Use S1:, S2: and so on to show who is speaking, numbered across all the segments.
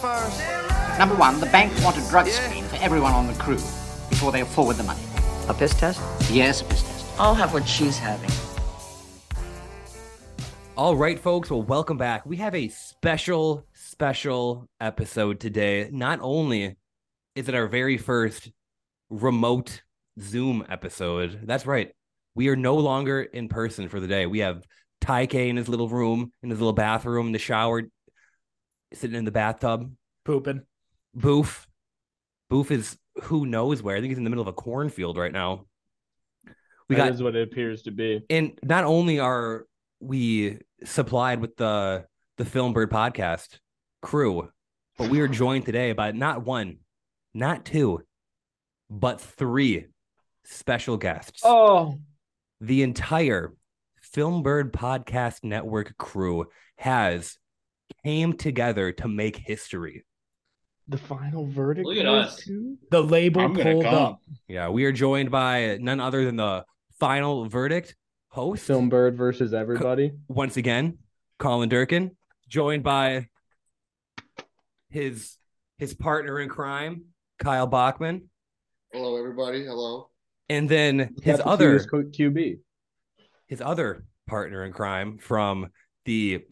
S1: first.
S2: Number one, the bank want a drug screen for everyone on the crew before they forward the money.
S3: A piss test?
S2: Yes, a piss test.
S3: I'll have what she's having.
S4: All right, folks. Well, welcome back. We have a special, special episode today. Not only is it our very first remote Zoom episode, that's right. We are no longer in person for the day. We have Ty K in his little room, in his little bathroom, in the shower, sitting in the bathtub.
S5: pooping.
S4: Boof. Boof is who knows where. I think he's in the middle of a cornfield right now. We
S5: That
S4: got
S5: is what it appears to be.
S4: and not only are we supplied with the the film bird podcast crew but we are joined today by not one not two but three special guests
S5: Oh,
S4: the entire film bird podcast network crew has came together to make history
S5: the final verdict.
S6: Look at
S5: was
S6: us.
S5: two?
S7: The label
S6: I'm gonna
S7: pulled
S6: come.
S7: up.
S4: yeah we are joined by none other than the final verdict host
S5: Film Bird versus everybody.
S4: once again, Colin Durkin, joined by his his partner in crime, Kyle Bachman,
S6: Hello, everybody. Hello.
S4: and then his
S5: Captain
S4: other
S5: Sears Q- QB.
S4: his other partner in crime from the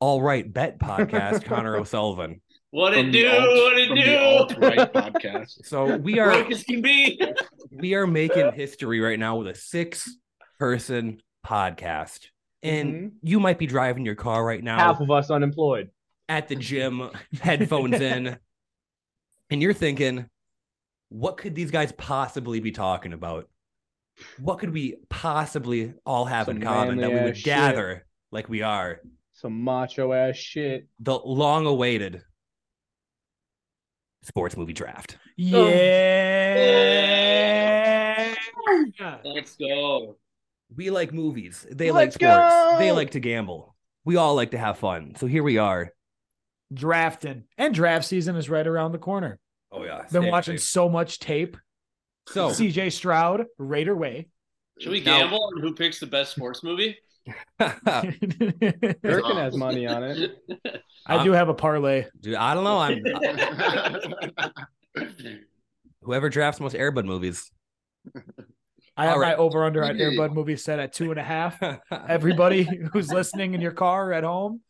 S4: All Right Bet podcast, Connor O'Sullivan.
S6: What
S5: From
S6: it
S5: the
S6: do?
S5: alt-
S6: what
S5: from the alt-
S6: it
S5: Right
S7: podcast.
S4: So we
S6: do?
S4: are
S6: Broke as can be.
S4: we are making history right now with a six person podcast. And
S5: Mhm.
S6: Mm-hmm.
S4: you might be driving your car right now.
S5: Half of us unemployed.
S4: at the gym, headphones in, and you're thinking, what could these guys possibly be talking about? What could we possibly all have in
S5: Some
S4: common that we
S5: manly
S4: would
S5: ass
S4: gather like we are?
S5: Some macho ass shit.
S4: The long awaited sports movie draft.
S7: Yeah.
S6: Let's go.
S4: We like movies. They
S5: Let's
S4: like sports. They
S5: go!
S4: like to gamble. We all like to have fun. So here we are.
S7: Drafting. And draft season is right around the corner.
S4: Oh, yeah.
S7: Been watching so much tape.
S4: So,
S7: CJ Stroud, Raider Way.
S6: Should we
S4: Now-
S6: gamble on who picks the best sports movie?
S4: Uh,
S5: Durkin has money on it.
S7: I do have a parlay.
S4: dude, I don't know. I'm
S6: That's
S4: whoever drafts most Airbud movies.
S7: I have
S4: All right.
S7: my over under on
S6: Maybe.
S7: Airbud movie set at two and a half. Everybody who's listening in your car or at home,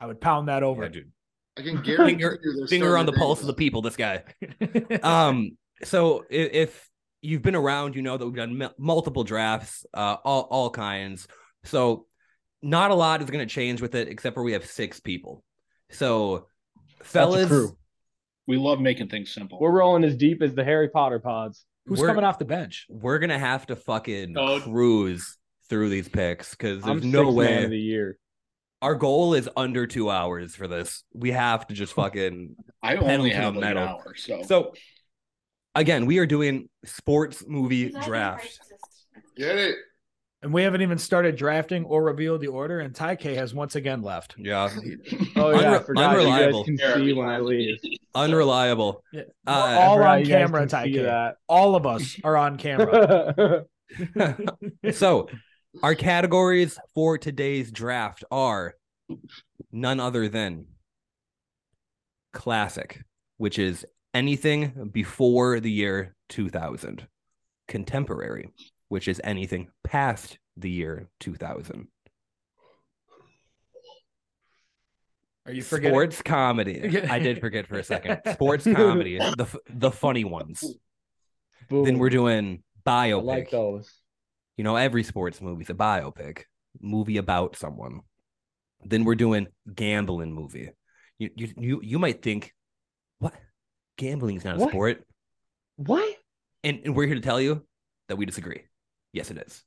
S7: I would pound that over.
S4: Yeah, dude.
S8: I can guarantee
S4: Finger-
S8: you they're
S4: Finger
S8: starting
S4: on the
S8: to
S4: pulse of
S8: think
S4: the people, this guy. Um, so if, if you've been around, you know that we've done mul- multiple drafts, uh, all all kinds. So not a lot is going to change with it, except for we have six people. So, fellas,
S5: crew.
S8: We love making things simple.
S5: We're rolling as deep as the Harry Potter pods.
S7: Who's
S4: we're-
S7: coming off the bench?
S4: we're gonna have to fucking
S6: Oh.
S4: cruise through these picks because there's
S5: I'm
S4: no
S5: sixth man of
S4: way.
S5: the year.
S4: Our goal is under two hours for this. We have to just fucking
S8: I
S4: pedal
S8: only
S4: to the
S8: have like an
S4: metal.
S8: hour, so,
S4: So again, we are doing sports movie draft.
S8: get it.
S7: And we haven't even started drafting or revealed the order, and Ty K has once again left.
S4: Yeah,
S5: Oh yeah, I
S4: Unre-
S5: forgot.
S4: unreliable.
S5: You guys can see when I leave.
S4: unreliable.
S7: Yeah.
S4: Uh,
S5: I
S7: All
S5: forgot
S7: on
S5: you guys
S7: camera,
S5: can
S7: Ty
S5: see
S7: K.
S5: that.
S7: All of us are on camera.
S4: so our categories for today's draft are none other than classic, which is anything before the year 2000, contemporary, which is anything past the year 2000,
S7: Are you forgetting?
S4: sports comedy. I did forget for a second. Sports comedy, the f- the funny ones. Then
S5: Boom.
S4: we're doing
S5: I
S4: biopic.
S5: like those.
S4: You know, every sports movie's a biopic, movie about someone. Then we're doing gambling movie. You you you, you might think, what? Gambling's not a
S5: What?
S4: sport,
S5: What?
S4: and, and we're here to tell you that we disagree. Yes, it is.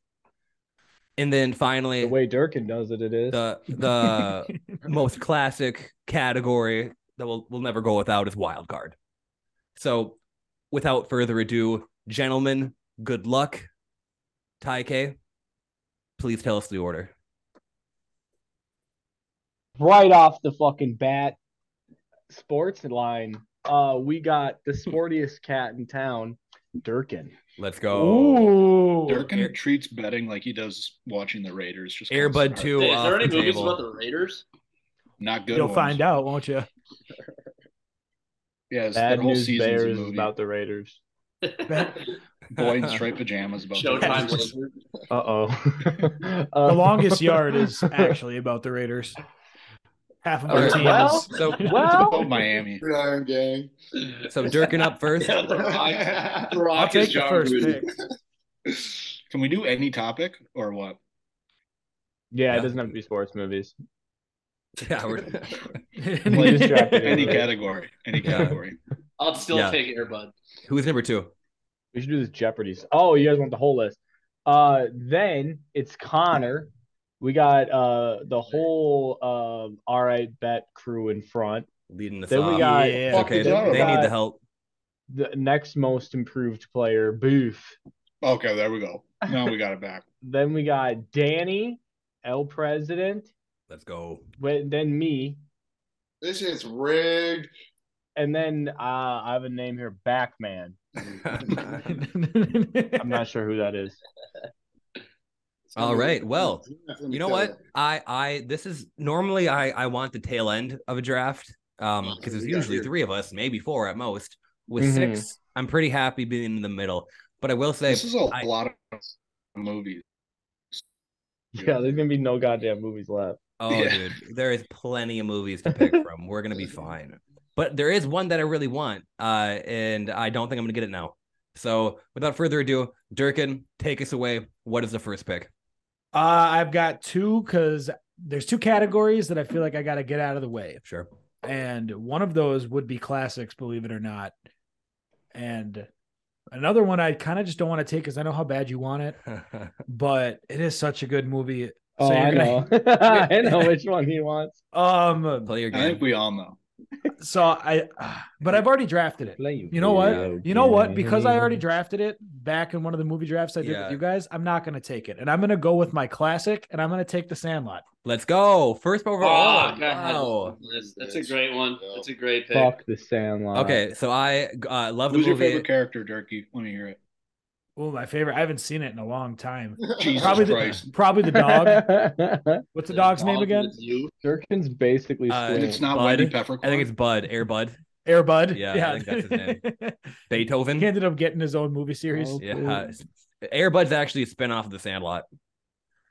S4: And then finally,
S5: The way Durkin knows it, it is.
S4: the the most classic category that we'll we'll never go without is wild card. So, without further ado, gentlemen, good luck. Ty K, please tell us the order.
S5: right off the fucking bat, sports line. Uh, we got the sportiest cat in town, Durkin.
S4: Let's go.
S8: Durkin
S4: Air-
S8: treats betting like he does watching the Raiders. Just
S4: Airbud
S8: too.
S4: two
S6: Hey, is
S4: off
S6: there any
S4: the
S6: movies
S4: table.
S6: about the Raiders?
S8: Not good.
S7: You'll
S8: ones.
S7: find out, won't you?
S8: Yeah, it's
S5: Bad
S8: their whole
S5: news
S8: season's a
S5: bears
S8: movie.
S5: about the Raiders.
S8: Boy in striped pajamas about
S6: Showtime.
S8: the
S6: Lakers.
S5: Uh oh.
S7: The longest yard is actually about the Raiders. Half of
S8: All
S7: our
S8: right,
S7: team.
S5: well-
S7: is-
S4: So
S5: Well-
S8: Oh, Miami.
S1: Gridiron gang.
S4: so Durkin up first.
S6: Yeah, the Rock- the Rock
S7: I'll
S6: is
S7: take the
S6: John
S7: first
S6: Gruden.
S7: pick.
S8: Can we do any topic or what?
S5: yeah,
S4: Yeah.
S5: it doesn't have to be sports movies.
S4: Yeah, we're,
S5: We just dropped it
S8: Any
S5: anyway.
S8: category. Any
S4: Yeah.
S8: category.
S6: I'll still
S4: Yeah.
S6: take Airbud.
S4: who's number two?
S5: We should do this Jeopardy. s- Oh, you guys want the whole list? Uh, then it's Connor. We got uh the whole um all right bet crew in front.
S4: Leading us
S5: Then we
S4: off.
S5: got
S7: Yeah.
S4: It's okay,
S8: Then we
S4: they need
S5: got-
S4: the help.
S5: the next most improved player, Booth.
S8: Okay, there we go. Now we got it back.
S5: Then we got Danny, El President.
S4: Let's go.
S5: Wait, Then me,
S1: This shit's rigged.
S5: and then uh, I have a name here, Backman. I'm not sure who that is.
S4: All right, well,
S1: Let me
S4: you know
S1: tell
S4: what? I I this is normally I I want the tail end of a draft um because it's
S1: We got
S4: usually
S1: here.
S4: three of us, maybe four at most. With
S5: Mhm.
S4: six, I'm pretty happy being in the middle. But I will say
S8: This is a
S4: I-
S8: lot of movies.
S5: Yeah, there's gonna be no goddamn movies left.
S4: Oh,
S8: Yeah.
S4: dude, there is plenty of movies to pick from. We're gonna be fine. But there is one that I really want, uh, and I don't think I'm gonna get it now. So, without further ado, Durkin, take us away. What is the first pick?
S7: Uh, I've got two because there's two categories that I feel like I got to get out of the way,
S4: Sure.
S7: and one of those would be classics, believe it or not, and another one I kind of just don't want to take because I know how bad you want it, but it is such a good movie.
S5: Oh,
S7: you're
S5: I
S7: gonna-
S5: know. I know which one he wants.
S7: Um,
S4: Play your
S8: I think
S4: game.
S8: we all know.
S7: so I, but I've already drafted it. You know what? You know what? Because I already drafted it back in one of the movie drafts I did
S4: Yeah.
S7: with you guys, I'm not going to take it, and I'm going to go with my classic, and I'm going to take The Sandlot.
S4: Let's go. First
S8: Ah,
S4: overall.
S6: Oh, God.
S4: wow.
S6: That's, that's a great one. That's a great pick.
S5: Fuck the Sandlot.
S4: Okay, so I uh, love the
S8: Who's your
S4: movie.
S8: favorite character, Durkee? Let me hear it.
S7: Oh, my favorite. I haven't seen it in a long time.
S8: Jesus
S7: Probably the-
S8: Christ.
S7: Probably the dog.
S5: dog.
S7: What's the dog's name
S6: Dog
S7: again?
S6: with you.
S5: Durkin's basically
S4: Uh,
S8: And
S5: squid.
S8: it's not
S4: Bud.
S8: Whitey Peppercorn.
S4: I think it's Bud, Air Bud,
S7: Airbud.
S4: Yeah, I think that's his Beethoven.
S7: he ended up getting his own movie series.
S5: Oh.
S4: Yeah. uh, Air Bud's actually a spin-off of The Sandlot.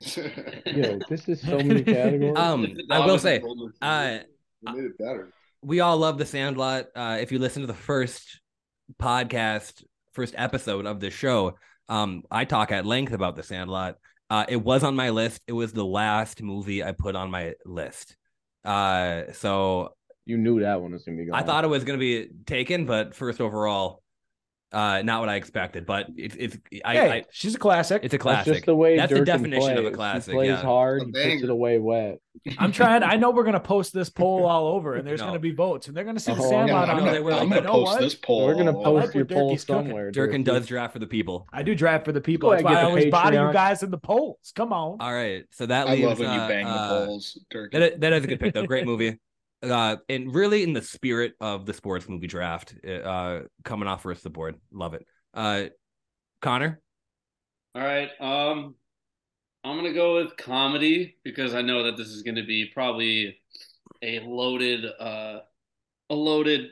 S1: you.
S5: Yo, this is so many categories.
S4: Um,
S6: The
S4: I
S6: dog
S4: will
S6: with the
S4: say,
S6: golden
S4: uh,
S1: You made it better.
S4: we all love the sandlot uh, if you listen to the first podcast first episode of this show um, i talk at length about the sandlot uh, it was on my list it was the last movie i put on my list uh, so
S5: you knew that one was gonna be gone.
S4: i thought it was going to be taken but first overall uh, not what i expected but it's it's I,
S7: hey,
S4: I
S7: she's a classic.
S4: it's a
S5: That's
S4: classic
S5: just the way
S4: that's the
S5: Durkin
S4: definition
S5: plays.
S4: of a classic
S5: He plays
S4: yeah
S5: hard.
S1: A
S5: He puts it
S1: banger.
S5: away wet.
S7: I'm trying. I know we're gonna post this poll all over, and there's
S4: No.
S7: gonna be votes, and they're gonna see the
S5: Oh,
S8: Yeah,
S7: Sandlot
S4: I
S7: on
S8: I'm,
S4: know they
S8: gonna,
S7: there.
S4: were like,
S8: I'm
S7: you
S8: gonna
S7: know
S8: post
S7: what?
S8: this poll.
S5: We're gonna
S8: all over.
S5: post
S7: Oh, like
S5: your
S7: what
S5: poll
S7: Durkin's cooking.
S5: somewhere.
S4: durkin
S5: Durkin.
S4: does draft for the people
S7: I do draft for the people.
S5: Go
S7: That's
S5: ahead,
S7: why
S5: get
S7: I
S5: the
S7: always body you
S5: Patreon.
S7: guys in the polls. Come on.
S4: all right so that
S8: I
S4: leaves
S8: love when you
S4: uh,
S8: bang
S4: uh,
S8: the polls, Durkee.
S4: That is, that is a good pick though. Great movie. Uh, and really in the spirit of the sports movie draft, uh, coming off first of the board, love it. Uh, Connor,
S6: All right. Um, I'm gonna go with comedy because I know that this is gonna be probably a loaded, uh, a loaded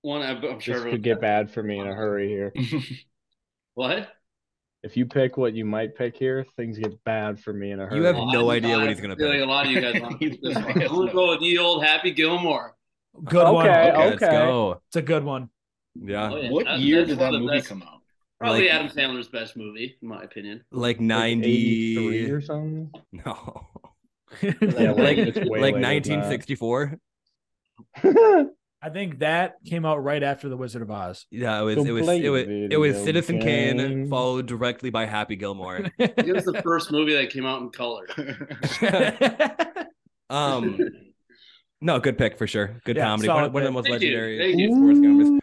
S6: one. I'm, I'm sure.
S5: This
S6: everyone-
S5: could get bad for me in a hurry here.
S6: What?
S5: If you pick what you might pick here, things get bad for me in a hurry.
S4: You have
S6: Well,
S4: no
S6: I'm
S4: idea what
S6: not-
S4: he's gonna
S6: I feel
S4: pick.
S6: Like a lot of you guys want to pick this one. I'm gonna
S8: Yes.
S6: go with ye old Happy Gilmore.
S7: Good one.
S5: Okay, okay.
S4: let's go.
S7: It's a good one.
S4: Yeah,
S6: Oh, yeah.
S8: what
S6: That-
S8: year
S6: that's one
S8: did that
S6: of the
S8: movie
S6: best-
S8: come out?
S6: Probably
S4: Like-
S6: Adam Sandler's best movie, in my opinion.
S4: like
S5: Like
S4: 90,
S5: 83 or something.
S4: no,
S5: Yeah,
S4: like,
S5: it's way
S4: like
S5: later than that.
S4: 1964.
S7: I think that came out right after The Wizard of Oz.
S4: Yeah, it was,
S5: Don't
S4: it was,
S5: play
S4: it was, it was
S5: video
S4: Citizen Kane
S5: games.
S4: followed directly by Happy Gilmore.
S6: I think It was the first movie that came out in color.
S4: um, no, good pick for sure. Good
S7: Yeah,
S4: comedy. One,
S7: solid
S4: one of the most
S7: pick.
S6: Thank you.
S4: legendary
S6: Thank you.
S4: sports numbers.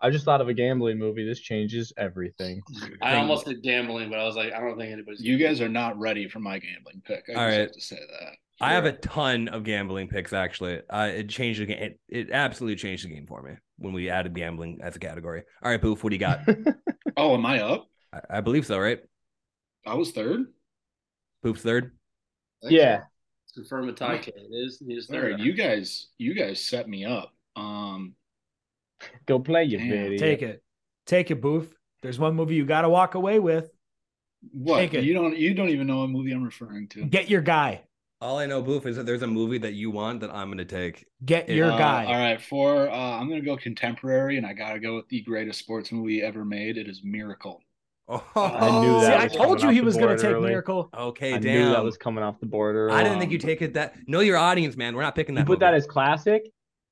S5: I just thought of a gambling movie. This changes everything.
S6: I almost did gambling, but I was like, I don't think anybody's.
S8: You guys are not ready for my gambling pick. I just
S4: All right.
S8: have to say that.
S4: I have a ton of gambling picks actually. Uh, it changed the game. It, it absolutely changed the game for me when we added gambling as a category. All right, Poof, what do you got?
S8: Oh, am I up?
S4: I, I believe so, right?
S8: I was third.
S4: Poof's third.
S1: Thanks,
S5: yeah.
S6: confirm a tie. Kid. It is. He is
S8: All right,
S6: third.
S8: you guys, you guys set me up. Um,
S5: Go play your
S8: Damn,
S5: video.
S7: Take it. Take it, Booth. There's one movie you got to walk away with.
S8: What
S7: Take it.
S8: you don't you don't even know what movie I'm referring to.
S7: Get your guy.
S4: All I know, Boof, is that there's a movie that you want that I'm gonna take.
S7: Get
S4: Yeah.
S7: your
S8: Uh,
S7: guy.
S8: All right, for uh, I'm gonna go contemporary, and I gotta go with the greatest sports movie ever made. It is Miracle.
S4: Oh,
S5: I knew
S7: See,
S5: that
S7: I
S5: was
S7: told
S5: coming
S7: you
S5: off
S7: he
S5: the
S7: was going
S5: board
S7: to take
S5: early.
S7: Miracle.
S4: Okay,
S5: I
S4: damn.
S5: knew that was coming off the border.
S4: I didn't think you
S5: Um,
S4: take it that. Know your audience, man. We're not picking that.
S5: You put
S4: movie.
S5: that as classic.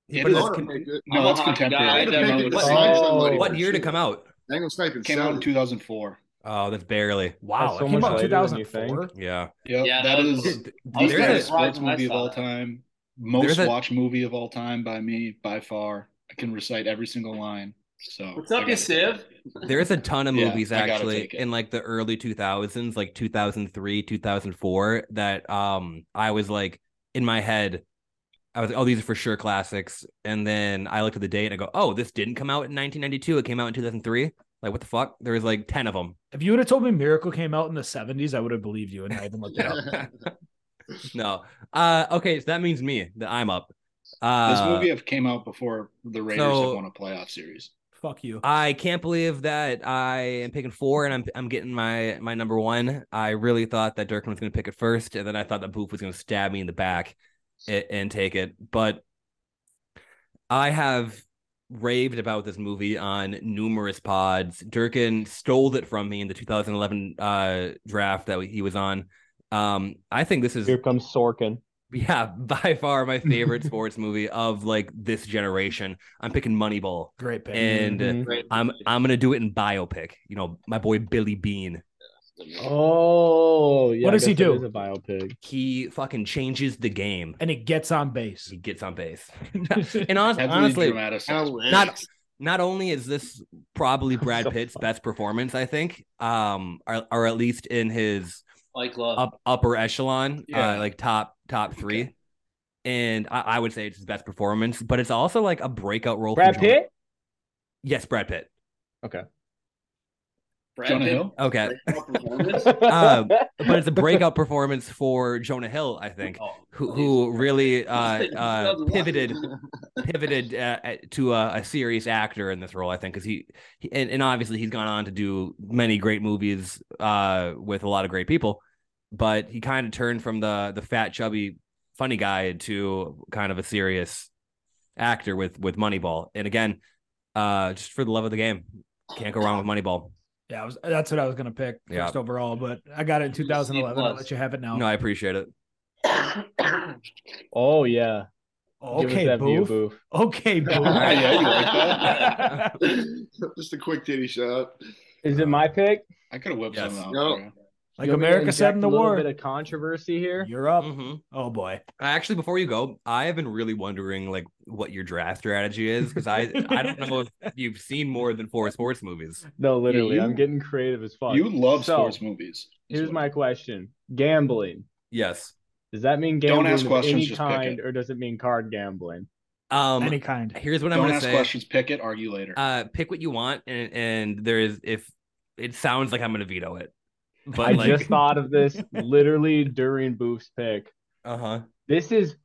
S4: You
S8: It
S4: put it
S8: is-
S4: as
S1: Oughta
S4: con-
S1: make it.
S8: No, that's
S6: I'm a hot
S8: contemporary.
S6: guy
S8: It
S6: that
S8: came
S1: make
S8: out
S1: it
S8: with-
S1: the
S4: what-
S1: same somebody
S4: what
S1: for
S4: year to
S1: sure.
S4: come out?
S1: Hang on, snipe and
S8: Came
S1: sell
S8: out in
S1: it.
S8: 2004.
S4: Oh, that's barely. Wow,
S5: so
S4: it
S7: Came
S4: came
S5: much
S7: out
S4: out-
S5: later than you think.
S7: 2004.
S4: Yeah,
S8: Yep,
S6: Yeah,
S8: that
S6: that was-
S8: is the
S4: Dude,
S6: I was
S4: there's
S6: kinda
S4: a-
S6: surprised
S8: sports
S6: when I
S8: movie of
S6: saw
S8: all
S6: that.
S8: time. Most
S4: a-
S8: watched movie of all time by me by far. I can recite every single line. So
S6: What's up,
S8: I
S6: you
S8: gotta-
S6: sieve?
S4: There's a ton of
S8: Yeah,
S4: movies
S8: I gotta
S4: actually
S8: take it.
S4: in like the early 2000s, like 2003, 2004 that um I was like in my head I was like, oh these are for sure classics and then I looked at the date and I go, "Oh, this didn't come out in 1992, it came out in 2003." Like what the fuck? There was like 10 of them.
S7: If you would have told me Miracle came out in the 70s, I would have believed you and I even looked it up.
S4: No. Uh okay, so that means me that I'm up. Uh
S8: This movie have came out before the Raiders
S4: so-
S8: have won a playoff series.
S7: Fuck you.
S5: Uh,
S4: I can't believe that I am picking four and I'm I'm getting my my number one. I really thought that Durkin was going to pick it first, and then I thought that Boop was going to stab me in the back and, and take it. But I have raved about this movie on numerous pods. Durkin stole it from me in the 2011 uh, draft that he was on. Um, I think this is
S5: Here comes Sorkin.
S4: yeah by far my favorite sports movie of like this generation. I'm picking Moneyball.
S7: Great pick.
S4: And uh,
S5: Mhm.
S6: Great.
S4: I'm I'm gonna do it in biopic. You know, my boy Billy Bean.
S5: Oh, yeah.
S7: What
S5: I
S7: does he
S5: guess that
S7: do?
S5: Is a biopic.
S4: He fucking changes the game.
S7: and it gets on base.
S4: He gets on base. and honest,
S8: Heavily
S4: honestly,
S8: dramatized.
S1: Alex.
S4: Not- not only is this probably Brad
S5: So
S4: Pitt's
S5: funny.
S4: best performance, I think, um, or, or at least in his
S6: Like love.
S4: up, upper echelon,
S8: Yeah.
S4: uh, like top top three. And I, I would say it's his best performance, but it's also like a breakout role. for
S5: Brad
S4: John-
S5: Pitt?
S4: Yes, Brad Pitt.
S6: Brad
S8: Jonah
S6: Pitt,
S8: Hill.
S4: Okay,
S6: great performance.
S4: Um, but it's a breakout performance for Jonah Hill, I think.
S6: Oh,
S4: who
S6: please.
S4: who really uh,
S6: Please.
S4: uh,
S6: Doesn't
S4: pivoted
S6: work.
S4: pivoted uh, at- to a, a serious actor in this role, I think, because he, he and, and obviously he's gone on to do many great movies uh, with a lot of great people, but he kind of turned from the the fat chubby funny guy to kind of a serious actor with with Moneyball, and again, uh, just for the love of the game, can't go wrong with Moneyball.
S7: Yeah, I was, that's what I was going to pick
S4: Yeah.
S7: first overall, but I got it in
S6: Give me a C
S7: 2011. I'll
S6: plus.
S7: let you have it now.
S4: No, I appreciate it.
S5: oh, yeah. Give us
S7: Oh, okay,
S5: that view,
S7: Boof.
S5: Boof.
S7: Okay, Boof.
S8: Yeah, you like that?
S1: Just a quick titty shot.
S5: Is it my pick?
S8: I could have whipped
S4: Yes.
S8: some out.
S1: No.
S8: for you.
S7: like
S5: You want me to
S7: America said in
S5: inject
S7: the
S5: a little
S7: war,
S5: Bit of controversy here.
S7: you're up.
S4: Mhm.
S7: Oh boy.
S4: Actually, before you go, I have been really wondering like what your draft strategy is because I I don't know if you've seen more than four sports movies.
S5: No, literally,
S8: you-
S5: I'm getting creative as fuck.
S8: You love
S5: So,
S8: sports movies. is
S5: Here's
S8: what-
S5: my question: Gambling.
S4: Yes.
S5: Does that mean
S8: Don't
S5: gambling
S8: ask
S5: of
S8: questions,
S5: any
S8: just pick
S5: kind,
S8: it.
S5: or does it mean card gambling?
S4: Um.
S7: Any kind.
S4: here's what I'm
S8: Don't
S4: gonna
S8: ask
S4: say.
S8: questions. Pick it. Argue later.
S4: Uh, pick what you want, and and there is if it sounds like I'm gonna veto it, but
S5: I
S4: like
S5: just thought of this literally during Boof's pick.
S4: uh huh.
S5: This is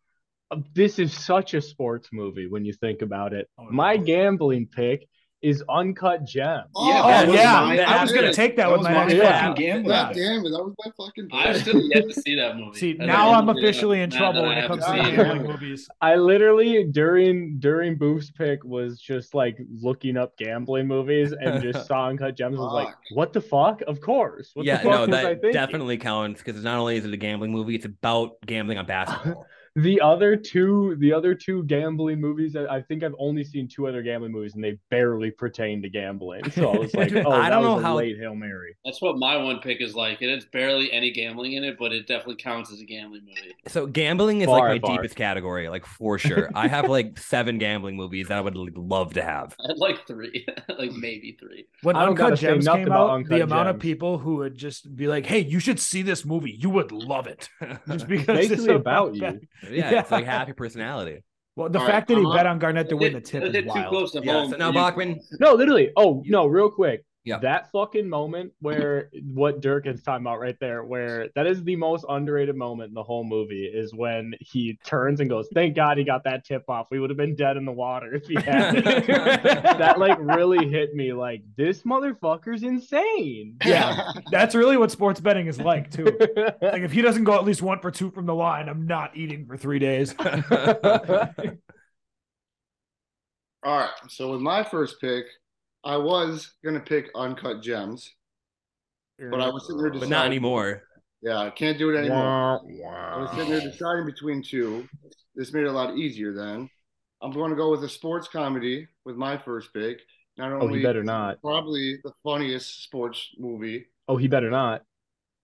S5: uh, this is such a sports movie when you think about it.
S7: Oh,
S5: my
S7: no.
S5: gambling pick is Uncut Gem.
S7: Oh,
S8: that was
S7: yeah.
S8: my-
S7: I was going to take that,
S8: That
S7: with
S8: was
S7: my
S8: my
S7: next
S5: pick. Yeah.
S8: fucking gambling.
S1: Oh, God damn it, that was my fucking.
S6: I've still yet to see that movie.
S7: See,
S6: And
S7: now
S6: I-
S7: I'm officially in
S6: now
S7: trouble
S6: that
S7: when
S6: I
S7: it
S6: haven't
S7: comes to
S6: seen it.
S7: gambling movies.
S5: I literally during during Boof's pick was just like looking up gambling movies and just saw Uncut Gems was like,
S1: Fuck.
S5: what the fuck? Of course. What
S4: Yeah,
S5: the fuck
S4: no,
S5: was I
S4: that
S5: thinking?
S4: definitely counts because not only is it a gambling movie, it's about gambling on basketball.
S5: The other two, the other two gambling movies, I I think I've only seen two other gambling movies, and they barely pertain to gambling. So I was like,
S4: Dude,
S5: oh,
S4: I
S5: that
S4: don't
S5: was
S4: know
S5: a
S4: how-
S5: late hail mary.
S6: That's what my one pick is like, and it's barely any gambling in it, but it definitely counts as a gambling movie.
S4: So gambling is
S5: Far,
S4: like my
S5: far.
S4: deepest category, like for sure. I have like seven gambling movies that I would like, love to have.
S6: I'd like three, like maybe three.
S7: When
S5: I don't
S7: Uncut
S5: gotta say
S7: Gems
S5: nothing
S7: came
S5: about
S7: out,
S5: Uncut
S7: the amount of
S5: Gems.
S7: people who would just be like, "Hey, you should see this movie. You would love it." Just because it's
S5: Basically about you.
S4: Yeah, it's like happy personality.
S7: Well, the
S1: All right,
S7: fact that he
S1: I'm
S7: bet
S1: up.
S7: on Garnett to win the tip
S6: Hit
S7: is
S6: too
S7: wild.
S6: close to
S4: Yeah.
S6: home.
S4: So now
S6: You-
S4: Bachman,
S5: No, literally. Oh no, real quick.
S4: Yeah.
S5: That fucking moment where what Dirk is talking about right there, where that is the most underrated moment in the whole movie, is when he turns and goes, "Thank God he got that tip off. We would have been dead in the water if he hadn't." that like really hit me. Like this motherfucker's insane.
S7: Yeah. That's really what sports betting is like, too. Like, if he doesn't go at least one for two from the line, I'm not eating for three days.
S1: All right. So with my first pick, I was gonna pick Uncut Gems, but I was sitting there
S4: but
S1: deciding.
S4: not anymore.
S1: Yeah, I can't do it anymore.
S5: Wah,
S1: I was
S5: wah.
S1: sitting there deciding between two. This made it a lot easier then. I'm going to go with a sports comedy with my first pick. Not
S5: Oh, he
S1: only
S5: better not.
S1: probably the funniest sports movie,
S5: Oh, he better not.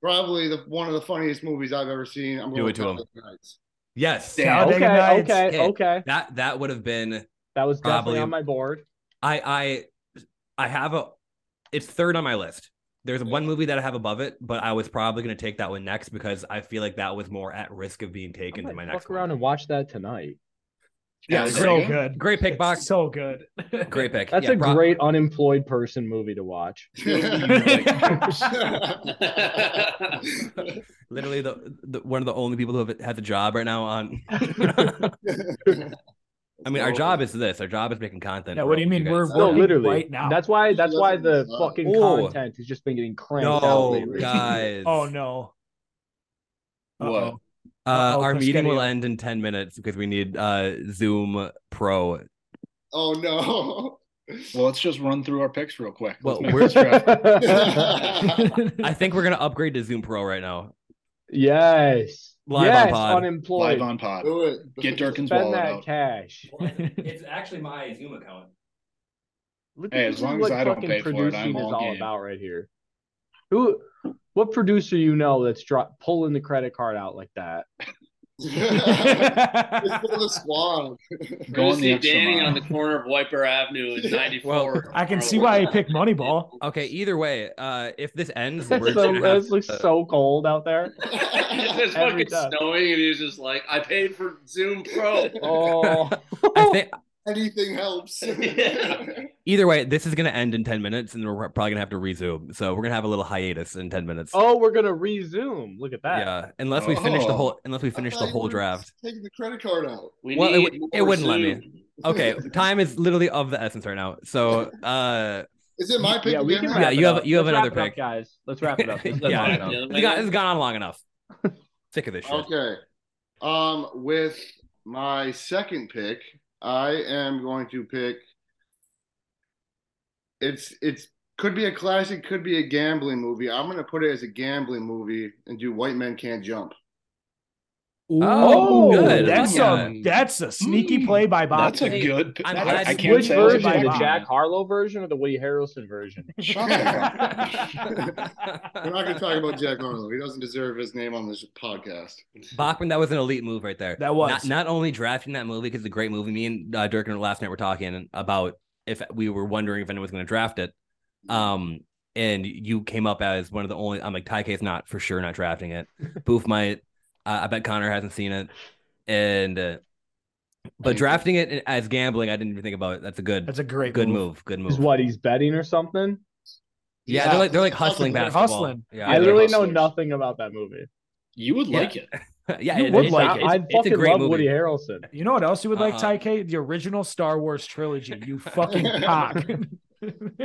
S1: probably the one of the funniest movies I've ever seen. I'm
S4: Do
S1: going
S4: it
S1: with
S4: to him.
S1: Talladega Nights.
S4: Yes,
S8: Damn.
S7: Talladega
S5: Okay,
S7: Nights.
S5: okay,
S4: Hey.
S5: okay.
S4: that that would have been
S5: That was definitely
S4: Probably-
S5: on my board.
S4: I I I have a it's third on my list. There's one movie that I have above it, but I was probably going to take that one next because I feel like that was more at risk of being
S5: I
S4: taken to
S5: might
S4: my
S5: fuck
S4: next
S5: around
S4: round.
S5: and watch that tonight.
S7: Yeah, so
S8: Talladega?
S7: good.
S4: Great pick,
S7: It's
S4: box.
S7: So good.
S4: Great pick.
S5: That's
S4: Yeah,
S5: a
S4: Brock-
S5: great unemployed person movie to watch.
S4: Literally, the, the one of the only people who have had the job right now. On, I mean, our job is this. Our job is making content.
S7: Yeah,
S4: for
S7: what do you
S4: all
S7: mean?
S4: guys.
S7: We're-
S5: No,
S7: Working
S5: literally.
S7: right now.
S5: That's why. That's why the
S1: Oh.
S5: fucking content has just been getting cranked out
S4: no,
S5: lately.
S4: guys.
S7: oh, no.
S8: What?
S7: Uh-oh.
S4: Uh,
S7: Uh-oh,
S4: our meeting will
S7: Cascadia.
S4: end in ten minutes because we need uh, Zoom Pro.
S1: oh no.
S8: Well, let's just run through our picks real quick.
S4: Well,
S8: Let's make
S4: we're-
S8: this draft.
S4: I think we're gonna upgrade to Zoom Pro right now.
S5: yes.
S4: Live on
S5: yes.
S4: pod.
S5: Unemployed.
S8: live on pod.
S1: Do it.
S8: Get Durkin's
S5: Spend
S8: wallet
S5: that
S8: out.
S5: cash.
S4: It's actually my Zoom account.
S5: Look
S8: Hey,
S5: at
S8: as long as
S5: what
S8: I don't
S5: fucking
S8: pay for it,
S5: producing
S8: I'm
S5: is
S8: all
S5: all
S8: game.
S5: about right here. Who? What producer you know that's dro- pulling the credit card out like that?
S1: It's for the squad.
S6: Go
S8: Going the
S6: see
S8: extra
S6: Danny
S8: mile.
S6: on the corner of Wiper Avenue in '94.
S4: Well,
S7: I can see why he picked Moneyball.
S4: Okay, either way, uh, if this ends,
S5: so,
S4: we're gonna have
S5: this looks
S4: to-
S5: so cold out there.
S6: it's just
S5: Every
S6: fucking
S5: time.
S6: snowing, and he's just like, "I paid for Zoom Pro."
S5: Oh,
S4: I think
S1: Anything helps.
S6: Yeah.
S4: either way, this is gonna end in ten minutes, and we're probably gonna have to resume. So we're gonna have a little hiatus in ten minutes.
S5: oh, we're gonna resume. Look at that.
S4: yeah, unless we finish the
S8: Oh.
S4: whole unless we
S1: I
S4: finish
S1: thought
S4: the
S1: you
S4: whole
S1: were
S4: draft.
S1: Taking the credit card out.
S6: We
S4: Well, it
S6: need
S4: w- it
S6: more
S4: wouldn't let me.
S6: Zoom.
S4: Okay, time is literally of the essence right now. So uh,
S1: Is it my pick?
S5: yeah, we
S1: again?
S5: can
S4: Yeah,
S5: wrap
S4: you
S5: it
S4: have-
S5: up.
S4: you have
S5: Let's
S4: another
S5: wrap it up,
S4: pick.
S5: guys. Let's wrap it up. Let's
S4: Yeah, I
S5: wrap it
S4: know.
S5: up.
S4: you got, it's gone on long enough. Sick of this shit.
S1: Okay. Um, with my second pick, I am going to pick. It's it's could be a classic, could be a gambling movie. I'm gonna put it as a gambling movie and do White Men Can't Jump.
S4: Oh,
S5: Oh,
S4: good.
S7: That's
S4: Yeah.
S7: a that's a sneaky
S8: Mm,
S7: play by Bob.
S8: That's a good. pick.
S4: I'm
S8: I,
S4: glad
S8: I
S4: you-
S8: can't
S5: Which
S8: say I was
S5: version? The
S8: happy.
S5: Jack Harlow version or the Woody Harrelson version?
S8: Shut up.
S1: We're not gonna talk about Jack Harlow. He doesn't deserve his name on this podcast.
S4: Bachman, that was an elite move right there.
S7: That was.
S4: not, not only drafting that movie because it's a great movie. Me and uh, Dirk and last night were talking about if we were wondering if anyone was going to draft it.
S1: Mm.
S4: Um, and you came up as one of the only. I'm like, Ty K's not for sure not drafting it. Boof might. Uh, I bet Connor hasn't seen it. And uh, but drafting it as gambling, I didn't even think about it. That's a good,
S7: That's a great
S4: good move. Good
S5: Is
S4: move.
S5: what he's betting or something?
S4: Yeah, they're like they're like hustling
S7: They're
S4: basketball.
S7: hustling.
S4: Yeah,
S5: I
S8: they're
S5: literally know
S8: hustlers.
S5: nothing about that movie.
S8: You would
S4: Yeah.
S8: like it.
S4: yeah.
S7: You
S4: it-
S7: would
S4: it's,
S7: like
S4: like
S7: it.
S4: it's,
S5: I
S4: it's a
S5: fucking
S4: great
S5: love
S4: movie.
S5: Woody Harrelson.
S7: You know what else you would like,
S4: Uh-uh.
S7: Ty K? The original Star Wars trilogy. You fucking cock.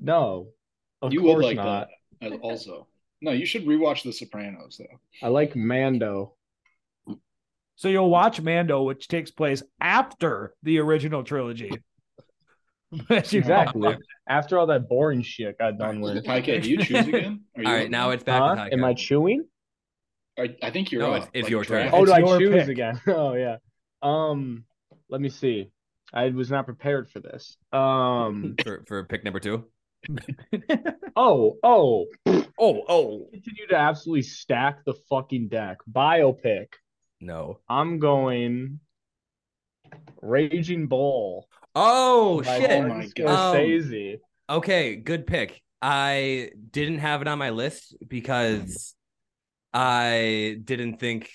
S5: No, of
S8: You would
S5: course
S8: like
S5: not.
S8: that uh, also. No, you should rewatch The Sopranos though.
S5: I like Mando.
S7: so you'll watch Mando, which takes place after the original trilogy. But you-
S5: Exactly. After all that boring shit got done with.
S8: Ty K, do you choose again? Are you
S4: All right, now it's back.
S5: Huh?
S4: to Ty
S5: Am
S4: K.
S5: I chewing?
S8: I, I think you're
S4: No,
S8: up.
S4: it's- it's your turn.
S8: draft.
S5: Oh, do I
S7: your
S5: choose
S7: pick.
S5: again? Oh yeah. Um, let me see. I was not prepared for this. Um.
S4: for, for pick number two.
S5: Oh. Oh.
S4: Oh, oh.
S5: Continue to absolutely stack the fucking deck. Biopic.
S4: No.
S5: I'm going. Raging Bull.
S4: Oh,
S5: by
S4: shit.
S8: oh my
S4: God.
S5: Scorsese.
S4: Okay, good pick. I didn't have it on my list because I didn't think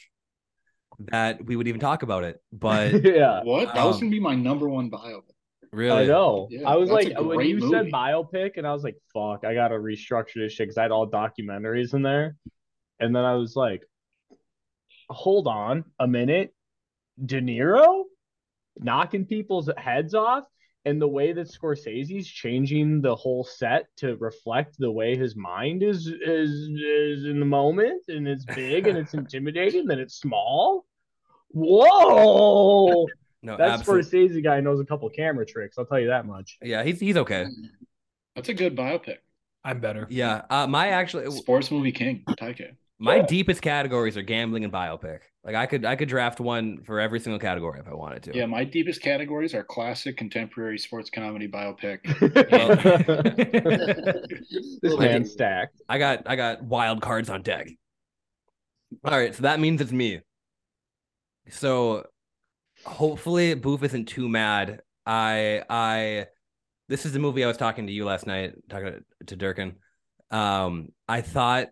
S4: that we would even talk about it. But
S5: yeah.
S8: What? That was
S4: Um,
S8: gonna be my number one bio.
S4: Really?
S5: I know.
S8: Yeah,
S5: I was
S8: that's
S5: like, uh,
S8: a
S5: when
S8: great
S5: you said
S8: movie.
S5: biopic, and I was like, fuck, I gotta restructure this shit because I had all documentaries in there. And then I was like, hold on a minute. De Niro knocking people's heads off. And the way that Scorsese's changing the whole set to reflect the way his mind is is is in the moment, and it's big and it's intimidating, then it's small. Whoa!
S4: No,
S5: That
S4: absolutely.
S5: Scorsese guy knows a couple camera tricks. I'll tell you that much.
S4: Yeah, he's he's okay.
S8: That's a good biopic.
S7: I'm better.
S4: Yeah, uh, my actually
S8: Sports movie king, Taika.
S4: my deepest categories are gambling and biopic. Like I could I could draft one for every single category if I wanted to.
S8: Yeah, my deepest categories are classic, contemporary, sports comedy, biopic.
S4: Well-
S5: this man stacked.
S4: I got I got wild cards on deck. All right, so that means it's me. So hopefully Boof isn't too mad. I I this is the movie I was talking to you last night, talking to, to Durkin. Um, I thought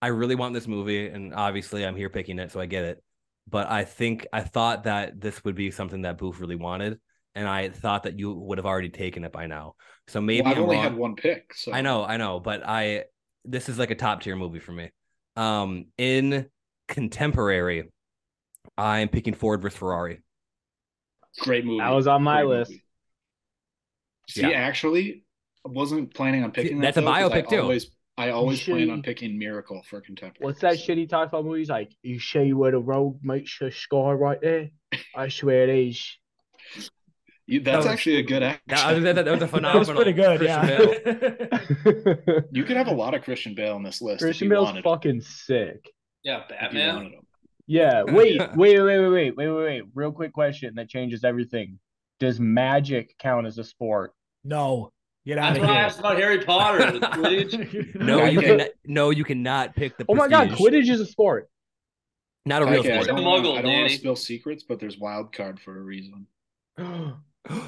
S4: I really want this movie, and obviously I'm here picking it, so I get it. But I think I thought that this would be something that Boof really wanted, and I thought that you would have already taken it by now. So maybe
S8: Well, I've
S4: I'm
S8: only
S4: wrong.
S8: had one pick, so
S4: I know, I know, but I this is like a top tier movie for me. Um, in contemporary, I'm picking Ford versus Ferrari.
S8: great movie.
S5: That was on my
S8: Great
S5: list.
S8: movie. See,
S4: Yeah.
S8: actually, I wasn't planning on picking.
S4: that's
S8: that,
S4: a
S8: though, 'cause
S4: biopic,
S8: I
S4: too.
S8: Always, I always plan on
S5: Shitty.
S8: picking Miracle for contemporary.
S5: What's that
S8: so.
S5: shit he talks about movies like? You show you where the road meets the sky right there. I swear it is.
S8: You, that's
S5: Oh,
S4: was-
S8: actually a good
S4: That,
S8: action.
S4: that- that was a
S7: That
S4: phenomenal.
S7: was pretty good.
S4: Christian
S7: yeah.
S4: Bale.
S8: You could have a lot of Christian Bale on this list. if
S5: Christian
S8: you
S5: Bale's
S8: wanted,
S5: fucking sick.
S6: Yeah,
S8: if you
S6: Batman.
S8: wanted him.
S5: Yeah. Wait, wait, wait, wait, wait, wait, wait, wait. Real quick question that changes everything. Does magic count as a sport?
S7: No, get out
S6: That's
S7: of
S6: why I
S7: here.
S6: asked about Harry Potter. Quidditch.
S4: No,
S8: I
S4: you
S8: get-
S4: can no, you cannot pick the.
S5: Oh my god,
S4: Prestige.
S5: Quidditch is a sport.
S4: Not a real
S8: Okay, I
S6: It's a
S8: don't,
S4: sport.
S8: wanna-
S6: muggle,
S8: I don't want
S6: Danny.
S8: to spill secrets, but there's wild card for a reason.
S4: All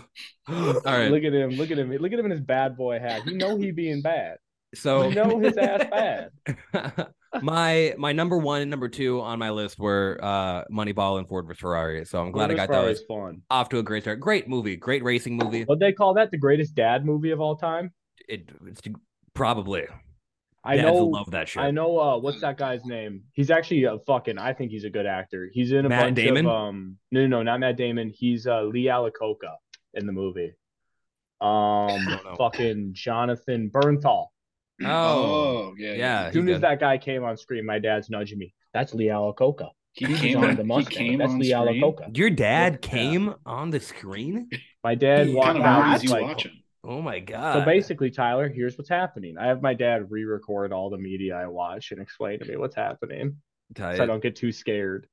S4: right,
S5: Look at him. Look at him. Look at him in his bad boy hat. You know he being bad.
S4: so
S5: You know his ass bad.
S4: my my number one and number two on my list were uh Moneyball and Ford versus Ferrari. So I'm glad I got
S5: Ferrari's
S4: those
S5: fun.
S4: off to a great start. Great movie, great racing movie.
S5: Would they call that the greatest dad movie of all time?
S4: It, it's probably
S5: I
S4: Dads
S5: know.
S4: love that shit.
S5: I know. Uh, what's that guy's name? He's actually a fucking. I think he's a good actor. He's in a
S4: Matt
S5: bunch
S4: Damon?
S5: of um. No, no, no, not Matt Damon. He's uh Lee Alacoca in the movie. Um,
S4: Don't know.
S5: fucking Jonathan Bernthal.
S4: Oh,
S8: yeah,
S4: yeah.
S5: As
S4: he's
S5: soon as
S4: good.
S5: that guy came on screen, my dad's nudging me. That's Lee Alacoca.
S8: He
S5: He's
S8: came
S5: on
S8: on.
S5: the
S8: He
S5: Mustang.
S8: came
S5: That's
S8: on
S5: Lee
S8: screen.
S5: Alacoca.
S4: Oh. Your dad
S5: Yeah.
S4: came on the screen?
S5: My dad
S4: He
S8: What
S5: walked
S8: kind of
S5: out.
S8: movies you
S5: like,
S8: watching?
S4: Oh my god.
S5: So basically, Tyler, here's what's happening. I have my dad re-record all the media I watch and explain to me what's happening, so I
S4: Tight.
S5: don't get too scared.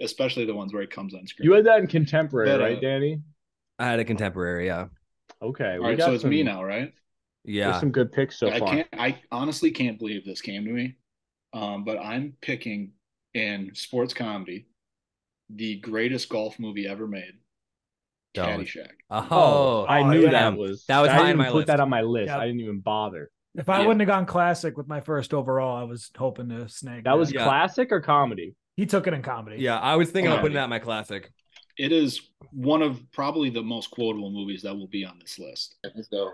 S8: Especially the ones where he comes on screen.
S5: You had that in contemporary,
S8: But, uh,
S5: right, Danny?
S4: I had a contemporary, yeah.
S5: Okay,
S8: All
S5: we
S8: right,
S5: got
S8: so it's
S5: some,
S8: me now, right?
S5: there's
S4: Yeah.
S5: some good picks so
S8: I
S5: far.
S8: can't. I honestly can't believe this came to me. Um, but I'm picking in sports comedy the greatest golf movie ever made,
S4: Don't.
S8: Caddyshack.
S4: Oh,
S5: I knew
S7: yeah.
S5: that was
S4: That was
S5: I
S4: high
S5: didn't
S4: on my
S5: put
S4: list.
S5: that on my list.
S7: Yep.
S5: I didn't even bother.
S7: If I
S8: Yeah.
S7: wouldn't have gone classic with my first overall, I was hoping to snag.
S5: That was
S4: Yeah.
S5: classic or comedy?
S7: he took it in comedy.
S4: Yeah, I was thinking of putting
S8: Alrighty.
S4: that in my classic.
S8: It is one of probably the most quotable movies that will be on this list.
S1: Let's go.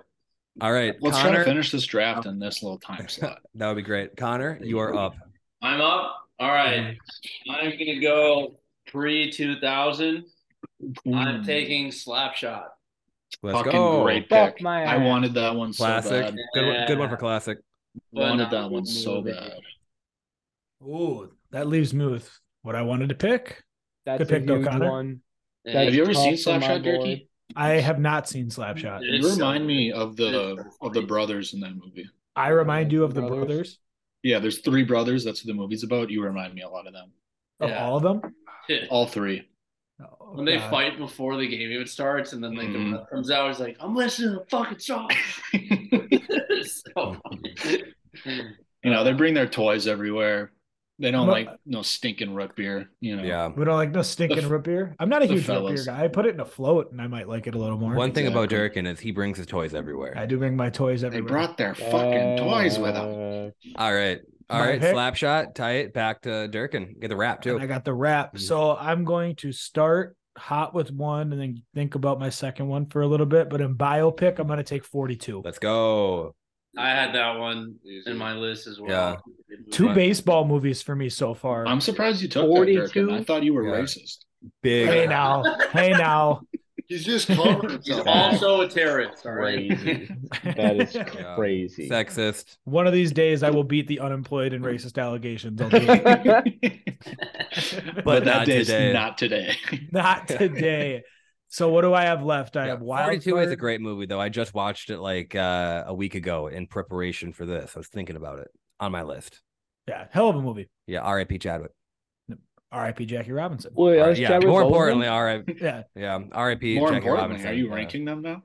S4: All right,
S8: Let's try to
S4: Connor.
S8: finish this
S5: Oh.
S8: draft in this little time slot.
S4: That would be great. Connor, you are up.
S6: I'm up. All right. I'm gonna go pre 2000. I'm
S7: Mm.
S8: Ooh,
S6: taking Slapshot.
S4: Let's
S8: Hmm. fucking
S4: go.
S8: great
S5: Fuck
S8: pick.
S5: my
S8: I
S5: ass.
S8: wanted that one so
S4: Classic.
S8: bad.
S4: Good one, good one for
S6: Yeah.
S4: classic.
S8: Wanted
S6: Phenomenal
S8: that one so
S6: movie.
S8: bad.
S7: Ooh, that leaves me with what I wanted to pick.
S5: That's
S7: Good
S5: a
S7: pick though,
S5: huge
S7: Connor.
S5: one.
S6: Yeah.
S5: That's
S8: Have you ever
S5: tough
S8: seen
S5: for my
S8: Slapshot,
S5: boy.
S8: Jerky?
S7: I have not seen Slapshot.
S6: It's so
S8: You remind me
S6: good.
S8: of the
S6: It's so
S8: of the
S6: funny.
S8: brothers in that movie.
S7: I remind you of the
S5: Brothers.
S7: brothers,
S8: Yeah, there's three brothers. That's what the movie's about. You remind me a lot of them.
S7: of
S6: Yeah.
S7: all of them.
S8: All three.
S7: Oh,
S6: When they
S7: God.
S6: fight before the game even starts, and then like
S8: Mhm.
S4: Mm-hmm.
S6: the ref comes out, he's like, "I'm listening to fucking song."
S8: you
S6: so funny.
S8: know,
S4: Uh,
S8: they bring their toys everywhere. They don't
S7: Mo-
S8: like no stinking root beer. You know.
S4: Yeah.
S7: we don't like no stinking
S8: The-
S7: root beer. I'm not a
S8: the
S7: huge root beer
S8: fellas.
S7: guy. I put it in a float, and I might like it a little more.
S4: One thing about
S8: Exactly.
S4: Durkin is he brings his toys everywhere.
S7: I do bring my toys
S8: They
S7: everywhere.
S8: brought their
S5: Oh,
S8: fucking toys with them.
S5: Uh,
S4: All right. All
S7: My
S4: right.
S7: pick.
S4: Slap shot, tie it back to Durkin. Get the wrap
S7: and
S4: too.
S8: Mm.
S7: I got the wrap. So I'm going to start hot with one and then think about my second one for a little bit. But in biopic, I'm going to take 42.
S4: Let's go.
S6: I had that one in my list as well.
S7: Two
S4: Right.
S7: baseball movies for me so far.
S8: I'm surprised you took that, Durkin.
S5: 42?
S8: I thought you were
S4: Yeah.
S8: racist.
S4: Big.
S7: hey now, hey now.
S1: He's just covering himself.
S6: Also a terrorist. All right.
S5: That is
S4: Yeah.
S5: crazy.
S4: Sexist.
S7: One of these days, I will beat the unemployed and racist allegations. I'll do it.
S4: But, not
S8: but that day's
S4: today.
S8: not today.
S7: Not today. So what do I have left? I
S4: Yeah,
S7: have Wild
S4: 42 is a
S7: Card.
S4: great movie though. I just watched it like uh, a week ago in preparation for this. I was thinking about it on my list.
S7: yeah, hell of a movie.
S4: Yeah, R.I.P. Chadwick.
S7: R.I.p. Jackie Robinson.
S5: Wait,
S4: All right,
S5: is
S4: yeah.
S5: Chadwick
S4: More
S5: Boseman?
S4: importantly, R.I.P.
S7: Yeah.
S4: Yeah, R.I.P.
S8: More
S4: Jackie
S8: importantly,
S4: Robinson.
S8: are you
S4: Yeah.
S8: ranking them now?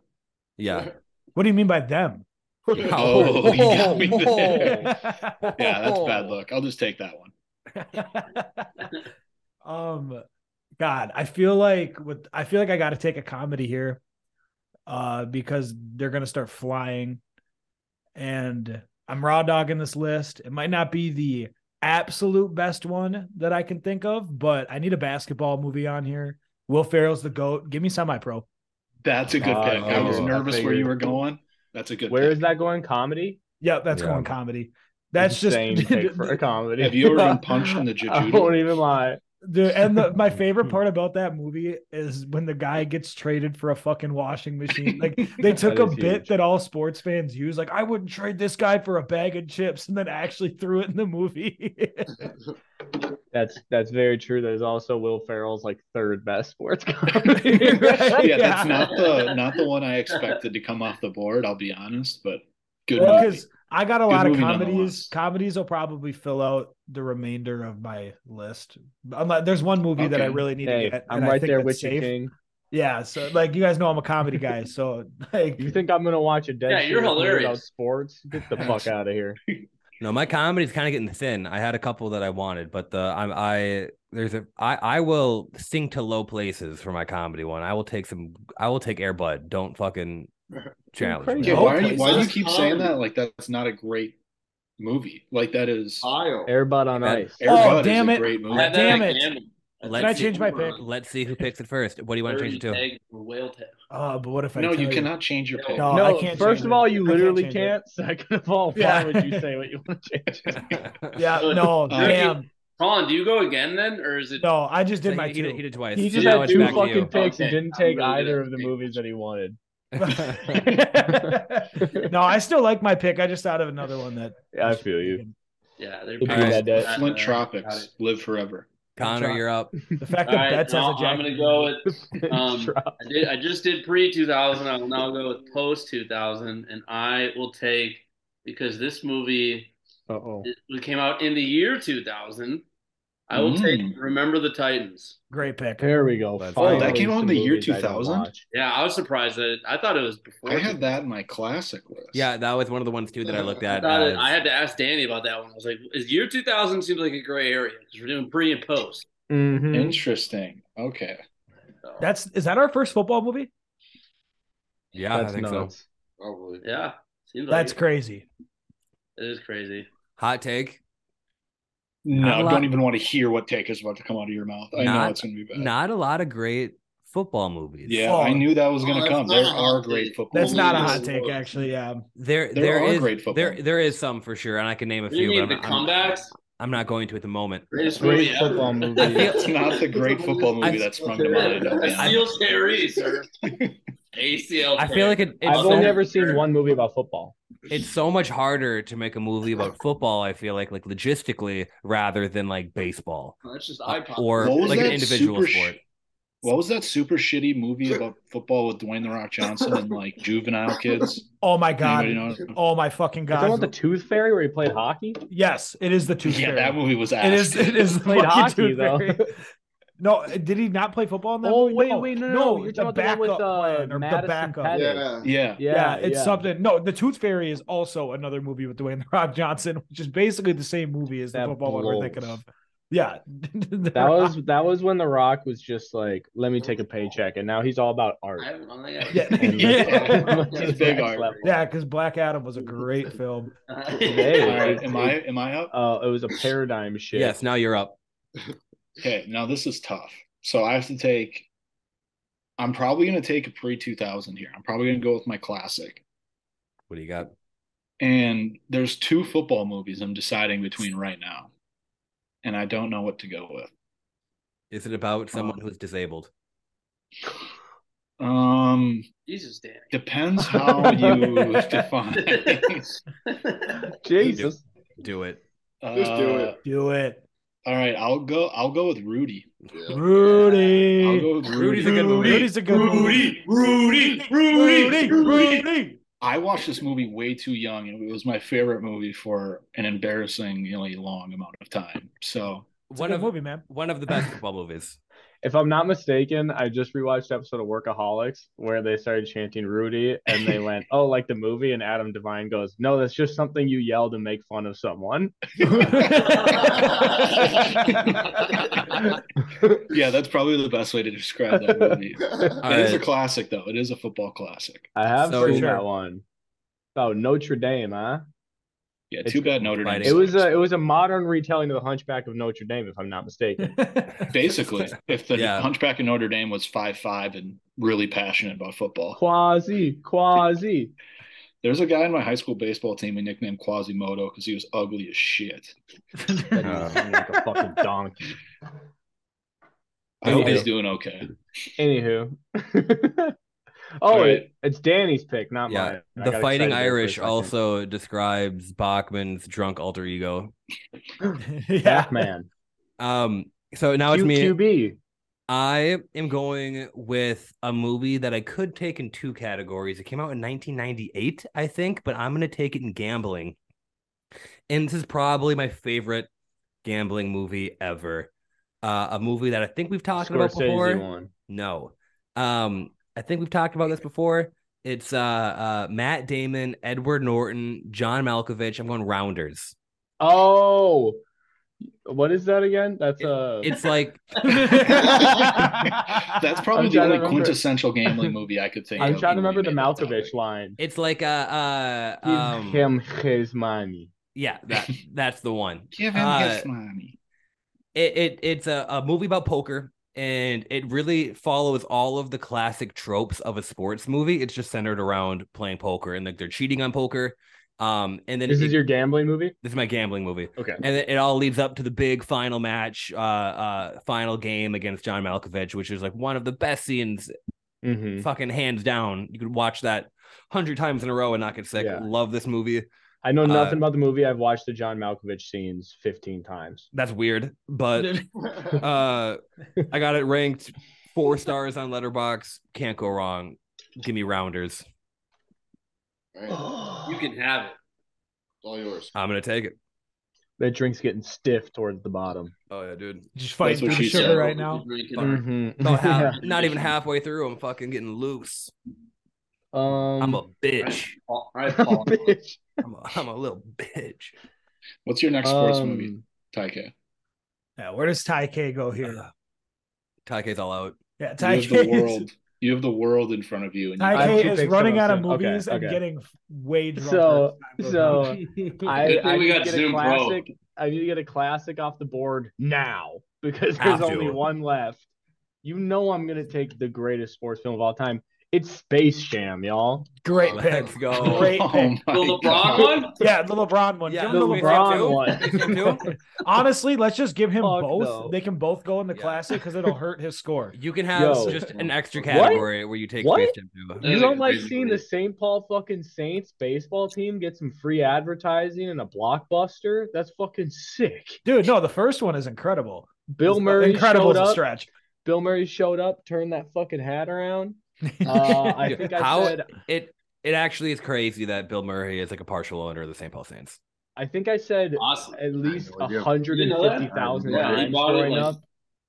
S4: Yeah.
S7: What do you mean by them?
S8: Oh, you got me
S4: Whoa.
S8: there. Yeah,
S5: Oh.
S8: that's bad luck. I'll just take that one.
S7: um god i feel like with i feel like i gotta take a comedy here uh because they're gonna start flying and i'm raw dogging this list it might not be the absolute best one that i can think of but i need a basketball movie on here will ferrell's the goat give me semi-pro
S8: That's a good
S5: Oh,
S8: pick. I was
S5: I
S8: nervous where
S5: figured.
S8: you were going. That's a good
S5: Where
S8: pick.
S5: is that going? Comedy?
S7: yeah that's
S4: Yeah.
S7: going comedy that's just
S5: Insane pick for a comedy.
S8: Have you ever been punched in the
S5: I won't
S8: jujitsu?
S5: even lie.
S7: Dude, and the, my favorite part about that movie is when the guy gets traded for a fucking washing machine. Like they took a
S5: is
S7: bit
S5: huge.
S7: that all sports fans use, like I wouldn't trade this guy for a bag of chips, and then actually threw it in the movie.
S5: That's that's very true. That is also Will Ferrell's like third best sports comedy.
S7: Right?
S8: yeah,
S7: Yeah.
S8: that's not the not the one I expected to come off the board. I'll be honest, but good
S7: Well,
S8: movie.
S7: because I got a lot of
S8: movie
S7: comedies.
S8: nonetheless.
S7: Comedies will probably fill out the remainder of my list. Unless there's one movie that I
S8: Okay.
S7: really need to
S5: Hey,
S7: get.
S5: I'm
S7: and I
S5: right
S7: think
S5: there
S7: that's
S5: with you,
S7: safe.
S5: King.
S7: Yeah, so like you guys know I'm a comedy guy, so like
S5: You think I'm gonna watch a dead?
S6: Yeah, you're
S5: serious movie
S6: hilarious.
S5: About sports? Get the fuck out of here.
S4: No, my comedy's kind of getting thin. I had a couple that I wanted, but the I'm I there's a I I will sink to low places for my comedy one. I will take some. I will take Airbud. Don't fucking challenge.
S5: crazy.
S4: Me.
S8: Yeah,
S7: No,
S8: why, are you, why do you
S1: that's
S8: keep
S1: comedy.
S8: saying that? Like that's not a great movie. Like that is
S1: Aisle.
S5: Airbud on
S4: That-
S5: ice.
S8: Air Bud
S7: damn
S8: is
S7: it.
S8: a great movie.
S6: Had that
S7: Damn
S6: at
S7: it.
S6: Gammon.
S4: Let's
S7: Can I
S4: see-
S7: change my pick?
S4: Let's see who picks it first. What do you want to change it to?
S6: Dirty egg or whale tail.
S7: Oh, but what if I
S8: No,
S7: tell
S8: you cannot change your pick.
S7: No,
S5: no,
S7: Oh, I can't
S5: first
S7: change
S5: of
S7: it.
S5: all, you
S7: I can't
S5: literally
S7: change it.
S5: can't. Second of all,
S7: Yeah.
S5: why would you say what you want to change?
S7: Yeah, no,
S8: Uh,
S7: damn,
S6: Colin, do you go again then, or is it?
S7: no. I just did
S4: So
S7: my
S4: he, he
S7: two.
S4: did, he did twice.
S5: He
S4: So
S5: just
S4: now
S5: had
S4: it's
S5: two
S4: back to
S5: fucking
S4: you.
S5: picks
S6: Okay,
S5: and didn't
S6: I'm
S5: take
S6: really
S5: either
S6: good
S5: of
S6: at
S5: the
S6: picking.
S5: movies that he wanted.
S7: no, I still like my pick. I just thought of another one that.
S5: Yeah, I feel you.
S6: Yeah, they're
S5: It'd be
S6: picking
S5: that dead.
S6: that,
S8: Flint
S6: uh, got
S8: Tropics
S6: it.
S8: live forever.
S4: Connor, you're up.
S7: The fact
S6: All
S7: that
S6: right,
S7: Betts
S6: now
S7: has a jacket.
S6: I'm gonna go with. Um,
S5: Drop.
S6: I did. I just did pre 2000. I will now go with post 2000, and I will take because this movie
S5: Uh-oh.
S6: it came out in the year 2000. I will take
S8: Mm.
S6: Remember the Titans.
S7: Great pick.
S5: There we go.
S4: That's-
S8: Oh, that
S5: Finally,
S8: came out in
S5: some
S8: the year
S5: movies I don't
S8: 2000?
S5: watch.
S6: Yeah, I was surprised that it, I thought it was before.
S8: I had that in my classic list.
S4: Yeah, that was one of the ones too that I looked
S6: I,
S4: at.
S6: thought it-
S4: as-
S6: I had to ask Danny about that one. I was like, "Is year 2000 seems like a gray area because we're doing pre and post."
S5: Mhm.
S1: Mm-hmm.
S8: Interesting. Okay.
S6: So,
S7: That's is that our first football movie?
S4: yeah, I
S5: That's
S4: think so.
S5: nuts.
S1: Probably.
S6: yeah, seems like
S7: That's
S6: it.
S7: crazy.
S6: It is crazy.
S4: Hot take.
S8: No,
S4: Not a lot-
S8: don't even want to hear what take is about to come out of your mouth. I
S4: Not-
S8: know it's going to be bad.
S4: Not a lot of great football movies.
S8: yeah,
S7: Oh.
S8: I knew that was going
S1: Oh,
S8: to
S1: that's
S8: come.
S1: not
S8: There
S1: a hot
S8: are
S1: take.
S8: great football.
S7: That's not a
S8: movies.
S7: hot take, actually. Yeah.
S4: There,
S8: There
S4: there
S8: are
S4: is
S8: great football
S4: there
S8: movies.
S4: there is some for sure, and I can name a
S6: You
S4: few.
S6: mean
S4: but
S6: the
S4: I'm, I'm-
S6: comebacks?
S4: I'm not going to at the moment.
S6: Greatest movie
S5: Great
S6: ever.
S5: football movie.
S4: I feel-
S8: It's not the great football movie that sprung to mind. I'll be
S6: A
S8: honest.
S6: steel series or ACL.
S4: I feel like it, it's,
S5: I've
S4: so,
S5: only ever seen one movie about football.
S4: it's so much harder to make a movie about football. I feel like like logistically rather than like baseball
S1: That's just
S4: uh,
S1: iPod.
S4: or
S8: What was
S4: like an
S8: that
S4: individual
S8: super sh-
S4: sport.
S8: What was that super shitty movie about football with Dwayne the Rock Johnson and like juvenile kids?
S7: Oh my
S8: Anybody
S7: god.
S8: know?
S7: Oh my fucking
S5: Is that
S7: god.
S5: about the Tooth Fairy where he played hockey?
S7: yes, it is the two.
S8: Yeah, that movie was ass.
S7: It is. It is the
S5: Played
S7: fucking
S5: hockey,
S7: Tooth
S5: though.
S7: Fairy. No, did he not play football in that
S5: Oh,
S7: movie?
S5: wait, wait, no, no, no. You're
S7: the
S5: talking about
S7: backup
S5: the one with, uh,
S7: plan, or the
S5: Madison
S7: backup.
S5: Pettit.
S1: Yeah.
S8: Yeah.
S7: Yeah, it's something. No, the Tooth Fairy is also another movie with Dwayne the Rock Johnson, which is basically the same movie as the
S5: That
S7: football one we're thinking
S5: blows.
S7: of. Yeah, The
S5: That
S7: Rock-
S5: was that was when The Rock was just like, let me take a paycheck, and now he's all about art.
S6: I don't think I-
S7: yeah,
S5: And
S7: yeah,
S5: that's-
S8: Yeah.
S5: that's
S8: Big
S5: next
S8: art.
S5: level.
S7: Because Black Adam was a great film.
S5: Hey,
S8: All right. Am I am I up?
S5: Uh, it was a paradigm shift.
S4: Yes, now you're up.
S8: Okay. Now this is tough. So I have to take I'm probably going to take a pre 2000 here. I'm probably going to go with my classic.
S4: What do you got?
S8: And there's two football movies I'm deciding between right now. And I don't know what to go with.
S4: Is it about someone
S8: Um,
S4: who's disabled?
S8: Um,
S6: Jesus, Danny.
S8: depends how you define.
S5: Jesus.
S4: Do it.
S1: Just do it.
S7: Do it,
S8: Uh, All right, I'll go. I'll go with Rudy.
S1: Yeah.
S8: I'll
S7: Rudy.
S8: go with
S4: Rudy's
S8: Rudy.
S4: a good movie.
S7: Mm. Rudy's a good
S8: Rudy,
S7: Rudy,
S8: Rudy,
S7: Rudy.
S8: I watched this movie way too young, and it was my favorite movie for an embarrassingly long amount of time. So
S7: It's a
S4: One
S7: good
S4: of
S7: movie, man.
S4: one of the best football movies.
S5: If I'm not mistaken, I just rewatched the episode of Workaholics where they started chanting Rudy and they went, "Oh, like the movie." And Adam Devine goes, "No, that's just something you yell to make fun of someone."
S8: yeah, that's probably the best way to describe that movie.
S4: All
S8: It is
S4: right.
S8: a classic, though. It is a football classic.
S5: I have
S4: So-
S5: seen that one. Oh, Notre Dame, huh?
S8: Yeah,
S5: It's
S8: too bad Notre Dame.
S4: fighting.
S5: It was uh, a
S8: sucks.
S5: it was a modern retelling of the Hunchback of Notre Dame, if I'm not mistaken.
S8: basically if the
S4: Yeah.
S8: Hunchback of Notre Dame was five five and really passionate about football.
S5: Quasi, quasi.
S8: There's a guy in my high school baseball team we nicknamed Quasimodo because he was ugly as shit.
S5: That dude's hung like a fucking donkey.
S8: I hope
S4: Okay.
S8: he's doing okay.
S5: Anywho. oh,
S8: All right.
S5: it- it's Danny's pick, not
S4: Yeah,
S5: mine. I
S4: the
S5: got
S4: Fighting
S5: excited there for a
S4: Irish
S5: second.
S4: also describes Bachman's drunk alter ego.
S7: yeah,
S5: Batman.
S4: Um, so now it's me.
S5: QQB.
S4: I am going with a movie that I could take in two categories. It came out in 1998, I think, but I'm going to take it in gambling. And this is probably my favorite gambling movie ever. Uh, a movie that I think we've talked about
S5: Scorsese
S4: before.
S5: one.
S4: No. Um, I think we've talked about this before. It's uh, uh, Matt Damon, Edward Norton, John Malkovich. I'm going Rounders.
S5: Oh, what is that again? That's uh,
S4: It's like
S8: That's probably
S5: I'm trying
S8: the
S5: to
S8: only
S5: remember-
S8: quintessential gambling movie I could think
S5: I'm
S8: of.
S5: trying to remember the
S8: even at that
S5: Malkovich
S8: time.
S5: line.
S4: it's like a uh,
S5: Give
S4: um,
S5: him his money.
S4: yeah, that that's the one.
S8: Give him
S4: Uh,
S8: his money.
S4: it, it it's a, a movie about poker and it really follows all of the classic tropes of a sports movie it's just centered around playing poker and like they're cheating on poker um and then
S5: This
S4: it-
S5: is your gambling movie.
S4: this is my gambling movie
S5: Okay.
S4: and it, it all leads up to the big final match uh uh final game against john malkovich which is like one of the best scenes
S5: hmm
S4: fucking hands down you could watch that 100 times in a row and not get sick
S5: Yeah.
S4: love this movie
S5: I know
S4: Uh,
S5: nothing about the movie. I've watched the John Malkovich scenes 15 times.
S4: that's weird but uh i got it ranked four stars on letterbox can't go wrong give me rounders
S1: All right,
S6: You can have it.
S1: it's all yours.
S4: i'm gonna take it
S5: That drink's getting stiff towards the bottom.
S4: oh yeah dude
S7: just fighting
S8: what
S7: through the
S8: she
S7: sugar
S8: said.
S7: right now.
S6: Drinking it.
S5: Mhm.
S4: About half,
S5: Yeah.
S4: not even halfway through i'm fucking getting loose i'm a
S5: Um,
S4: bitch
S6: All right, Paul.
S5: bitch.
S4: i'm a, I'm a little bitch
S8: What's your next sports
S5: Um,
S8: movie, Taika?
S7: Yeah, where does Ty K go here?
S4: Taike's all out
S7: Yeah,
S8: You
S7: Ty
S8: have Uh, the
S7: K is,
S8: world. You have the world in front of you, and you
S7: Ty
S5: I have
S7: K
S5: two
S7: is
S5: picks
S7: running
S5: of
S7: out of
S5: them, okay,
S7: movies and
S5: okay.
S7: getting f- way drunk.
S5: So-
S7: as time goes
S5: so-
S7: on.
S5: I,
S6: Good thing
S5: I
S6: we
S5: need
S6: got
S5: to get
S6: Zoom
S5: a
S6: Pro.
S5: classic. I need to get a classic off the board now because
S4: Have
S5: there's
S4: to.
S5: only one left. You know I'm gonna take the greatest sports film of all time. It's Space Jam, y'all.
S7: great pick.
S4: let's go
S7: Great pick.
S8: Oh my
S6: The LeBron
S8: God.
S6: one?
S7: Yeah, the LeBron one.
S4: Yeah,
S7: Give
S5: The
S7: him the
S4: Space
S7: LeBron.
S4: Jam too?
S5: LeBron
S4: Space Jam
S5: one.
S7: Honestly, let's just give him
S5: Fuck
S7: both.
S5: no.
S7: They can both go in the
S4: Yeah.
S7: classic because it'll hurt his score.
S4: you can have
S5: Yo.
S4: just an extra
S5: What?
S4: category where you take
S5: What?
S4: Space Jam two.
S5: You
S6: That's
S5: don't
S6: a
S5: like
S6: crazy
S5: seeing
S6: movie.
S5: the St. Paul fucking Saints baseball team get some free advertising and a blockbuster? That's fucking sick.
S7: Dude, no, the first one is incredible.
S5: Bill Murray
S7: incredible
S5: showed
S7: is a
S5: up.
S7: stretch.
S5: Bill Murray showed up, turned that fucking hat around. Uh, I
S4: Dude,
S5: think I
S4: how-
S5: said
S4: it it actually is crazy that bill murray is like a partial owner of the st paul saints
S5: I think I said
S6: Awesome.
S5: at least
S1: no idea.
S5: hundred
S6: You
S5: and
S6: know that?
S5: fifty thousand
S1: Yeah,
S6: he
S5: times
S6: bought it,
S5: growing
S6: like-
S5: up.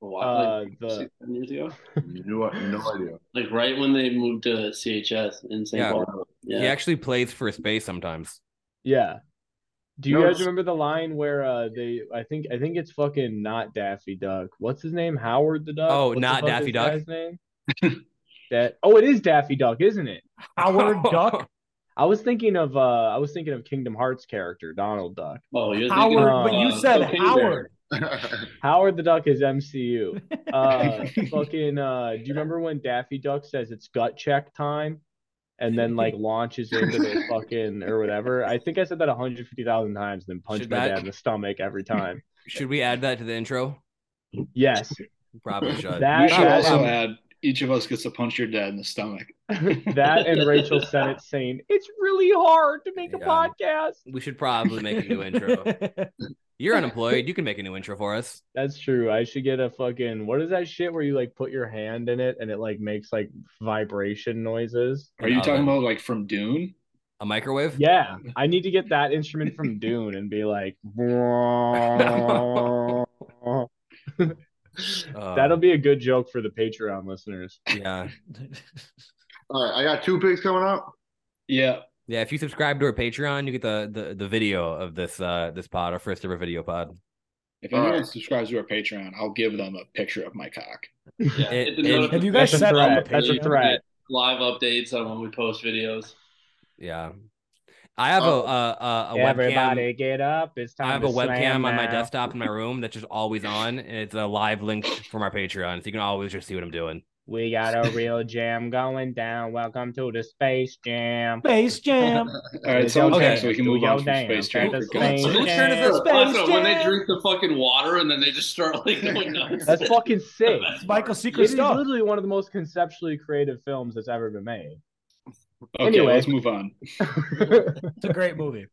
S6: What,
S5: Uh,
S6: like
S5: the
S6: six, seven years ago?
S1: No, no idea.
S6: Like right when they moved to CHS in St.
S4: Yeah.
S6: Paul.
S4: he actually plays for space sometimes
S5: yeah. Do you
S1: No,
S5: guys
S1: it's-
S5: remember the line where uh they? I think I think it's fucking not Daffy Duck. What's his name? Howard the Duck.
S4: Oh,
S5: What the
S4: not
S5: fuck
S4: Daffy
S5: is
S4: Duck?
S5: Guy's name. that oh, it is Daffy Duck, isn't it?
S7: Howard Duck.
S5: I was thinking of uh I was thinking of Kingdom Hearts character Donald Duck.
S6: Oh, you're thinking
S7: Howard,
S6: of,
S7: but you
S6: uh,
S7: said
S6: Bill Kingsbury.
S7: Howard.
S5: Howard the Duck is MCU. Uh, fucking. Uh, do you remember when Daffy Duck says it's gut check time, and then like launches into the fucking or whatever? I think I said that 150,000 times, then punched
S4: Should
S5: my
S4: that-
S5: dad in the stomach every time.
S4: Should we add that to the intro?
S5: Yes,
S4: Probably should.
S5: That-
S8: we should
S5: that-
S8: also add each of us gets to punch your dad in the stomach.
S5: that and Rachel Sennett saying it's really hard to make a
S4: Yeah.
S5: podcast.
S4: we should probably make a new intro. You're unemployed. You can make a new intro for us.
S5: That's true. I should get a fucking what is that shit where you like put your hand in it and it like makes like vibration noises?
S8: Are you
S4: An
S8: talking
S4: oven.
S8: about like from Dune?
S4: Uh, a microwave?
S5: Yeah, I need to get that instrument from Dune and be like, that'll
S4: Uh,
S5: be a good joke for the Patreon listeners.
S4: yeah.
S1: All right, I got two picks coming up.
S8: Yeah.
S4: Yeah, if you subscribe to our Patreon, you get the the, the video of this uh this pod, our first ever video pod.
S8: If
S1: All
S8: anyone
S1: right.
S8: subscribes to our Patreon, I'll give them a picture of my cock.
S6: Yeah,
S4: It-
S6: hit the
S4: it-
S6: notification
S7: Have you guys
S5: That's a
S7: set
S5: threat.
S7: up a
S5: That's a
S7: Patreon?
S5: threat.
S6: live updates on when we post videos.
S4: Yeah. I have
S1: Oh.
S4: a a, a, a webcam.
S5: Everybody get up. It's time
S4: I have
S5: to
S4: a webcam
S5: slam
S4: on my
S5: now.
S4: desktop in my room that's just always on, and it's a live link from our Patreon, so you can always just see what I'm doing.
S5: We got a real jam going down. Welcome to the Space Jam.
S7: Space Jam.
S8: All right,
S5: It's
S8: someone
S4: okay.
S8: text so we can
S5: Do
S8: move
S5: your
S8: on from
S5: dance.
S8: Space Jam.
S5: Practice
S8: for God's
S5: Space
S8: sake.
S4: Who's turning
S7: Jam.
S4: this-
S6: Also, when they
S7: Jam.
S6: drink the fucking water and then they just start like going nuts.
S5: That's fucking sick.
S7: It's Michael's
S5: It
S7: secret
S5: is
S7: stuff.
S5: literally one of the most conceptually creative films that's ever been made.
S8: Okay,
S5: Anyway.
S8: let's move on.
S7: It's a great movie.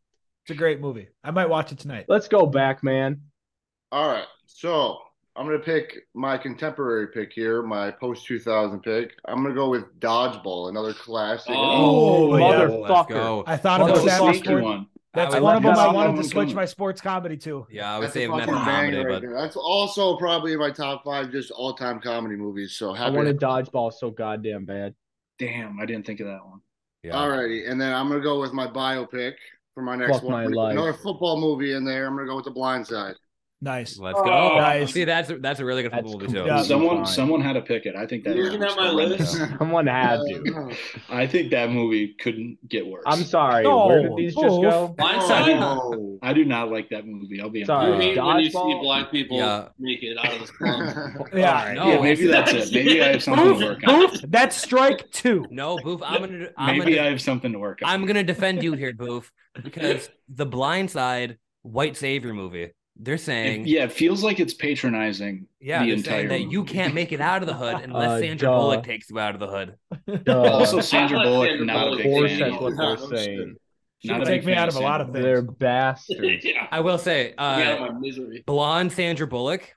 S7: It's a great movie. I might watch it tonight.
S5: Let's go back, man.
S1: All right, so I'm gonna pick my contemporary pick here, my post 2000 pick. I'm gonna go with dodgeball, another classic.
S7: Oh, yeah.
S4: Let's
S5: motherfucker.
S4: go.
S7: I thought
S8: That
S7: about
S8: was a
S7: that. before.
S8: sneaky one.
S7: That's
S4: I
S7: one of
S5: would
S7: them I
S5: love
S7: wanted
S8: that
S7: to
S8: one
S7: switch
S8: coming.
S7: my sports comedy to.
S4: Yeah, I was
S1: That's a
S4: saving that for
S1: fucking banger
S4: comedy,
S1: right
S4: but
S1: there. That's also probably in my top five just all time comedy movies. So
S5: I
S1: happy.
S5: wanted dodgeball so goddamn bad.
S8: Damn, I didn't think of that one.
S4: yeah.
S1: All righty, and then I'm gonna go with my biopic for my next
S5: Fuck
S1: one.
S5: my
S1: Another
S5: life.
S1: football movie in there. I'm gonna go with The Blind Side.
S7: Nice.
S4: Let's go.
S6: Oh,
S7: nice.
S4: See, that's that's a really good
S5: That's
S4: movie
S5: cool.
S4: too.
S7: Yeah.
S8: someone,
S5: Fine.
S8: someone had to pick it. I think that.
S6: You're
S8: movie
S6: looking at
S8: was
S6: my
S8: horrendous.
S6: list?
S5: Someone had to.
S8: I think that movie couldn't get worse.
S5: I'm sorry.
S7: No,
S5: Where did these just
S7: oof.
S5: go?
S6: Blindside?
S1: Oh.
S8: I do not like that movie. I'll be honest.
S5: Sorry.
S6: You hate when you see
S5: Dodgeball?
S6: black people
S4: Yeah.
S6: make it out of the slums.
S7: Yeah.
S4: No,
S8: yeah, maybe that's it. Maybe I have something to work on.
S7: Oof, that's strike two.
S4: No, Boof, I'm gonna I'm
S8: Maybe
S4: gonna,
S8: I have something to work on.
S4: I'm gonna defend you here, Boof, because the blind side, white savior movie. They're saying
S8: It- yeah, it feels like it's patronizing
S4: Yeah,
S8: the
S4: they're saying
S8: entire.
S4: that you
S8: movie.
S4: can't make it out of the hood unless
S5: Uh,
S4: Sandra
S5: duh.
S4: Bullock takes you out of the hood.
S8: Also,
S5: Duh.
S8: Sandra
S6: I like Sandra
S8: Bullock, not a
S6: Bullock.
S5: Of
S8: big
S5: course,
S8: fan.
S5: that's what
S8: either.
S5: they're
S1: Yeah.
S5: saying.
S7: She
S8: Not
S7: can
S8: a
S7: take
S8: big
S7: me
S8: fan
S7: out of a lot of
S8: Sandra
S7: things.
S5: They're bastards.
S6: yeah.
S4: I will say,
S6: Get out
S4: uh,
S6: of my misery.
S4: blonde Sandra Bullock.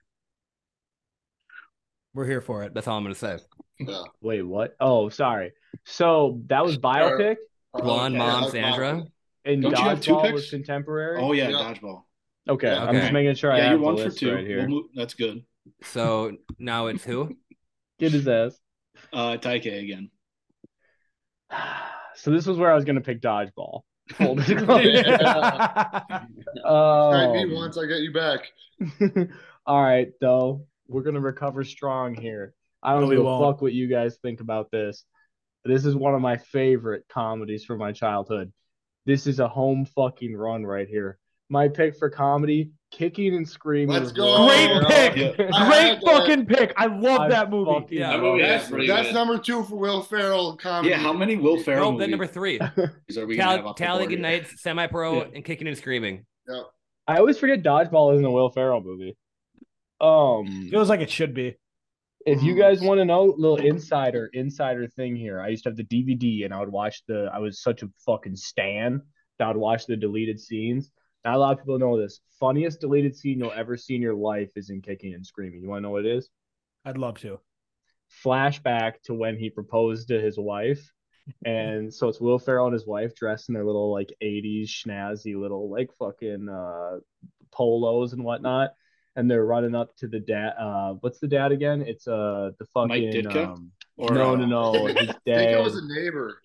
S7: We're here for it.
S4: That's all I'm gonna say.
S5: Wait, what? Oh, sorry. So that was biopic
S1: Oh,
S4: Blonde mom
S1: that's
S4: Sandra.
S1: mine.
S5: and
S8: Don't you have two
S5: dodgeball was
S8: picks?
S5: contemporary.
S8: Bullock. Oh yeah,
S1: Yeah.
S8: dodgeball.
S5: Okay,
S1: Yeah.
S5: I'm just
S4: Okay.
S5: making sure I
S8: Yeah,
S5: have
S8: you
S5: the
S8: one for
S5: list
S8: two.
S5: right here.
S8: We'll move- that's good.
S4: So now it's who?
S5: Get his ass.
S8: Uh, Taike again.
S5: So this was where I was gonna pick dodgeball. Full
S7: Yeah.
S5: disclosure. Um,
S1: Try me once, I get you back.
S5: All right, though. We're gonna recover strong here. I don't
S7: No, we
S5: give a
S7: won't.
S5: fuck what you guys think about this. This is one of my favorite comedies from my childhood. This is a home fucking run right here. My pick for comedy, kicking and screaming.
S1: Let's
S5: is
S1: go.
S7: Great pick.
S1: I
S7: Great
S1: had that.
S7: fucking pick. I love
S5: I
S7: that movie.
S5: fucking
S4: Yeah.
S6: That
S5: love
S6: movie
S5: that
S6: is
S5: movie.
S6: pretty
S1: That's
S6: good.
S1: number two for Will Ferrell comedy.
S8: Yeah, how many Will Ferrell
S4: No, then Um, number
S8: movies
S4: three.
S8: are we gonna have
S4: Tal-
S8: off the
S4: Tally
S8: board
S4: good
S8: here?
S4: nights, semi pro,
S8: Yeah.
S4: and kicking and screaming.
S5: I always forget dodgeball isn't a Will Ferrell movie. Um,
S7: Feels like it should be.
S5: if you guys want to know little insider insider thing here i used to have the dvd and i would watch the i was such a fucking stan that i would watch the deleted scenes not a lot of people know this funniest deleted scene you'll ever see in your life is in kicking and screaming you want to know what it is
S7: I'd love to.
S5: flashback to when he proposed to his wife and so it's will ferrell and his wife dressed in their little like 80s schnazzy little like fucking uh polos and whatnot and they're running up to the dad uh what's the dad again it's uh the fucking
S8: Mike Ditka?
S5: um,
S8: Or,
S5: no
S8: uh,
S5: no no his
S1: I think
S5: dad
S1: it was a neighbor.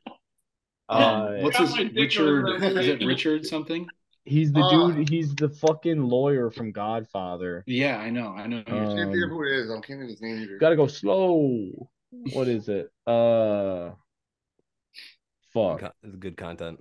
S5: uh,
S8: what's
S6: Got
S8: his
S6: my dick
S8: Richard?
S6: on the
S8: Is it
S6: plate.
S8: Richard something?
S5: he's the
S1: Ah.
S5: dude he's the fucking lawyer from godfather
S8: Yeah, I know. I know. who you're-
S5: Uh,
S1: Can't
S5: Um,
S1: think of who it is. I'm can't think of his name either.
S5: gotta go slow what is it uh
S8: Oh.
S5: fuck
S4: Con- it's good content.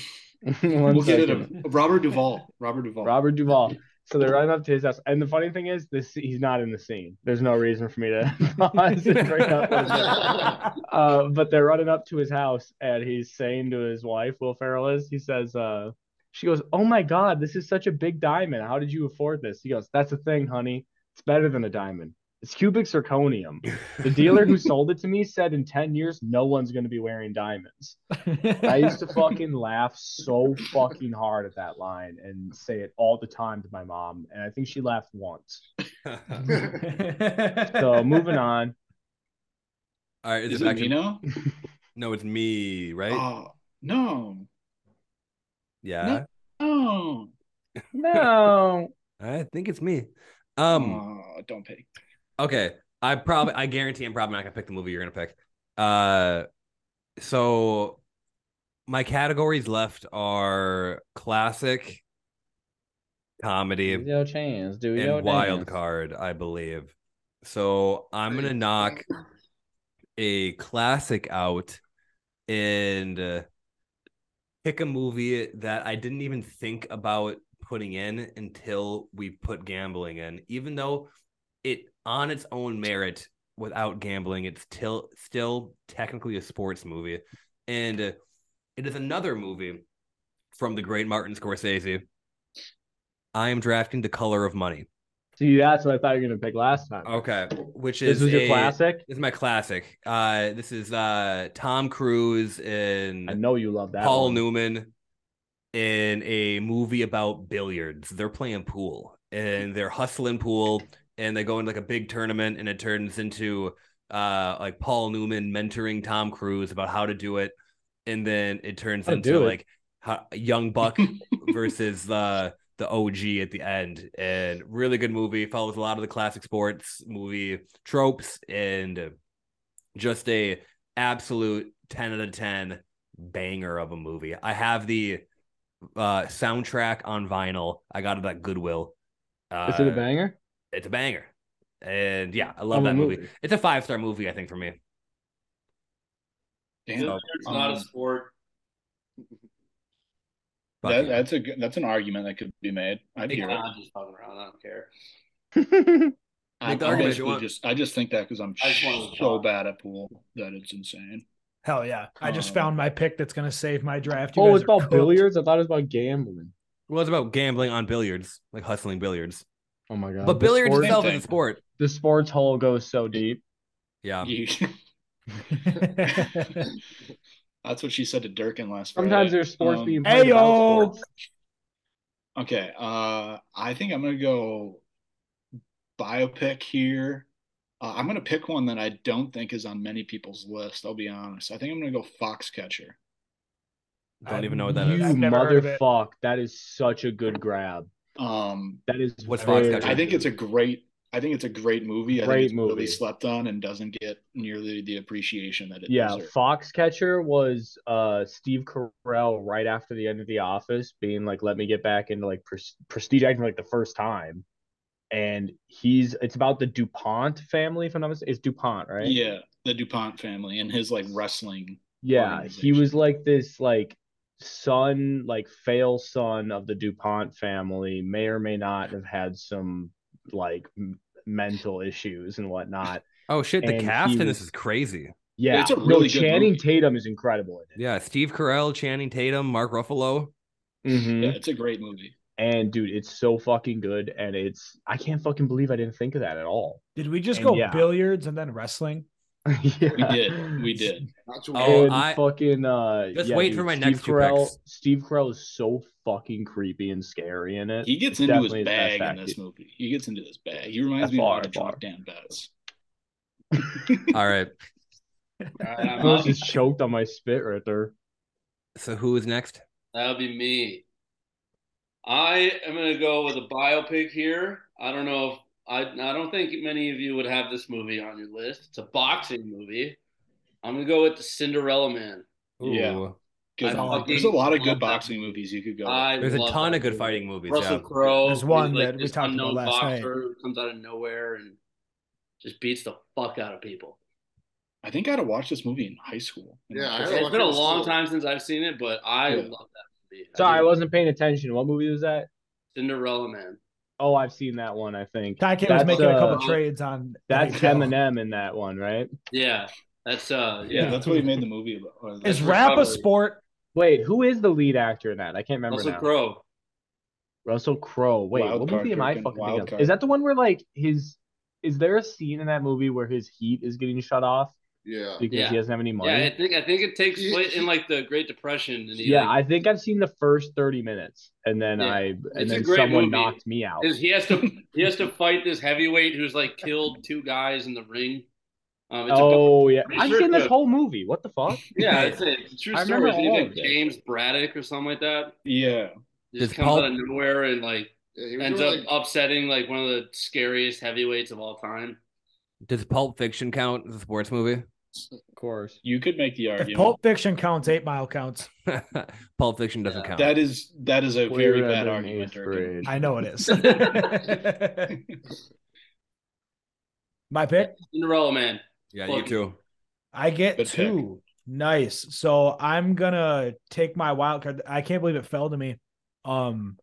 S5: One
S8: we'll get it.
S5: second.
S8: A, Robert Duvall. Robert Duvall.
S5: Robert Duvall. So they run up to his house, and the funny thing is, this—he's not in the scene. There's no reason for me to pause and bring up his uh, but they're running up to his house and he's saying to his wife, Will Ferrell is, he says, uh, she goes, Oh my God, this is such a big diamond. How did you afford this? He goes, That's the thing, honey. It's better than a diamond. It's cubic zirconium. The dealer who sold it to me said in 10 years, no one's going to be wearing diamonds. I used to fucking laugh so fucking hard at that line and say it all the time to my mom. And I think she laughed once. So moving on.
S4: All right, is,
S8: Is
S4: it
S8: it
S4: back to-
S8: me now?
S4: No, it's me, right?
S8: Oh, no.
S4: yeah,
S8: No.
S5: No.
S4: I think it's me. Um,
S8: Aw, Uh, don't pick.
S4: okay, I probably, I guarantee, I'm probably not gonna pick the movie you're gonna pick. Uh, so my categories left are classic, comedy,
S5: No chance. Do
S4: and wild card, I believe. So I'm gonna knock a classic out and uh, pick a movie that I didn't even think about putting in until we put gambling in, even though it on its own merit without gambling, it's still still technically a sports movie, and uh, it is another movie from the great Martin Scorsese. I am drafting The Color of Money.
S5: See, that's what I thought you were gonna pick last time.
S4: Okay, Oh, which is
S5: this was your
S4: a-
S5: classic.
S4: This is my classic. Uh, this is uh Tom Cruise
S5: I
S4: and
S5: know you love that.
S4: Paul
S5: one.
S4: Newman in a movie about billiards. They're playing pool and they're hustling pool, and they go in like a big tournament, and it turns into uh like Paul Newman mentoring Tom Cruise about how to do it, and then it turns
S5: How to
S4: into
S5: do it.
S4: like how, Young Buck versus the the OG at the end, and really good movie. Follows a lot of the classic sports movie tropes, and just a absolute ten out of ten banger of a movie. I have the uh soundtrack on vinyl. I got it at Goodwill. Uh,
S5: Is it a banger?
S4: It's a banger, and yeah, I love
S5: Of a
S4: that movie. It's a five star movie, I think, for me.
S8: Damn.
S6: It's not a
S8: Um,
S6: sport.
S4: Fuck
S8: that,
S4: yeah.
S8: that's a good- that's an argument that could be made.
S6: I
S8: I'd
S6: think
S8: hear it.
S6: I'm just fucking around. I don't care.
S8: I,
S4: Make the
S8: I
S4: argument
S8: basically
S4: you want.
S8: just I just think that because I'm
S6: I just wanted to
S8: so
S6: talk.
S8: bad at pool that it's insane.
S7: Hell yeah! I just
S8: Um,
S7: found my pick that's gonna save my draft. You
S5: oh,
S7: guys
S5: it's
S7: are
S5: about
S7: cooked.
S5: billiards. I thought it was about gambling.
S4: Well, it's about gambling on billiards, like hustling billiards.
S5: Oh my god.
S4: but
S5: The
S4: billiards
S5: sport-
S4: itself is
S8: thing.
S4: a sport.
S5: The sports hole goes so deep.
S4: Yeah.
S8: You- that's what she said to Durkin last Friday.
S5: Sometimes there's sports
S8: Um,
S5: being played
S7: Ayo.
S5: without sports.
S8: Okay, uh, I think I'm gonna go biopic here. Uh, I'm gonna pick one that I don't think is on many people's list. I'll be honest. I think I'm gonna go Foxcatcher.
S4: Don't even know what that
S5: You
S4: is.
S7: I've never heard of it.
S5: motherfuck. That is such a good grab.
S8: Um,
S5: That is
S4: What's
S5: very-
S4: Foxcatcher?
S8: I think it's a great. I think it's a great movie. I think
S5: Great
S8: it's really
S5: movie.
S8: slept on and doesn't get nearly the appreciation that it
S5: Yeah,
S8: deserves.
S5: Foxcatcher was uh Steve Carell right after the end of The Office, being like, "Let me get back into like pres- prestige acting for like the first time," and he's it's about the Dupont family. If I'm not mistaken, it's Dupont, right?
S8: Yeah, the DuPont family and his like wrestling.
S5: Yeah, he was like this like son, like fail son of the DuPont family, may or may not have had some like m- mental issues and whatnot.
S4: Oh shit, the
S5: And
S4: cast
S5: he
S4: in
S5: was-
S4: this is crazy.
S5: Yeah,
S8: It's a
S5: no,
S8: really good
S5: Channing
S8: movie.
S5: Tatum is incredible in it.
S4: Yeah, Steve Carell, Channing Tatum, Mark Ruffalo.
S5: Mhm.
S8: Yeah, it's a great movie.
S5: And dude, it's so fucking good. And it's I can't fucking believe I didn't think of that at all.
S7: Did we just
S5: And
S7: go
S5: yeah.
S7: billiards and then wrestling?
S5: yeah.
S8: We did. We did.
S1: Not too
S4: Oh,
S5: and
S4: I-
S5: fucking uh
S4: Just
S5: yeah,
S4: wait
S5: dude,
S4: for my
S5: Steve
S4: next two
S5: Carell,
S4: picks.
S5: Steve Carell is so fucking creepy and scary in it.
S8: He gets
S5: It's
S8: into his
S5: definitely his best
S8: bag in
S5: acting.
S8: this movie. He gets into this bag. He
S5: By
S8: reminds me of a lot
S5: far,
S8: of
S5: far.
S8: drunk Dan Betts.
S4: All right.
S6: All right,
S5: I
S6: I'm
S5: was
S6: up.
S5: just choked on my spit right there.
S4: So who is next?
S6: That'll be me. I am gonna go with a biopic here. I don't know if I I don't think many of you would have this movie on your list. It's a boxing movie. I'm gonna go with the Cinderella Man.
S8: Yeah.
S4: Ooh.
S8: Good
S6: I
S8: one.
S6: fucking
S8: There's a lot of
S6: love
S8: good
S6: that.
S8: boxing movies you could go. with.
S6: I
S4: There's a
S6: love
S4: ton
S6: that
S4: of good
S6: movie.
S4: fighting movies.
S6: Russell
S4: yeah.
S6: Crowe.
S7: There's
S6: who's
S7: one
S6: like
S7: that we
S6: this
S7: talked about
S6: unknown
S7: last night.
S6: boxer who comes out of nowhere and just beats the fuck out of people.
S8: I think I had to watch this movie in high school.
S1: Yeah, I had to
S6: It's
S1: watch
S6: been a
S1: it in
S6: long
S1: school.
S6: time since I've seen it, but I
S8: Yeah.
S6: love that movie.
S5: Sorry, I
S6: think
S5: wasn't paying attention. What movie was that?
S6: Cinderella Man.
S5: Oh, I've seen that one. I think
S7: Kid was
S5: That's,
S7: making a couple
S5: uh,
S7: trades on.
S5: that's
S7: NHL.
S5: Eminem in that one, right?
S6: Yeah, that's uh,
S8: Yeah,
S6: yeah.
S8: that's what he made the movie about. or the-
S7: Is rap a sport?
S5: Wait, who is the lead actor in that? I can't remember
S6: Russell
S5: now.
S6: Crowe.
S5: Russell Crowe. Wait,
S8: Wild
S5: what
S8: Card,
S5: movie am I
S8: Durkin,
S5: fucking
S8: Wild
S5: thinking of?
S8: Card.
S5: Is that the one where like his? Is there a scene in that movie where his heat is getting shut off
S1: Yeah.
S5: because
S6: Yeah.
S5: he doesn't have any money?
S6: Yeah, I think I think it takes
S1: He-
S6: place in
S1: he-
S6: like the Great Depression. And he,
S5: Yeah,
S6: like,
S5: I think I've seen the first thirty minutes, and then
S6: Yeah.
S5: I
S6: It's
S5: and
S6: a
S5: then
S6: great
S5: someone
S6: movie.
S5: knocked me out.
S6: his- he has to he has to fight this heavyweight who's like killed two guys in the ring. Um, it's about-
S5: Oh yeah,
S6: pretty
S5: I've
S6: sure
S5: seen this
S6: the-
S5: whole movie. What the fuck?
S6: yeah, it's a it's a true
S5: I
S6: story.
S5: remember
S6: His name's,
S5: all
S6: like,
S5: of this.
S6: James Braddock or something like that.
S8: Yeah,
S6: Just
S4: Does
S6: comes
S4: Paul-
S6: out of nowhere and like
S1: Yeah, he was
S6: ends
S1: really-
S6: up upsetting like one of the scariest heavyweights of all time.
S4: Does Pulp Fiction count as a sports movie?
S5: Of course.
S8: you could make the
S7: If
S8: argument.
S7: Pulp Fiction counts, Eight Mile counts.
S4: Pulp Fiction doesn't
S6: Yeah.
S4: count.
S8: that is that is a very
S5: We're
S8: bad
S5: in
S8: argument.
S5: eighth
S8: Durkin.
S5: grade.
S7: I know it is. My pick.
S6: Cinderella Man.
S4: yeah, you
S6: Well-
S4: too.
S7: I get
S8: Good pick.
S7: two. Nice. So I'm gonna take my wild card. I can't believe it fell to me. Um,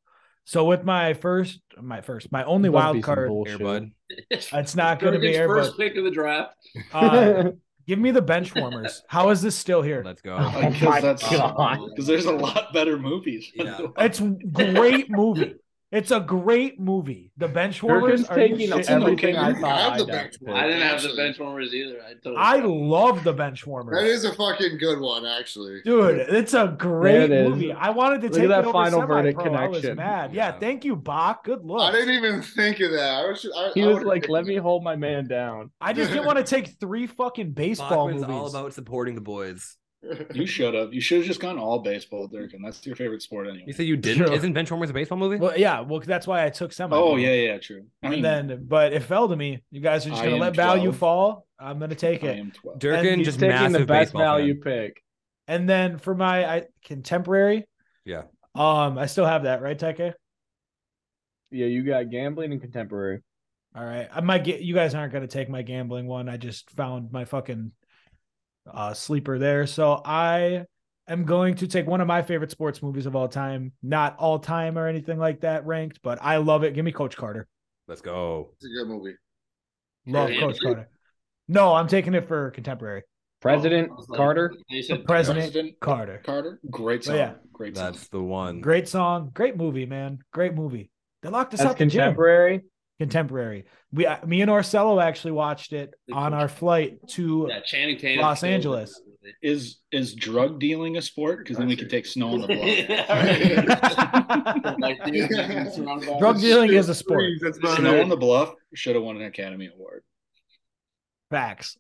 S7: so with my first, my first, my only
S5: Must be
S7: wild
S5: some
S7: card,
S5: bullshit.
S4: Airbud.
S7: it's not gonna be
S6: Durkin's
S7: air,
S6: first
S7: but
S6: pick of the draft.
S7: uh, give me the bench warmers. How is this still here?
S4: Let's go.
S7: Oh.
S8: Because
S7: my
S8: that's
S5: God.
S8: because there's a lot better movies.
S4: Yeah.
S7: It's a great movie. It's a great movie. The bench warmers
S5: Durkin's
S7: are you
S5: taking
S7: shitting
S8: an
S7: me?
S5: everything
S8: okay
S5: I
S8: movie.
S5: thought
S1: Have
S5: I
S1: the
S5: done.
S1: back
S6: I didn't have the
S1: Actually-
S6: benchwarmers either. I totally
S7: I love the bench warmers.
S1: That is a fucking good one, actually.
S7: Dude, it's a great
S5: it is.
S7: movie. I wanted to
S5: Look at
S7: take
S5: that
S7: it over
S5: final
S7: semi-pro.
S5: verdict
S7: I was
S5: connection.
S7: mad. Yeah,
S4: Yeah.
S7: thank you, Bach. Good look.
S1: I didn't even think of that. I was, I,
S5: He
S1: I
S5: was
S1: would've
S5: like,
S1: picked
S5: "Let me
S1: that.
S5: hold my man down."
S7: I just didn't want to take three fucking baseball
S4: Bachman's all
S7: movies.
S4: about supporting the boys.
S8: You should have. You should have just gone all baseball, Durkin. That's your favorite sport anyway.
S4: You said you didn't.
S7: Sure.
S4: Isn't Benchwarmers a baseball movie?
S7: well, yeah, well, that's why I took semi.
S8: oh yeah, yeah, true. I mean,
S7: And then, but it fell to me. You guys are just
S8: I
S7: gonna
S8: am
S7: let value
S8: 12.
S7: fall. I'm gonna take
S8: I
S7: it.
S8: am twelve.
S4: Durkin
S7: he's
S5: He's
S4: just
S5: taking
S4: massive
S5: the best
S4: baseball
S5: value
S4: Fan.
S5: pick.
S7: And then for my I, contemporary,
S4: Yeah.
S7: um, I still have that, right, Teke?
S5: Yeah, you got gambling and contemporary.
S7: All right, I might get. You guys aren't gonna take my gambling one. I just found my fucking uh, sleeper there. So I am going to take one of my favorite sports movies of all time. Not all time or anything like that ranked, but I love it. Give me Coach Carter.
S4: Let's go.
S1: It's a good movie.
S7: Love
S6: Yeah,
S7: Coach
S6: yeah.
S7: Carter. No, I'm taking it for contemporary.
S5: President
S6: I was like-
S5: Carter.
S6: He said
S7: President
S8: President
S7: Carter.
S8: Carter, great song.
S7: Oh, yeah.
S8: Great song.
S4: That's the one.
S7: Great song, great movie, man. Great movie. They locked us
S5: That's
S7: up in gym.
S5: contemporary.
S7: Contemporary. We, I- me and Orsello actually watched it on our flight to.
S6: Yeah, Channing Tatum.
S7: Los
S6: killed it.
S7: Angeles.
S8: Is is drug dealing a sport? Because then we can take snow in the blood.
S6: Yeah, right. Like, dude, I'm surrounded by-
S7: Drug dealing is a sport.
S1: Please, that's about
S8: snow
S1: it.
S8: on the bluff should have won an Academy Award.
S7: Facts.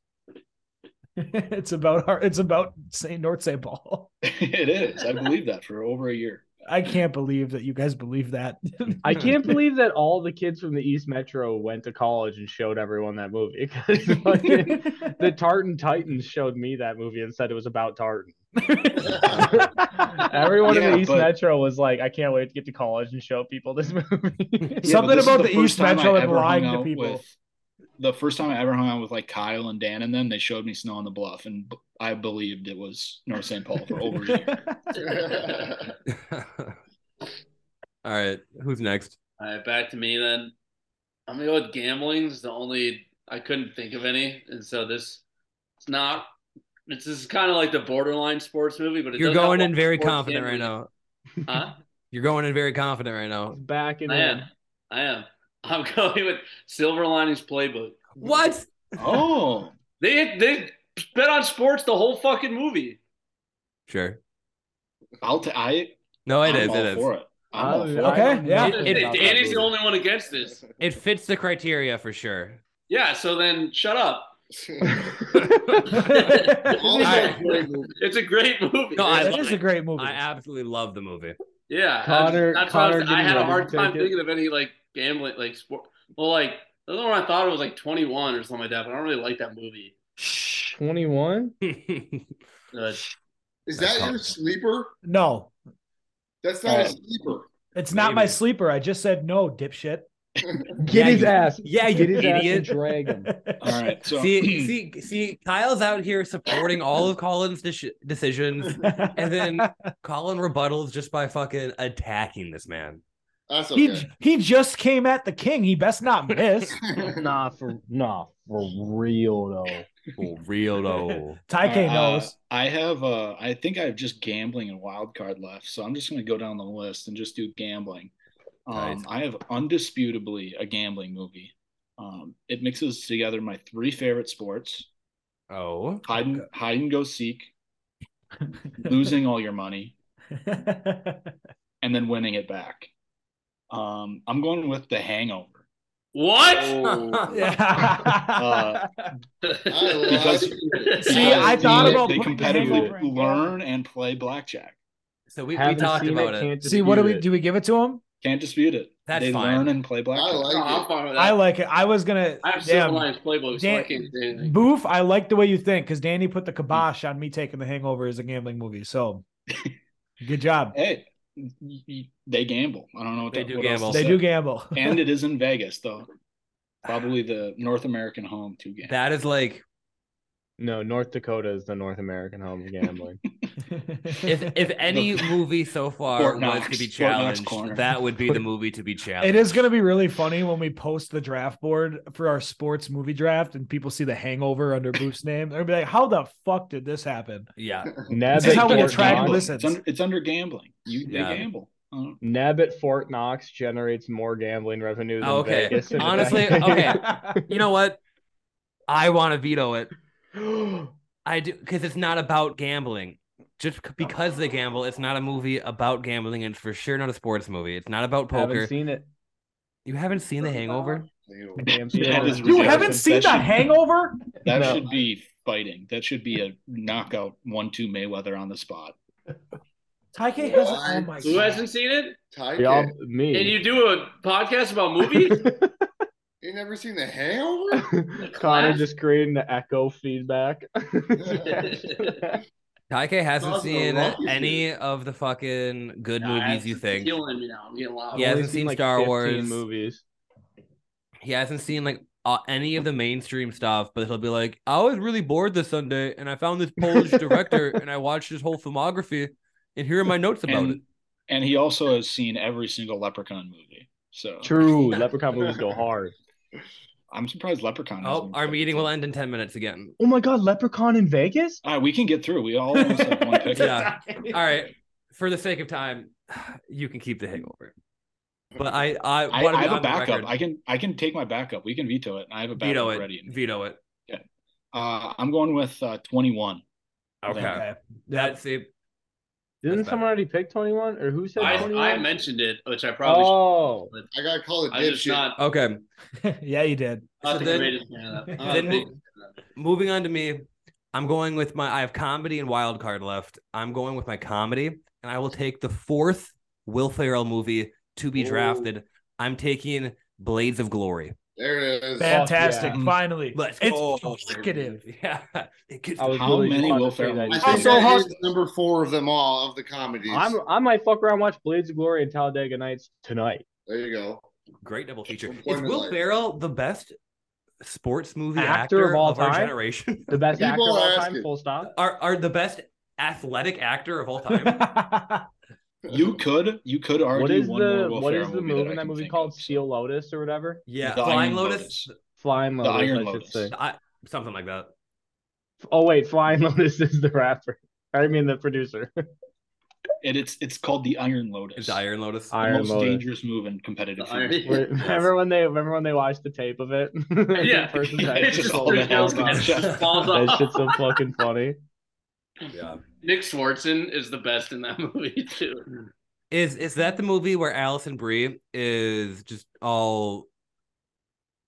S7: it's about our. It's about St. North St. Paul.
S8: it is. I believe that for over a year.
S7: I can't believe that you guys believe that.
S5: I can't believe that all the kids from the East Metro went to college and showed everyone that movie. 'Cause fucking- the Tartan Titans showed me that movie and said it was about Tartan. Everyone in
S8: Yeah,
S5: the East
S8: but-
S5: Metro was like, "I can't wait to get to college and show people this movie."
S8: Yeah,
S7: Something
S8: but this is
S7: about the,
S8: first
S7: East
S8: time I
S7: Metro and
S8: ever hung
S7: lying to
S8: out
S7: people.
S8: with- the first time I ever hung out with like Kyle and Dan and them, they showed me Snow on the Bluff, and b- I believed it was North St. Paul for over a year.
S4: All right. Who's next?
S6: All right, back to me then. I'm gonna go with gambling. It's the only I couldn't think of any, and so this it's not. It's this is kind of like the borderline sports movie, but it
S4: You're
S6: does have
S4: going
S6: a
S4: in very
S6: sports
S4: confident right
S6: gambling.
S4: now.
S6: Huh?
S4: You're going in very confident right now.
S5: Back in
S6: I am.
S5: the
S6: I am. I'm going with Silver Linings Playbook.
S4: What?
S8: oh,
S6: They they bet on sports the whole fucking movie.
S4: Sure.
S8: I'll t- I.
S4: No, Oh, it
S8: I'm
S4: is.
S8: all
S4: It is.
S8: for it. I'm all
S5: I-
S8: for
S5: I
S8: it.
S7: Okay,
S5: don't
S7: yeah.
S5: know
S6: It-
S5: about that
S6: Danny's the
S5: movie.
S6: only one against this.
S4: It fits the criteria for sure.
S6: Yeah, so then shut up.
S1: Also a great movie.
S6: It's a great movie.
S4: No, I
S7: it
S4: love
S7: is
S4: it.
S7: a great movie.
S4: I absolutely love the movie.
S6: Yeah,
S5: Connor-
S6: That's, that's what I, was,
S5: Connor
S6: I had a
S5: didn't
S6: hard
S5: take
S6: time
S5: it.
S6: thinking of any like gambling, like sport. Well, like the other one I thought it was like 21 or something like that, but I don't really like that movie.
S5: Twenty-one.
S6: Uh,
S1: Is that your sleeper?
S7: no,
S1: That's not a
S8: Uh,
S1: sleeper.
S7: it's not my
S4: Maybe.
S7: sleeper. I just said no, dipshit.
S5: Get
S4: Yeah,
S5: his
S4: you-
S5: ass.
S4: yeah, you
S5: Get his ass and
S4: idiot.
S5: drag him.
S8: All right. So
S4: see, see, see, Kyle's out here supporting all of Colin's dis- decisions, and then Colin rebuttals just by fucking attacking this man.
S1: That's
S7: He
S1: okay.
S7: he just came at the king. He best not miss.
S5: nah, for nah, for real though.
S4: Oh, real though.
S7: Ty K
S8: Uh,
S7: knows.
S8: I have. Uh, I think I have just gambling and wild card left, so I'm just going to go down the list and just do gambling. Um,
S4: Nice.
S8: I have undisputably a gambling movie. Um, it mixes together my three favorite sports:
S4: Oh,
S8: hide and, hide and go seek, losing all your money, and then winning it back. Um, I'm going with The Hangover.
S6: What?
S1: Oh.
S7: yeah.
S8: Uh,
S1: I love
S8: Because-
S1: you.
S7: See, I thought
S8: They-
S7: about
S8: they
S7: putting The
S8: competitively
S7: Hangover in
S8: learn and play blackjack.
S4: so we, we talked about it.
S7: See, what do we do? We give it to him.
S8: Can't dispute it.
S4: That's
S8: they
S4: fine.
S8: learn and play
S1: I
S8: blackjack.
S6: No, I'm
S1: like it.
S6: fine with that.
S7: I like it. I was gonna.
S6: I have Silver
S7: Damn,
S6: Lions Playbook, so I
S7: Damn.
S6: can't say anything.
S7: Boof. I like the way you think because Danny put the kibosh on me taking The Hangover as a gambling movie. So, good job.
S8: hey, y- y- they gamble. I don't know what
S4: They
S8: that-
S4: do
S8: what else to
S4: gamble.
S7: They
S8: say.
S7: do gamble.
S8: and it is in Vegas, though. Probably the North American home to gamble.
S4: That is like
S5: No, North Dakota is the North American home of gambling.
S4: if if any movie so far
S8: Fort
S4: was
S8: Knox-
S4: to be
S8: Fort Knox
S4: challenged,
S8: corner.
S4: that would be the movie to be challenged.
S7: It is going to be really funny when we post the draft board for our sports movie draft and people see the hangover under Boof's name. They're going to be like, how the fuck did this happen?
S4: Yeah,
S5: Nab
S7: This is
S5: at
S7: how we
S5: Fort
S7: attract
S5: Knox-
S8: gambling.
S7: listens.
S8: It's under, it's under gambling. You they
S4: Yeah.
S8: gamble. Uh, I don't-
S5: Nab at Fort Knox generates more gambling revenue than
S4: Oh, okay.
S5: Vegas. and-
S4: Honestly, You know what? I want to veto it. I do because it's not about gambling. Just c- because they gamble, it's not a movie about gambling, and it's for sure not a sports movie. It's not about poker.
S5: haven't seen it.
S4: you haven't seen The Hangover?
S1: Ew.
S5: Damn
S8: Yeah,
S5: strong.
S8: it is
S7: You
S8: Yeah,
S7: haven't seen the
S8: confession.
S7: hangover?
S8: That
S5: No.
S8: should be fighting. That should be a knockout one-two Mayweather on the spot.
S7: Tyke has. Oh
S1: What?
S7: my
S6: Who
S7: God.
S6: hasn't seen it?
S1: Ty
S5: We all-
S1: K.
S5: me.
S6: And you do a podcast about movies?
S1: You never seen The Hangover?
S5: Connor just creating the echo feedback.
S4: Taike hasn't
S1: Cosmo
S4: seen
S1: Rock is
S4: any of the fucking good
S6: Nah,
S4: movies.
S6: that's
S4: You think
S6: Killing me now. I'm getting loud.
S4: He Yeah.
S5: I've
S4: hasn't
S5: only
S4: seen Star
S5: 15
S4: Wars.
S5: movies.
S4: he hasn't seen like uh, any of the mainstream stuff, but he'll be like, "I was really bored this Sunday, and I found this Polish director, and I watched his whole filmography, and here are my notes about it."
S8: And, and he also has seen every single Leprechaun movie. So
S5: True, Leprechaun movies go hard.
S8: I'm surprised Leprechaun.
S4: Oh,
S8: hasn't-
S4: our meeting will end in ten minutes again.
S5: Oh my god, Leprechaun in Vegas?
S8: All right, Ah, we can get through. We all almost have one pick.
S4: Yeah. All right, for the sake of time, you can keep the hangover. But I, I,
S8: I,
S4: wanna
S8: I
S4: be
S8: have a
S4: on the
S8: backup.
S4: record.
S8: I can I can take my backup. We can veto it. I have a backup
S4: veto it.
S8: ready.
S4: Veto it.
S8: Uh, I'm going with uh, 21.
S4: Okay,
S8: Okay.
S7: That's
S4: that's it.
S5: Didn't
S4: That's
S5: someone already pick 21? Or who said
S6: I,
S5: 21?
S6: I mentioned it, which I probably
S5: oh.
S6: should,
S1: I gotta call it
S6: but I'm just
S1: dipshit.
S6: not,
S4: Okay,
S7: yeah, you did.
S6: not
S4: So
S6: the
S4: then-
S6: greatest fan of that. Uh, I'm not
S4: then
S6: the
S4: we-
S6: biggest fan of that.
S4: moving on to me. I'm going with my. I have comedy and wild card left. I'm going with my comedy, and I will take the fourth Will Ferrell movie to be
S6: Ooh.
S4: drafted. I'm taking Blades of Glory.
S1: There it is.
S7: Fantastic.
S8: yeah.
S7: Finally.
S4: Let's
S7: it's
S4: go.
S7: indicative.
S4: Yeah, it gets
S5: I was
S8: How
S5: really
S8: many
S5: about
S8: Will
S5: to say
S8: Ferrell
S5: that.
S1: I
S8: movies?
S1: think
S7: so
S1: that
S7: hard-
S1: is number four of them all of the comedies.
S5: I'm, I might fuck around and watch Blades of Glory and Talladega Nights tonight.
S1: there you go.
S4: great double feature.
S1: It's
S4: Is
S1: important
S4: Will
S1: life.
S4: Ferrell the best sports movie actor,
S5: Actor of all
S4: our
S5: time?
S4: generation?
S5: The best
S1: People
S5: actor of all
S1: ask
S5: time,
S1: it.
S5: full stop.
S4: are are the best athletic actor of all time?
S8: You could you could argue
S5: What is
S8: one
S5: the
S8: more Will
S5: what
S8: Ferrell
S5: is the
S8: movie
S5: movie
S8: that I
S5: in that
S8: can
S5: movie
S8: think
S5: called
S8: of.
S5: Steel Lotus or whatever?
S4: yeah,
S8: The
S4: Flying
S8: Iron
S4: Lotus,
S5: Flying
S8: The
S5: Lotus,
S8: Iron
S5: I
S8: Lotus.
S5: should say.
S4: I, something like that.
S5: Oh wait, Flying Lotus is the rapper. I mean the producer.
S8: It, it's it's called the Iron Lotus.
S4: Is Iron Lotus?
S8: the
S5: Iron
S8: most
S5: Lotus.
S8: dangerous move in competitive
S6: The Iron-
S8: field.
S5: Wait, Remember when they remember when they watched the tape of it?
S6: Yeah.
S5: Person
S6: It's
S5: types
S8: It's just
S6: just
S8: all
S6: three
S8: the hell
S6: girls and it
S8: about
S6: just
S8: it.
S6: falls
S5: That
S6: off.
S5: shit's so fucking funny.
S4: Yeah.
S6: Nick Swartzen is the best in that movie too.
S4: Is is that the movie where Allison Brie is just all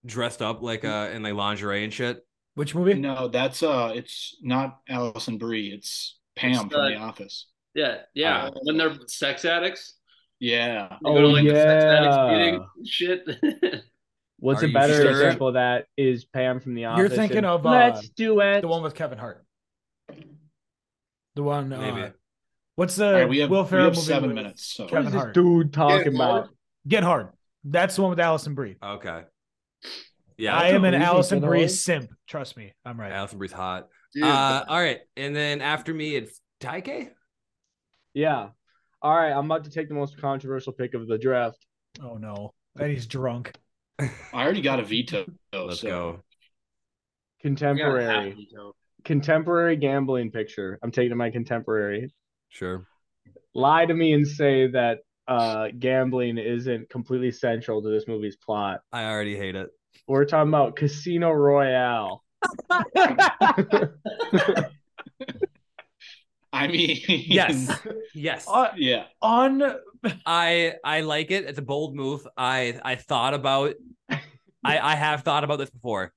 S4: dressed up like uh in like lingerie and shit?
S7: Which movie?
S8: No, that's uh, it's not Allison Brie. It's Pam
S6: It's
S8: from
S6: the-
S8: The Office.
S6: Yeah, yeah. when they're sex addicts,
S8: Yeah,
S6: they go to
S5: Oh,
S6: like the sex addicts
S5: yeah.
S6: meeting and shit.
S5: What's
S4: Are
S5: a
S4: you
S5: better
S4: sure?
S5: example of that is Pam from the office.
S7: thinking
S5: and,
S7: of, uh,
S5: Let's do it.
S7: The one with Kevin Hart. The one. Uh,
S4: Maybe.
S7: What's
S5: Uh,
S7: the
S8: All right, we have,
S7: Will
S8: we
S7: Ferrell
S8: have
S7: movie
S8: seven
S7: with-
S8: minutes. So
S5: What
S7: Kevin
S5: is this
S7: Hart.
S5: dude talking
S1: Yeah,
S5: about?
S7: Get Hard. That's the one with Allison Brie.
S4: Okay. Yeah.
S7: I
S5: that's
S7: am
S5: a
S7: an
S5: reason
S7: Allison
S5: for
S7: Brie
S5: those.
S7: simp. Trust me, I'm right.
S4: Allison Brie's hot.
S1: Dude,
S4: Uh, all right, and then after me, it's Taike.
S5: Yeah. All right, I'm about to take the most controversial pick of the draft.
S7: Oh no. And he's drunk.
S8: I already got a veto.
S4: Let's
S8: so.
S4: go.
S5: Contemporary. Contemporary gambling picture. I'm taking my contemporary.
S4: Sure.
S5: Lie to me and say that uh gambling isn't completely central to this movie's plot.
S4: I already hate it.
S5: We're talking about Casino Royale.
S8: I mean,
S4: Yes. Yes.
S7: Uh,
S8: yeah.
S7: on
S4: I I like it. It's a bold move. I I thought about I I have thought about this before.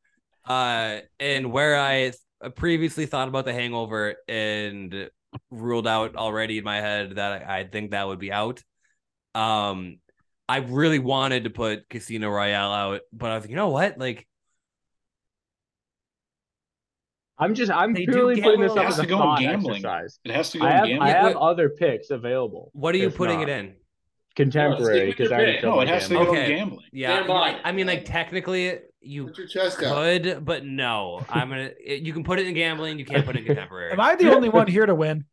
S4: Uh and where I previously thought about the hangover and ruled out already in my head that I, I think that would be out. Um I really wanted to put Casino Royale out, but I was like, you know what? Like
S5: I'm just I'm
S4: They do
S5: purely putting
S4: gamble.
S5: this
S4: It
S5: up
S4: has
S5: as a
S8: to go in
S5: thought
S8: gambling.
S5: exercise.
S8: It has to go
S5: I have,
S8: in
S5: I
S8: gambling.
S5: have
S4: Wait.
S5: other picks available.
S4: what are you
S5: If
S4: putting
S5: not,
S4: it in?
S5: Contemporary,
S6: Stick with your
S5: because I already
S6: pick.
S5: filled
S8: no,
S5: my
S8: it has to
S5: gambling.
S8: go
S4: Okay.
S8: in gambling.
S4: Yeah.
S6: Never mind.
S4: I mean like technically you
S1: Put your chest out.
S4: could, but no. I'm gonna you can put it in gambling, you can't put it in contemporary.
S7: am I the only one here to win?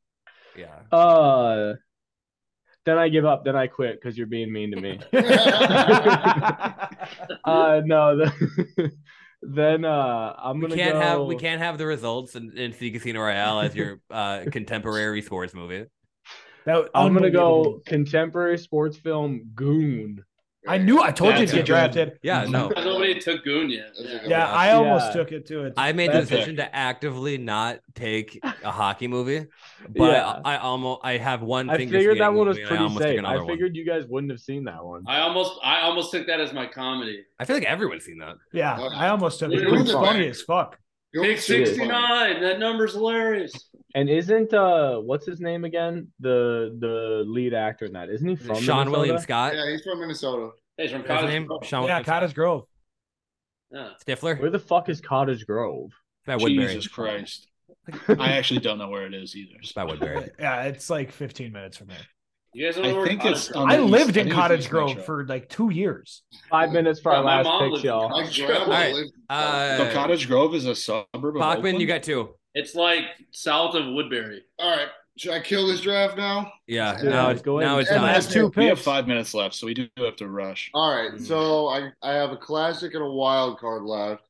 S4: yeah.
S5: Uh, then I give up. Then I quit because you're being mean to me. uh, no. The, then uh, I'm
S4: we
S5: gonna
S4: can't
S5: go.
S4: have we can't have the results in, in the Casino Royale as your uh, contemporary scores movie.
S7: That,
S5: I'm gonna
S7: unbelievable.
S5: go contemporary sports film Goon.
S7: I knew I told you
S8: That's
S7: to
S8: a
S7: get
S8: good-
S7: drafted.
S5: Mm-hmm.
S4: Yeah, no.
S6: Nobody took Goon yet.
S1: That's a good
S7: Yeah, I almost
S5: Yeah.
S7: took it to it.
S4: I made the
S5: That's it.
S4: decision to actively not take a hockey movie, but
S5: Yeah.
S4: I, almost I have one.
S5: I
S4: finger
S5: figured that
S4: skating
S5: one was
S4: movie, and I
S5: pretty
S4: almost took
S5: safe.
S4: another
S5: I
S4: one.
S5: figured you guys wouldn't have seen that one.
S6: I almost I almost took that as my comedy.
S4: I feel like everyone's seen that.
S7: yeah, I almost took it.
S6: It
S7: It was
S1: was
S7: funny
S1: fun.
S7: as fuck.
S1: Go
S6: Big
S1: see it.
S6: 69. That number's hilarious.
S5: And isn't uh what's his name again? The the lead actor in that isn't he from
S4: Sean
S5: Minnesota?
S4: William Scott.
S1: Yeah, he's from Minnesota.
S6: Hey, from
S4: Is that his
S6: Cottage
S4: name?
S6: Grove.
S4: Sean
S7: Yeah,
S4: William Scott.
S7: Cottage Grove.
S6: Yeah.
S4: Stifler.
S5: Where the fuck is Cottage Grove?
S4: That Woodbury.
S8: Jesus Christ. I actually don't know where it is either.
S4: It's By Woodbury.
S7: Yeah, it's like 15 minutes from here.
S6: You guys
S8: I
S6: know where
S8: think
S6: Cottage
S8: it's
S6: Grove
S8: on
S7: I
S8: the east-
S7: lived in
S8: think it's
S7: Cottage
S8: east
S7: Grove
S8: metro.
S7: for like two years.
S5: Five minutes for our
S6: Yeah, my mom
S5: last
S6: lives
S5: picks,
S6: in
S5: y'all.
S1: My grandma
S4: Alright,
S1: lived in
S4: Uh,
S8: So Cottage Grove is a suburb of
S4: Bachman, you
S8: Oakland?
S4: got two.
S6: It's like south of Woodbury.
S1: All right, should I kill this draft now?
S4: Yeah.
S1: Yeah,
S4: now
S5: let's
S4: it's
S5: go
S4: now
S5: in.
S4: it's
S1: And
S4: time.
S1: last
S7: two
S8: We have
S7: picks.
S8: five minutes left, so we do have to rush.
S1: All right,
S5: Mm.
S1: so I I have a classic and a wild card left.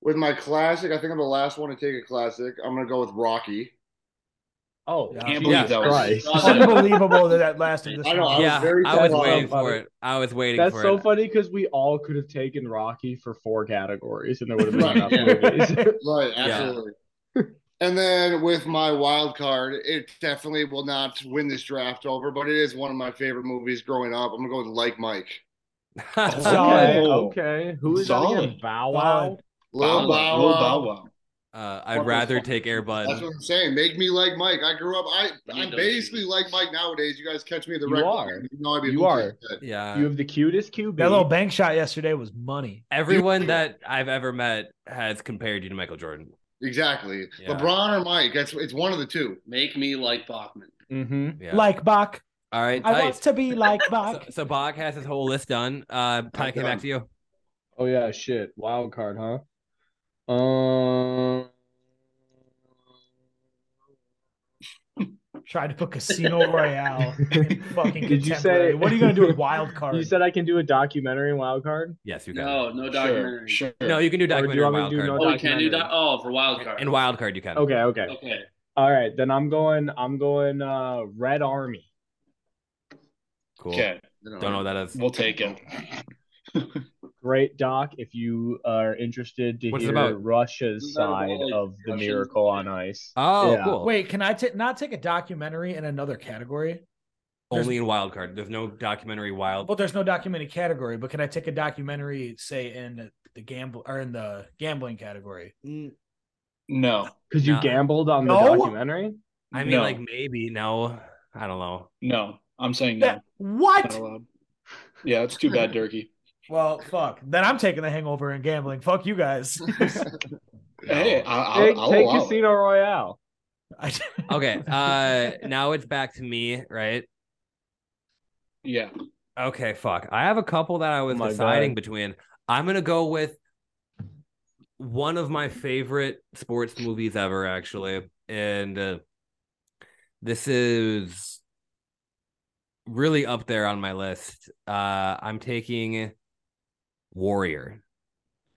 S1: With my classic, I think I'm the last one to take a classic. I'm gonna go with Rocky.
S5: Oh,
S7: Yeah.
S8: Can't
S5: Jesus
S8: believe that was-
S5: Christ.
S7: Unbelievable that that lasted this
S1: I know,
S7: long.
S1: was
S4: yeah,
S1: very
S4: I was
S1: sad
S4: waiting
S5: about
S4: for
S5: it.
S4: it. I was waiting
S5: That's
S4: for
S5: so
S4: it.
S5: funny because we all could have taken Rocky for four categories and there would have been enough movies.
S1: Right. Right,
S4: Yeah.
S1: absolutely. and then with my wild card, it definitely will not win this draft over, but it is one of my favorite movies growing up. I'm gonna go with Like Mike.
S5: Okay,
S8: Oh.
S5: okay. Who is that again?
S8: Solid.
S5: Bow Wow?
S1: Lil Bow
S8: Lil
S1: Wow.
S8: Wow.
S4: Uh, I'd rather take
S1: That's
S4: Airbud.
S1: what I'm saying. Make me like Mike. I grew up. I
S6: need
S1: I'm
S6: those
S1: basically
S6: shoes.
S1: like Mike nowadays. You guys catch me at the
S5: You
S1: rec.
S5: are.
S1: You know I'd be
S5: You
S1: losing
S5: are.
S1: shit.
S4: Yeah.
S5: You have the cutest QB.
S7: That little bank shot yesterday was money.
S4: Everyone that I've ever met has compared you to Michael Jordan.
S1: Exactly.
S4: Yeah.
S1: LeBron or Mike. That's it's one of the two.
S6: Make me like Bachman.
S7: Mm-hmm.
S5: hmm
S4: Yeah.
S7: Like Bach.
S4: All right.
S7: I want
S4: tight.
S7: to be like
S4: So,
S7: Bach.
S4: so Bog has his whole list done. Uh, Ty, came back to you.
S5: Oh yeah, shit. Wild card, huh? Um
S7: Tried to put Casino Royale in fucking
S5: Did you
S7: contemporary.
S5: say-
S7: what are you going to do with Wild Card?
S5: You said I can do a documentary and wild card?
S4: Yes, you can.
S6: No, no
S8: Sure,
S6: documentary.
S8: sure.
S4: No, you can do
S5: do you
S4: documentary and
S5: want me to
S4: wild card.
S5: do no
S6: Oh, we can do that.
S5: Documentary.
S6: Oh, for wild card.
S4: and wild card, you can.
S5: Okay, okay.
S6: Okay.
S5: All right, then I'm going I'm going uh Red Army.
S4: Cool.
S8: Okay,
S4: Don't know what that is.
S8: we'll take it.
S5: Great doc if you are interested to
S4: What's it
S5: hear
S4: about?
S5: Russia's
S6: Is that about,
S5: side
S6: like,
S5: of the
S6: Russians?
S5: miracle on ice.
S4: Oh,
S5: Yeah.
S4: cool.
S7: Wait, can I ta- not take a documentary in another category?
S4: Only in wild card. There's no documentary wild.
S7: Well, there's no documentary category, but can I take a documentary, say, in the gamble or in the gambling category?
S4: Mm,
S8: No,
S5: Because you
S4: Nah.
S5: gambled on the
S7: No?
S5: documentary?
S4: I mean,
S8: No.
S4: like maybe no. I don't know.
S8: no, I'm saying
S7: Yeah,
S8: no. Not
S7: what?
S8: allowed. Yeah, it's too bad, Durkee.
S7: Well, fuck. Then I'm taking the hangover and gambling. Fuck you guys.
S8: Hey, I,
S5: Take,
S8: will I'll
S5: take
S8: allow it.
S5: Casino Royale.
S7: I-
S4: Okay. Uh, now it's back to me, right?
S8: Yeah,
S4: Okay, fuck. I have a couple that I was
S5: my
S4: deciding
S5: God.
S4: between. I'm gonna go with one of my favorite sports movies ever, actually, and uh, this is really up there on my list. Uh, I'm taking Warrior.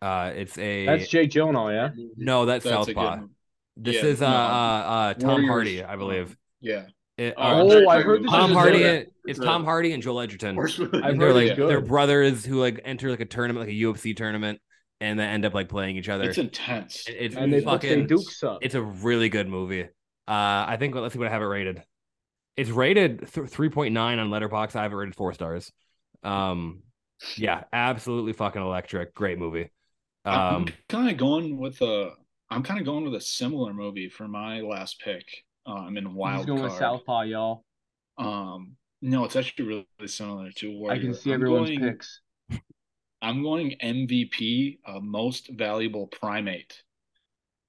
S4: Uh, it's a
S5: That's Jake Gyllenhaal, yeah.
S4: no, that's,
S8: That's a good
S4: Southpaw.
S8: one.
S4: This
S8: Yeah,
S4: is uh,
S8: no.
S4: uh, uh Tom
S8: Warriors,
S4: Hardy, I believe.
S8: um, Yeah.
S4: It-
S6: Oh,
S4: uh,
S6: Joel-
S5: Oh, I heard this
S4: Tom
S5: is
S4: Hardy.
S5: good.
S4: and- It's Tom Hardy and Joel Edgerton.
S5: I've
S4: And they're
S5: heard
S4: like
S5: it's good.
S4: they're brothers who like enter like a tournament, like a UFC tournament, and they end up like playing each other.
S8: It's intense.
S4: It- it's
S5: and they put
S4: fucking
S5: St. Duke's up.
S4: It's a really good movie. Uh, I think let's see what I have it rated. It's rated th- three point nine on Letterbox. I have it rated four stars. Um, yeah, absolutely fucking electric. Great movie. Um,
S8: I'm kind of going with a. I'm kind of going with a similar movie for my last pick. Uh, I'm in Wild
S5: He's going
S8: Card.
S5: with Southpaw, y'all.
S8: Um, no, it's actually really similar to Warrior.
S5: I can see
S8: I'm
S5: everyone's
S8: going-
S5: picks.
S8: I'm going MVP, uh, Most Valuable Primate.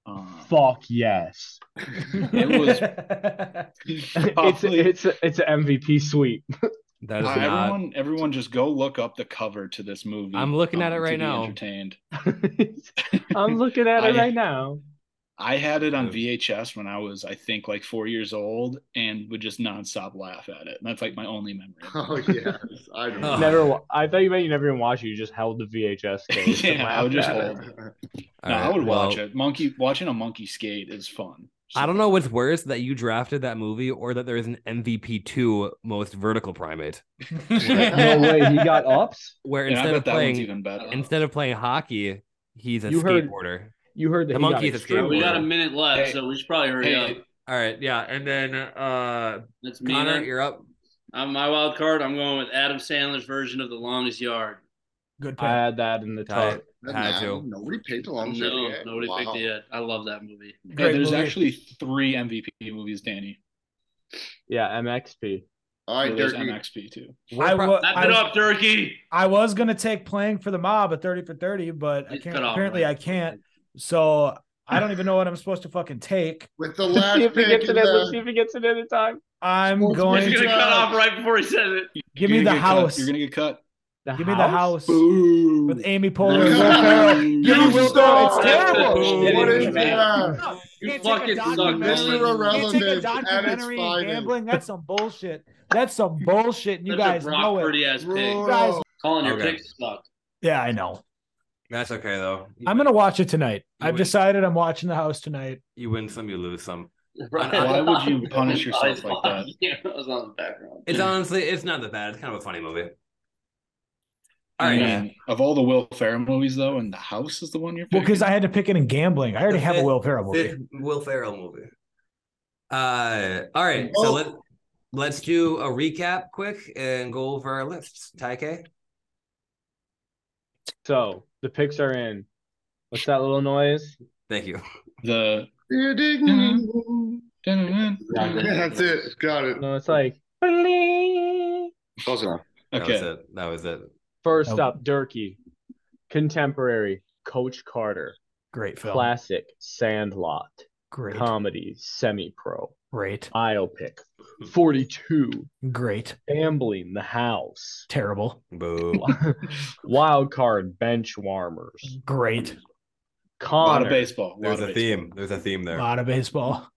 S8: Um,
S5: Fuck yes.
S8: It was
S5: it's
S8: probably-
S5: it's it's an MVP sweep.
S4: that is
S8: Uh,
S4: not.
S8: everyone, everyone, just go look up the cover to this movie. Um,
S4: I'm looking at it
S8: to
S4: right
S8: be
S4: now.
S8: Entertained.
S5: I'm looking at it
S8: I-
S5: right now.
S8: I had it on VHS when I was, I think, like four years old, and would just nonstop laugh at it. And that's like my only memory.
S1: Oh yes,
S4: Oh.
S1: I remember.
S5: Never. wa- I thought you meant you never even watched it. You just held the VHS case. and
S8: Yeah, I
S5: laughed
S8: would just
S5: at it.
S8: hold.
S4: All
S8: no, I
S4: right,
S8: would
S4: well,
S8: watch it. Monkey watching a monkey skate is fun.
S4: I don't know what's worse that you drafted that movie or that there is an MVP two most vertical primate
S5: No way. He got ups.
S4: where
S8: And I
S4: instead
S8: bet
S4: of
S8: that one's
S4: playing
S8: even better.
S4: instead of playing hockey, he's a
S5: You heard-
S4: skateboarder.
S5: You heard that
S4: The
S5: he got
S4: monkey's a
S5: extremely-
S6: we
S4: skateboarder.
S6: got a minute left,
S8: Hey.
S6: so we should probably hurry
S8: Hey,
S6: up.
S4: All right, yeah, and then uh,
S6: That's me.
S4: Connor,
S6: then.
S4: you're up.
S6: I'm my wild card. I'm going with Adam Sandler's version of The Longest Yard.
S7: Good pick.
S5: I had that in the
S4: Tie.
S5: top.
S4: Had to.
S1: Nobody picked a long shot
S6: No,
S1: yet.
S6: nobody
S1: Wow.
S6: picked it. yet. I love that movie.
S8: Hey,
S7: Great
S8: there's
S7: movie.
S8: actually three MVP movies, Danny.
S5: Yeah, MXP.
S1: All right,
S8: there's
S1: Dirk.
S8: MXP too.
S7: I, wa-
S6: Wrap
S7: I,
S6: it up, Turkey.
S7: I was gonna take playing for the mob at 30 for 30, but I
S6: He's
S7: can't
S6: cut off,
S7: apparently
S6: right?
S7: I can't. So I don't even know what I'm supposed to fucking take.
S1: With the
S5: Let's see
S1: last
S5: if he
S1: pick
S5: gets
S1: in
S5: it in. Let's see
S1: the
S5: if he gets it in in time.
S7: I'm
S1: Well, it's
S7: going
S6: He's
S1: Thank
S7: to
S6: gonna
S1: you.
S6: cut off right before he says it.
S7: Give me
S8: You're
S7: the
S8: gonna get cut.
S7: house.
S8: You're gonna get cut.
S7: Give me the house
S8: Boo.
S7: with Amy Poehler. and
S1: You
S7: Will Ferrell. Give me Will Ferrell. It's
S1: suck.
S7: terrible.
S6: Boom.
S1: What is
S6: Boom.
S1: that?
S7: No,
S6: You
S7: can't take
S6: fucking
S7: a
S6: suck,
S7: documentary.
S1: Mr.
S7: Can't take a
S1: Irrelevant at its
S7: documentary and
S1: finest.
S7: gambling. That's some bullshit. That's some bullshit. And you
S6: That's
S7: guys
S6: a Brock
S7: know it.
S6: Purdy ass
S1: Rural.
S6: pick.
S7: You guys,
S6: Colin, your
S4: Okay.
S6: picks suck.
S7: yeah, I know.
S4: That's okay though.
S7: I'm gonna watch it tonight.
S4: You
S7: I've
S4: would-
S7: decided I'm watching the house tonight.
S4: You win some, you lose some.
S8: Why would you punish yourself like that?
S6: Yeah, I was on the background.
S4: It's honestly, it's not that bad. It's kind of a funny movie. All
S8: I
S4: right,
S8: mean, of all the Will Ferrell movies, though, and The House is the one you're
S7: Well,
S8: picking.
S7: because I had to pick it in gambling. I already
S4: The
S7: have a
S4: fifth-
S7: Will Ferrell movie.
S4: fifth Will Ferrell movie. Uh, all right.
S1: Oh.
S4: So let let's do a recap quick and go over our lists. Taike,
S5: So the picks are in. What's that little noise?
S4: thank you.
S8: the
S1: Dear Dignity. That's it. Got it.
S5: No, it's like. "Bling."
S1: Close enough.
S4: That was
S8: okay.
S4: it. That was it.
S5: First
S7: Okay.
S5: up, Durkee. Contemporary, Coach Carter.
S7: Great film.
S5: Classic, Sandlot.
S7: Great.
S5: Comedy, Semi Pro.
S7: Great.
S5: Biopic,
S8: Mm-hmm.
S5: 42.
S7: Great.
S5: Gambling, The House.
S7: Terrible.
S4: Boo.
S5: Wild Card, Bench Warmers.
S7: Great.
S8: A Mm-hmm. lot
S5: Connor.
S8: of baseball. A lot
S4: There's
S8: of
S4: a
S8: baseball.
S4: theme. There's a theme
S7: A
S4: there.
S7: lot of baseball.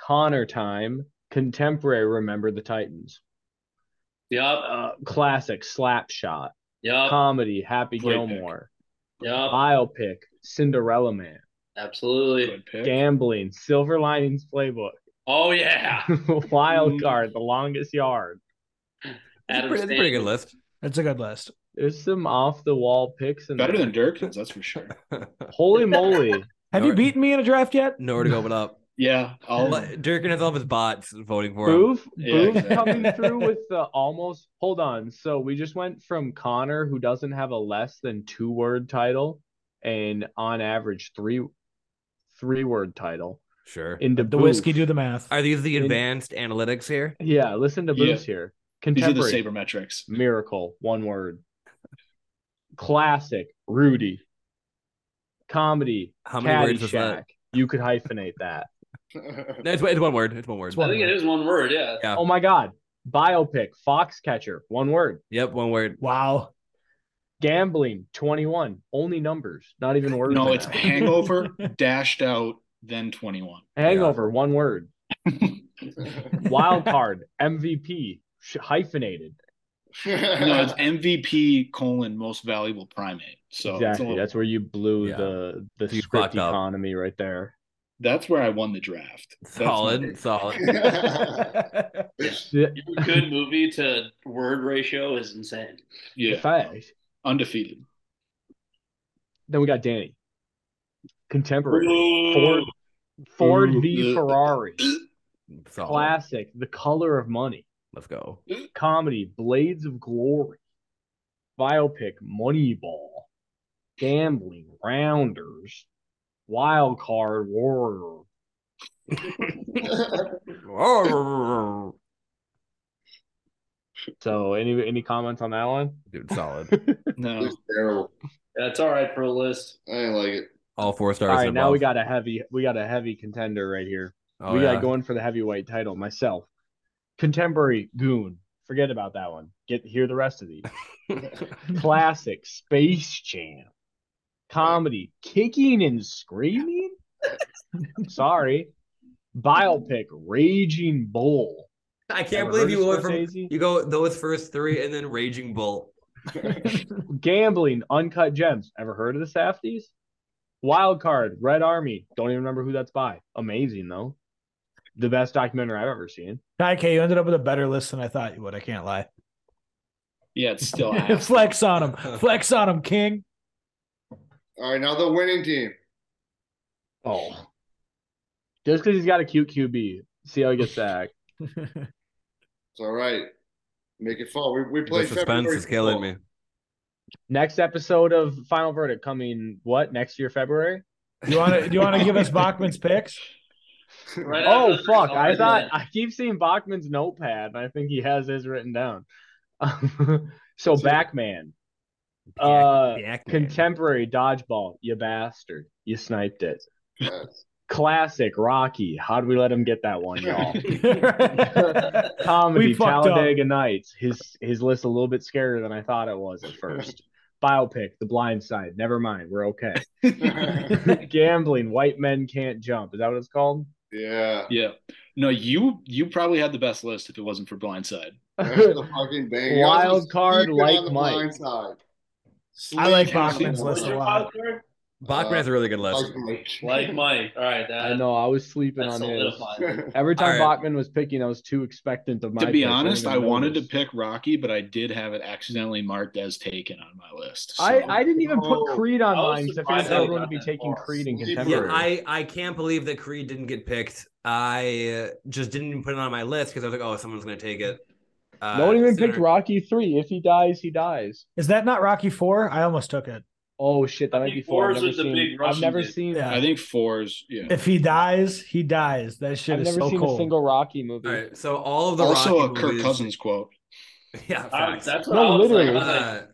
S5: Connor Time. Contemporary, Remember the Titans.
S6: Yup.
S5: Uh, classic, Slapshot.
S6: Yup.
S5: Comedy, Happy
S8: Uh, Great pick.
S5: Gilmore.
S6: Yup.
S5: Biopic, Cinderella Man.
S6: Absolutely.
S8: Good pick.
S5: Gambling, Silver Linings Playbook.
S6: Oh yeah.
S8: Mm-hmm.
S5: Wild Card, The Longest Yard.
S4: It's a
S6: Adam
S4: pretty, it's a pretty good
S6: Sandler.
S4: list.
S7: That's a good list.
S5: There's some off the wall picks in
S8: Better
S5: there.
S8: than Durkin's, that's for sure.
S5: Holy moly.
S7: Have you
S4: Nor-
S7: beaten me in a draft yet?
S4: Nowhere to go but up.
S8: Yeah, I'll,
S4: All, Durkin has all of his bots voting for him.
S5: Boof,
S8: Yeah,
S5: Boof
S8: exactly.
S5: coming through with the almost. Hold on. So we just went from Connor, who doesn't have a less than two word title, and on average three three word title
S4: Sure.
S5: into
S7: The
S5: Boof.
S7: whiskey do the math.
S4: Are these the
S5: In-
S4: advanced analytics here?
S5: Yeah, listen to
S8: Yeah.
S5: Boof's here.
S8: these are the
S5: Contemporary
S8: saber metrics.
S5: miracle, one word. Classic Rudy. Comedy.
S4: How many words is that?
S5: Caddyshack. You could hyphenate that.
S4: No, it's, it's one word. It's one word.
S7: It's
S6: I think it is one word. Yeah.
S4: Yeah.
S5: Oh my God. Biopic, Foxcatcher, one word.
S4: Yep, one word.
S7: Wow.
S5: Gambling, 21. Only numbers, not even words.
S8: No,
S5: right
S8: it's
S5: now.
S8: hangover, dashed out, then 21.
S5: Hangover, one word. Wild card, MVP, sh- hyphenated.
S8: No, it's MVP colon most valuable primate. So it's a
S5: exactly.
S8: little-
S5: That's where you blew
S4: Yeah.
S5: the the
S4: You
S5: script
S4: fucked up.
S5: economy right there.
S8: that's where I won the draft. That's my-
S4: Solid, solid.
S6: Your good movie to word ratio is insane.
S8: yeah,
S5: Fact.
S8: undefeated.
S5: Then we got Danny. Contemporary. Ford
S6: Ooh.
S5: Ford
S8: Ooh.
S5: v Ferrari.
S4: solid.
S5: Classic. The color of money.
S4: Let's go.
S5: Comedy. Blades of Glory. Biopic. Moneyball. Gambling. Rounders. Wild Card. Warrior.
S4: Dude,
S5: So any any comments on that one?
S4: solid.
S8: No,
S1: It's terrible.
S6: That's all right for a list.
S1: I didn't like it.
S4: All four stars.
S5: All right,
S4: and
S5: now we
S4: above.
S5: got a heavy we got a heavy contender right here.
S4: Oh,
S5: we
S4: yeah.
S5: got going for the heavyweight title myself. Contemporary goon. Forget about that one. Get hear the rest of these. Classic Space Jam. Comedy Kicking and Screaming. Sorry. Biopic Raging Bull.
S4: I can't
S5: Ever
S4: believe
S5: heard
S4: you
S5: of
S4: went from
S5: Scorsese?
S4: you go those first three and then Raging Bull.
S5: Gambling Uncut Gems. Ever heard of the Safdies? Wild Card Red Army. Don't even remember who that's by. Amazing though. The best documentary I've ever seen.
S7: Ty K, you ended up with a better list than I thought you would. I can't lie.
S8: yeah, it's still ass.
S7: Flex on him. Flex on him, King.
S1: All right, now the winning team.
S5: Oh. Just because he's got a cute QB. See how he gets sacked.
S1: It's all right. Make it fall. We, we
S4: The
S1: played
S4: suspense
S1: February
S4: is killing me.
S1: football.
S5: Next episode of Final Verdict coming what next year, February?
S7: You want to? Do you want to give us Bachman's picks?
S6: Right
S5: Oh
S6: after the
S5: fuck. I
S6: Ferrari
S5: thought
S6: one.
S5: I keep seeing Bachman's notepad, and I think he has his written down. so Backman. Uh
S4: Dak- Dak-
S5: contemporary dodgeball, you bastard. You sniped it.
S1: Yes.
S5: Classic Rocky. How'd we let him get that one, y'all?
S7: We
S5: comedy
S7: fucked up.
S5: Talladega Nights. His his list a little bit scarier than I thought it was at first. Biopic, The Blind Side. Never mind, we're okay. Gambling, White Men Can't Jump. Is that what it's called?
S1: yeah.
S8: yeah, no, you you probably had the best list if it wasn't for Blindside.
S1: That's the fucking bang. Y'all
S5: Wild
S1: just
S5: card
S1: sleeping
S5: like
S1: on the
S5: Mike.
S1: blind side.
S7: I like
S1: Sleeping on the
S7: Bachman's
S1: blind
S7: list a
S1: side.
S7: lot.
S4: Bachman
S8: Uh,
S4: has a really good list.
S1: Like Mike.
S6: Like Mike. All right, that,
S5: I know I was sleeping
S6: that
S5: on his.
S6: solidifies. it.
S5: Every time
S4: All right.
S5: Bachman was picking, I was too expectant of my.
S8: to be
S5: pick. I didn't
S8: honest,
S5: even
S8: I wanted to
S5: notice.
S8: pick Rocky, but I did have it accidentally marked as taken on my list. So.
S5: I, I didn't even put
S1: Oh,
S5: Creed on
S6: I was
S5: mine because I
S6: surprised
S5: figured
S4: I
S5: everyone would
S6: got
S5: be
S6: that
S5: taking
S6: far.
S5: Creed in
S1: Yeah, I-
S5: contemporary.
S4: Yeah, I, I can't believe that Creed didn't get picked. I uh, just didn't even put it on my list because I was like, oh, someone's gonna take it. Uh,
S5: no one even picked
S4: sooner.
S5: Rocky three. If he dies, he dies.
S7: Is that not Rocky Four? I almost took it.
S5: Oh shit, that
S6: I
S5: might be
S6: think
S5: four.
S6: fours
S5: I've never
S6: was the
S5: seen.
S6: big
S5: I've
S6: Russian
S5: never
S6: dude.
S5: seen.
S7: Yeah.
S8: I think fours. Yeah.
S7: If he dies, he dies. That shit
S5: I've
S7: is
S5: never
S7: so
S5: seen
S7: cool.
S5: a single Rocky movie.
S4: All right, so all of the
S8: also,
S4: Rocky
S8: a Kirk
S4: movies-
S8: Cousins quote.
S4: Yeah,
S6: I-
S4: facts.
S6: that's what
S5: No,
S6: I was
S5: literally.
S6: like. I was like,
S4: Uh,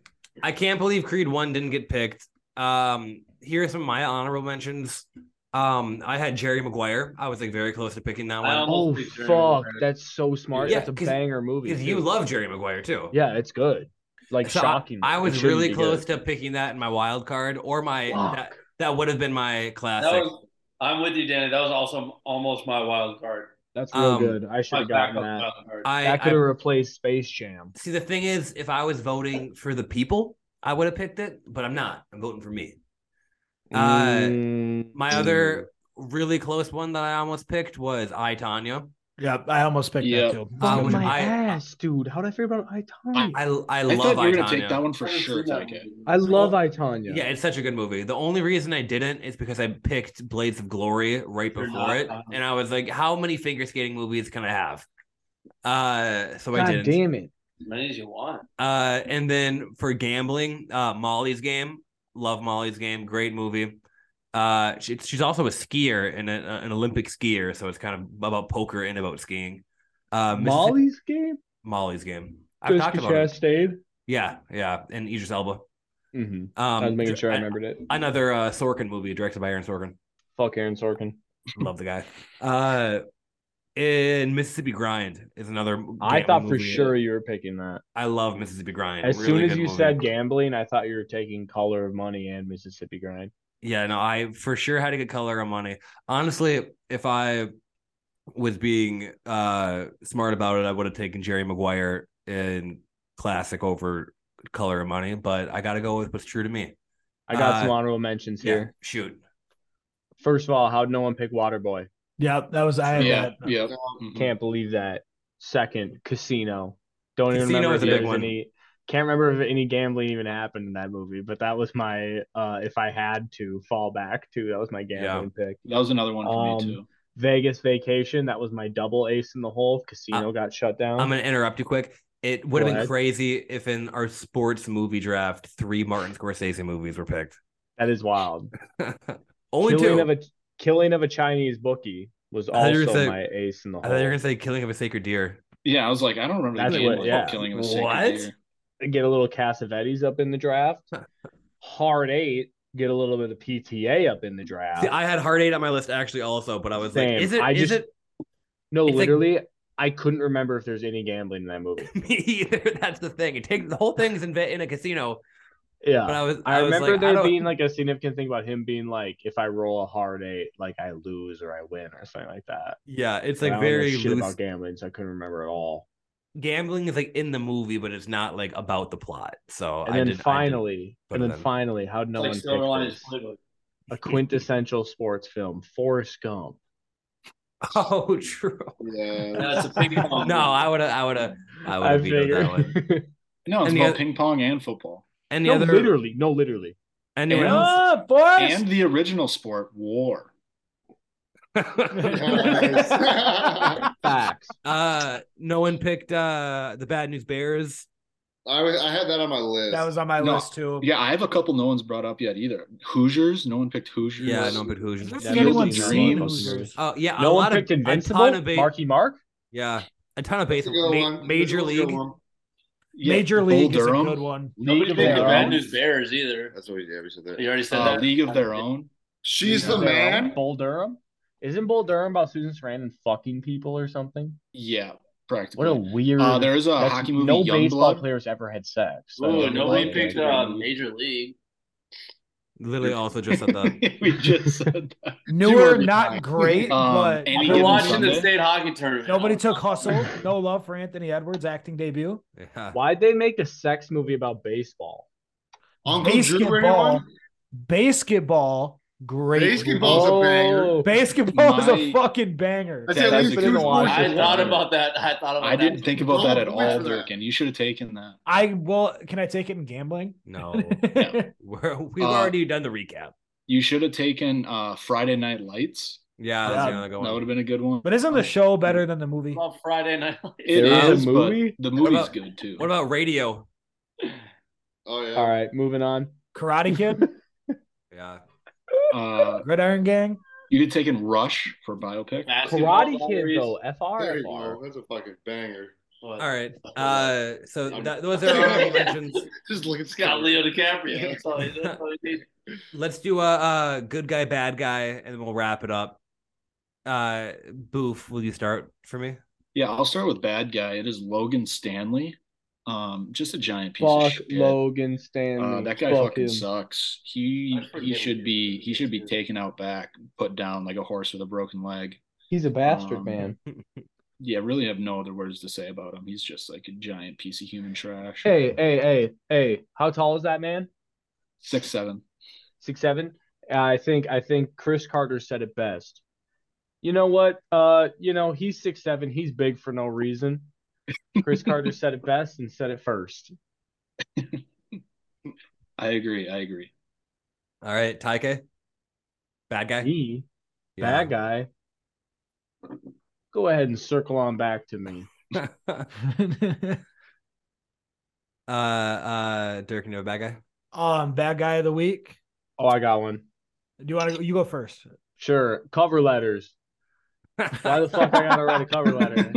S4: I can't believe Creed One didn't get picked. Um, here are some of my honorable mentions. Um, I had Jerry Maguire. I was like very close to picking that
S6: I
S4: one
S5: Oh
S6: Almost picked Jerry
S5: fuck,
S6: Maguire.
S5: that's so smart.
S4: Yeah,
S5: that's a
S4: 'cause-
S5: banger movie.
S4: because you
S5: too.
S4: love Jerry Maguire too.
S5: Yeah, it's good. Like
S4: So I-
S5: shocking.
S4: I, was really close to picking that in my wild card or my
S5: Fuck.
S4: that, that would have been my
S6: that
S4: classic.
S6: was, I'm with you, Danny. That was also almost my wild card.
S5: That's real
S4: Um,
S5: good. I should
S6: My
S5: have gotten
S6: backup
S5: that.
S6: wild card.
S4: I,
S5: That
S4: I-
S5: could have replaced Space Jam.
S4: See, the thing is, if I was voting for the people, I would have picked it, but I'm not. I'm voting for me. Uh,
S5: Mm,
S4: my other really close one that I almost picked was I Tanya.
S7: Yep, I almost picked
S8: Yep. Oh
S7: that too.
S4: I
S5: fuck
S4: was-
S5: my
S4: I-
S5: ass, dude. How did I figure about I Tanya?
S4: I I
S8: I
S4: love
S8: thought you
S4: I
S8: were gonna take that
S4: Tanya.
S8: one for
S6: I haven't
S8: sure.
S6: seen that
S8: Tyke.
S6: movie.
S5: I love I Tanya.
S4: Yeah, it's such a good movie. The only reason I didn't is because I picked Blades of Glory right
S6: You're
S4: before
S6: not
S4: it,
S8: uh,
S6: wrong.
S4: and I was like, "How many finger skating movies can I have?" Uh, so I
S5: God
S4: didn't.
S5: damn it.
S6: As many as you want.
S4: Uh, and then for gambling, uh, Molly's Game. Love Molly's Game. Great movie. Uh, she, she's also a skier and a, an Olympic skier, so it's kind of about poker and about skiing. Uh, Mrs.
S5: Molly's game?
S4: Molly's Game. I've talked
S5: Jessica
S4: about it.
S5: Chastain?
S4: Yeah, yeah, and Idris Elba.
S5: Mm-hmm.
S4: Um,
S5: I was making sure I
S4: a-
S5: remembered it.
S4: Another uh, Sorkin movie directed by Aaron Sorkin.
S5: Fuck Aaron Sorkin.
S4: Love the guy. Uh, and Mississippi Grind is another.
S5: I
S4: gambling
S5: thought for
S4: movie.
S5: sure you were picking that.
S4: I love Mississippi Grind.
S5: As
S4: Really
S5: soon as
S4: good
S5: you
S4: movie.
S5: said gambling, I thought you were taking Color of Money and Mississippi Grind.
S4: Yeah, no, I for sure had to get color on money. Honestly, if I was being uh smart about it, I would have taken Jerry Maguire in classic over color of money, but I gotta go with what's true to me.
S5: I got
S4: Uh,
S5: some honorable mentions
S4: Yeah,
S5: here.
S4: shoot.
S5: First of all, how'd no one pick Waterboy?
S7: Yeah, that was I had
S8: yeah,
S7: that.
S8: yeah.
S5: Can't believe that. Second, Casino. Don't even
S4: Casino
S5: remember
S4: is
S5: if
S4: a
S5: there
S4: big
S5: was
S4: one.
S5: any. Can't remember if any gambling even happened in that movie, but that was my uh if I had to fall back to that was my gambling pick.
S8: That was another one for
S5: Um,
S8: me too.
S5: Vegas Vacation, that was my double ace in the hole. Casino got shut down.
S4: I'm gonna interrupt you quick. It would have
S5: Go
S4: been
S5: ahead.
S4: crazy if in our sports movie draft three Martin Scorsese movies were picked.
S5: That is wild.
S4: Only
S5: killing
S4: two.
S5: of a killing of a Chinese bookie was
S4: thought you were
S5: also
S4: saying-
S5: my ace in the
S4: I thought you were
S5: hole.
S4: gonna say Killing of a Sacred Deer.
S8: Yeah, I was like, I don't remember
S5: That's
S8: the game
S5: what-
S8: about
S5: yeah.
S8: killing of a sacred
S4: What?
S8: deer.
S5: Get a little Cassavetes up in the draft. Hard eight. Get a little bit of PTA up in the draft.
S4: See, I had Heart Eight on my list actually also, but I was
S5: Same.
S4: like, is it?
S5: I
S4: is
S5: just-
S4: it
S5: no,
S4: it's like-
S5: literally, I couldn't remember if there's any gambling in that movie.
S4: me either? That's the thing. It takes the whole thing's in in a casino. But
S5: Yeah.
S4: I was,
S5: I,
S4: was
S5: remember
S4: like, I
S5: there
S4: don't-
S5: being like a significant thing about him being like, if I roll a hard eight, like I lose or I win or something like that.
S4: Yeah, it's
S5: But I
S4: like
S5: don't know
S4: very
S5: shit
S4: loose.
S5: about gambling, so I couldn't remember at all.
S4: Gambling is like in the movie, but it's not like about the plot. So
S5: and
S4: I
S5: then
S4: did, I did-
S5: finally,
S4: put
S5: and
S4: it
S5: then
S4: in.
S5: finally, how would no
S6: like
S5: one
S6: Silver Linings
S5: pick this?
S6: Playbook.
S5: a quintessential sports film, Forrest Gump.
S4: Oh, true.
S1: Yeah.
S6: That's a ping pong.
S4: No, I would have. I would have. I would have vetoed that one.
S8: No, it's
S4: And the
S8: about
S4: oth-
S8: ping pong and football.
S4: Any
S5: no,
S4: other?
S5: literally, no, literally.
S4: Anyone
S8: And-
S4: else?
S7: Ah, Forrest!
S8: And the original sport, war.
S1: Nice.
S5: Facts.
S4: uh, no one picked uh the Bad News Bears.
S1: I was I had that on my list.
S7: that was on my
S8: No.
S7: list too.
S8: Yeah, I have a couple no one's brought up yet either. Hoosiers, no one picked Hoosiers.
S4: Yeah, no one picked Hoosiers.
S7: I don't
S8: Yeah,
S7: think anyone's
S8: Field of
S7: seen
S8: Dreams.
S7: Hoosiers.
S4: Oh yeah, a
S5: No one
S4: lot
S5: picked
S4: of, A
S5: Invincible.
S4: ton of ba-
S5: Marky Mark.
S4: yeah, a ton of
S1: That's a good
S4: baseball. Ma-
S1: one.
S4: major
S1: That's a good
S4: league.
S1: one.
S8: Yeah,
S7: Major
S8: Bull
S7: League is a
S8: Durham.
S7: good one.
S6: Nobody
S8: League
S6: picked
S8: of
S6: the
S8: Their
S6: Bad
S8: Own.
S6: News Bears either.
S1: That's what we did. We said
S6: You
S1: that.
S6: already said
S8: Uh,
S6: that.
S8: League of Their Own.
S1: She's
S8: Yeah.
S1: the man.
S5: Bull Durham. Isn't Bull Durham about Susan Sarandon fucking people or something?
S8: Yeah,
S5: What a
S8: practically.
S5: weird.
S8: Uh, there is a
S5: that's-
S8: hockey movie,
S5: No baseball
S8: Youngblood.
S5: players ever had sex.
S6: Ooh,
S8: Yeah.
S6: nobody
S8: Yeah.
S6: picked uh, Major League.
S4: Literally, also just said that.
S8: we just said that.
S7: Newer,
S8: Two are
S7: not
S8: behind.
S7: great,
S8: Um,
S7: but
S8: any
S6: We're
S8: given
S6: watching the
S8: Sunday.
S6: state hockey tournament.
S7: nobody took hustle. No love for Anthony Edwards acting debut.
S4: Yeah.
S5: Why'd they make a sex movie about baseball?
S1: Uncle Drew or
S7: Basketball.
S1: anyone?
S7: Basketball, great.
S1: Basketball's a banger.
S5: Oh,
S7: Basketball is a
S8: My-
S7: fucking banger.
S1: That's
S8: Yeah,
S1: at
S8: that's
S1: least
S5: been in
S1: two
S5: the water.
S1: sports.
S6: I thought about that. I thought about
S8: I
S6: that.
S8: didn't think about that at
S1: Oh,
S8: all,
S1: wait for that.
S8: Durkin. You should have taken that.
S7: I well, can I take it in gambling?
S4: No, We're, we've
S8: Uh,
S4: already done the recap.
S8: You should have taken uh, Friday Night Lights.
S4: Yeah, that's the
S7: yeah.
S4: only good
S8: That would
S4: one.
S8: have been a good one.
S7: but isn't the show better than the movie?
S6: about Friday night.
S8: It
S5: There is a
S8: is, but
S5: movie?
S8: the movie's
S4: about-
S8: good too.
S4: What about radio?
S1: Oh yeah.
S5: All right, moving on.
S7: Karate Kid,
S4: Yeah,
S8: uh,
S7: Gridiron Gang.
S8: you could have taken Rush for biopic.
S6: Basketball
S5: Karate Kid
S6: diaries.
S5: though,
S1: There
S5: FR.
S1: you go. That's a fucking banger.
S6: What?
S4: All right. Uh, so
S6: I'm-
S4: that, those are our honorable mentions.
S1: Just look at
S6: It's got
S1: Scott
S6: Leo DiCaprio. That's all he, that's all he needs.
S4: Let's do a, uh good guy, bad guy, and then we'll wrap it up. Uh, Boof, will you start for me?
S8: Yeah, I'll start with bad guy. It is Logan Stanley. Um, just a giant piece
S5: Fuck
S8: of shit.
S5: Logan Stanley.
S8: Uh, that guy
S5: Fuck
S8: fucking
S5: him.
S8: sucks. He
S6: I forget
S8: he
S6: what
S8: should
S6: year
S8: be
S6: it
S8: he should be
S6: is.
S8: taken out back, put down like a horse with a broken leg.
S5: He's a bastard,
S8: Um,
S5: man.
S8: Yeah, really have no other words to say about him. He's just like a giant piece of human trash.
S5: Hey, hey, hey, hey! How tall is that man?
S8: Six seven.
S5: Six seven. I think I think Chris Carter said it best. You know what? Uh, you know he's six seven. He's big for no reason. Chris Carter said it best and said it first.
S8: I agree. I agree.
S4: All right, Taike, bad guy.
S5: He
S4: Yeah.
S5: bad guy. Go ahead and circle on back to me.
S4: uh, uh, Dirk, you know a bad guy.
S7: um, bad guy of the week.
S5: Oh, I got one.
S7: Do you want to? You go first.
S5: Sure. Cover letters. Why the fuck I gotta write a cover letter?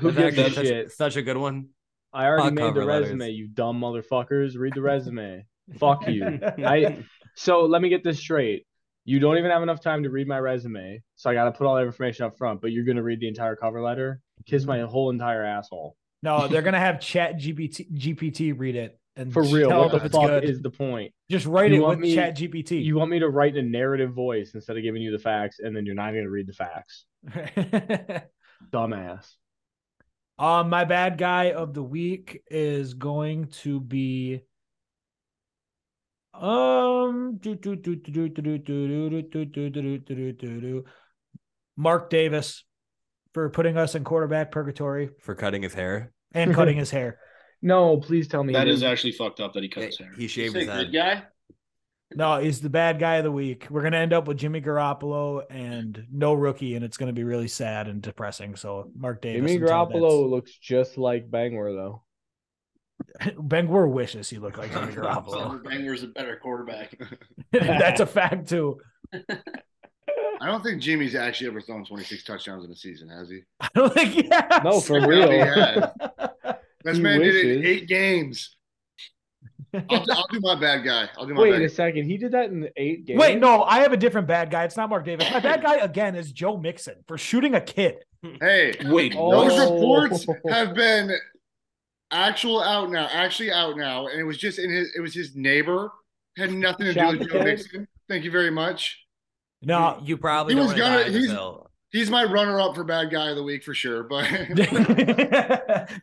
S5: Who
S4: That's
S5: gives a
S4: actually
S5: shit?
S4: such, such a good one.
S5: I already
S4: Fuck
S5: made the
S4: cover letters.
S5: resume, you dumb motherfuckers. Read the resume. Fuck you. I so let me get this straight. You don't even have enough time to read my resume, so I gotta put all that information up front, but you're gonna read the entire cover letter? Kiss my whole entire asshole.
S7: No, they're gonna have Chat GPT, GPT read it. and
S5: For real,
S7: tell
S5: what
S7: them
S5: the
S7: if it's
S5: fuck
S7: good.
S5: is the point?
S7: just write
S5: you
S7: it
S5: want
S7: with
S5: me-
S7: Chat GPT.
S5: You want me to write in a narrative voice instead of giving you the facts, and then you're not even gonna read the facts. Dumbass.
S7: um, my bad guy of the week is going to be um do, do, do, do, do, do, do, do, do, do, do, do, do, do, do, do. Mark Davis for putting us in quarterback purgatory
S4: for cutting his hair.
S7: and cutting his hair.
S5: No, please tell me
S8: That
S5: it
S8: is actually fucked up that he cut his hair.
S4: He shaved
S6: Say
S4: his
S6: good
S4: head.
S6: guy.
S7: No, he's the bad guy of the week. We're gonna end up with Jimmy Garoppolo and no rookie, and it's gonna be really sad and depressing. So Mark Davis.
S5: Jimmy
S7: until
S5: Garoppolo looks just like Bangor though.
S7: that's- Bangor wishes he looked like Jimmy
S6: Summer
S7: Garoppolo.
S6: Banger's a better quarterback.
S7: that's a fact too.
S1: I don't think Jimmy's actually ever thrown 26 touchdowns in a season, has he?
S7: I don't think he has.
S5: No, for
S1: Yeah, he
S5: real.
S1: has. This
S5: He
S1: man did it in
S5: wishes.
S1: eight games. I'll, I'll do my bad guy. I'll do my
S5: Wait
S1: bad
S5: a
S1: guy.
S5: second. He did that in eight games.
S7: Wait, no, I have a different bad guy. It's not Mark Davis. My bad guy again is Joe Mixon for shooting a kid.
S1: Hey,
S8: Wait,
S5: Oh.
S8: what?
S1: those reports have been actual out now, actually out now, and it was just in his. It was his neighbor had nothing to
S5: Shot
S1: do with
S5: the
S1: Joe
S5: kid?
S1: Nixon. Thank you very much.
S7: No,
S4: you probably
S1: he
S4: don't
S1: was
S4: wanna
S1: gonna-
S4: die in
S1: he's-
S4: the cell.
S1: He's my runner-up for bad guy of the week for sure. But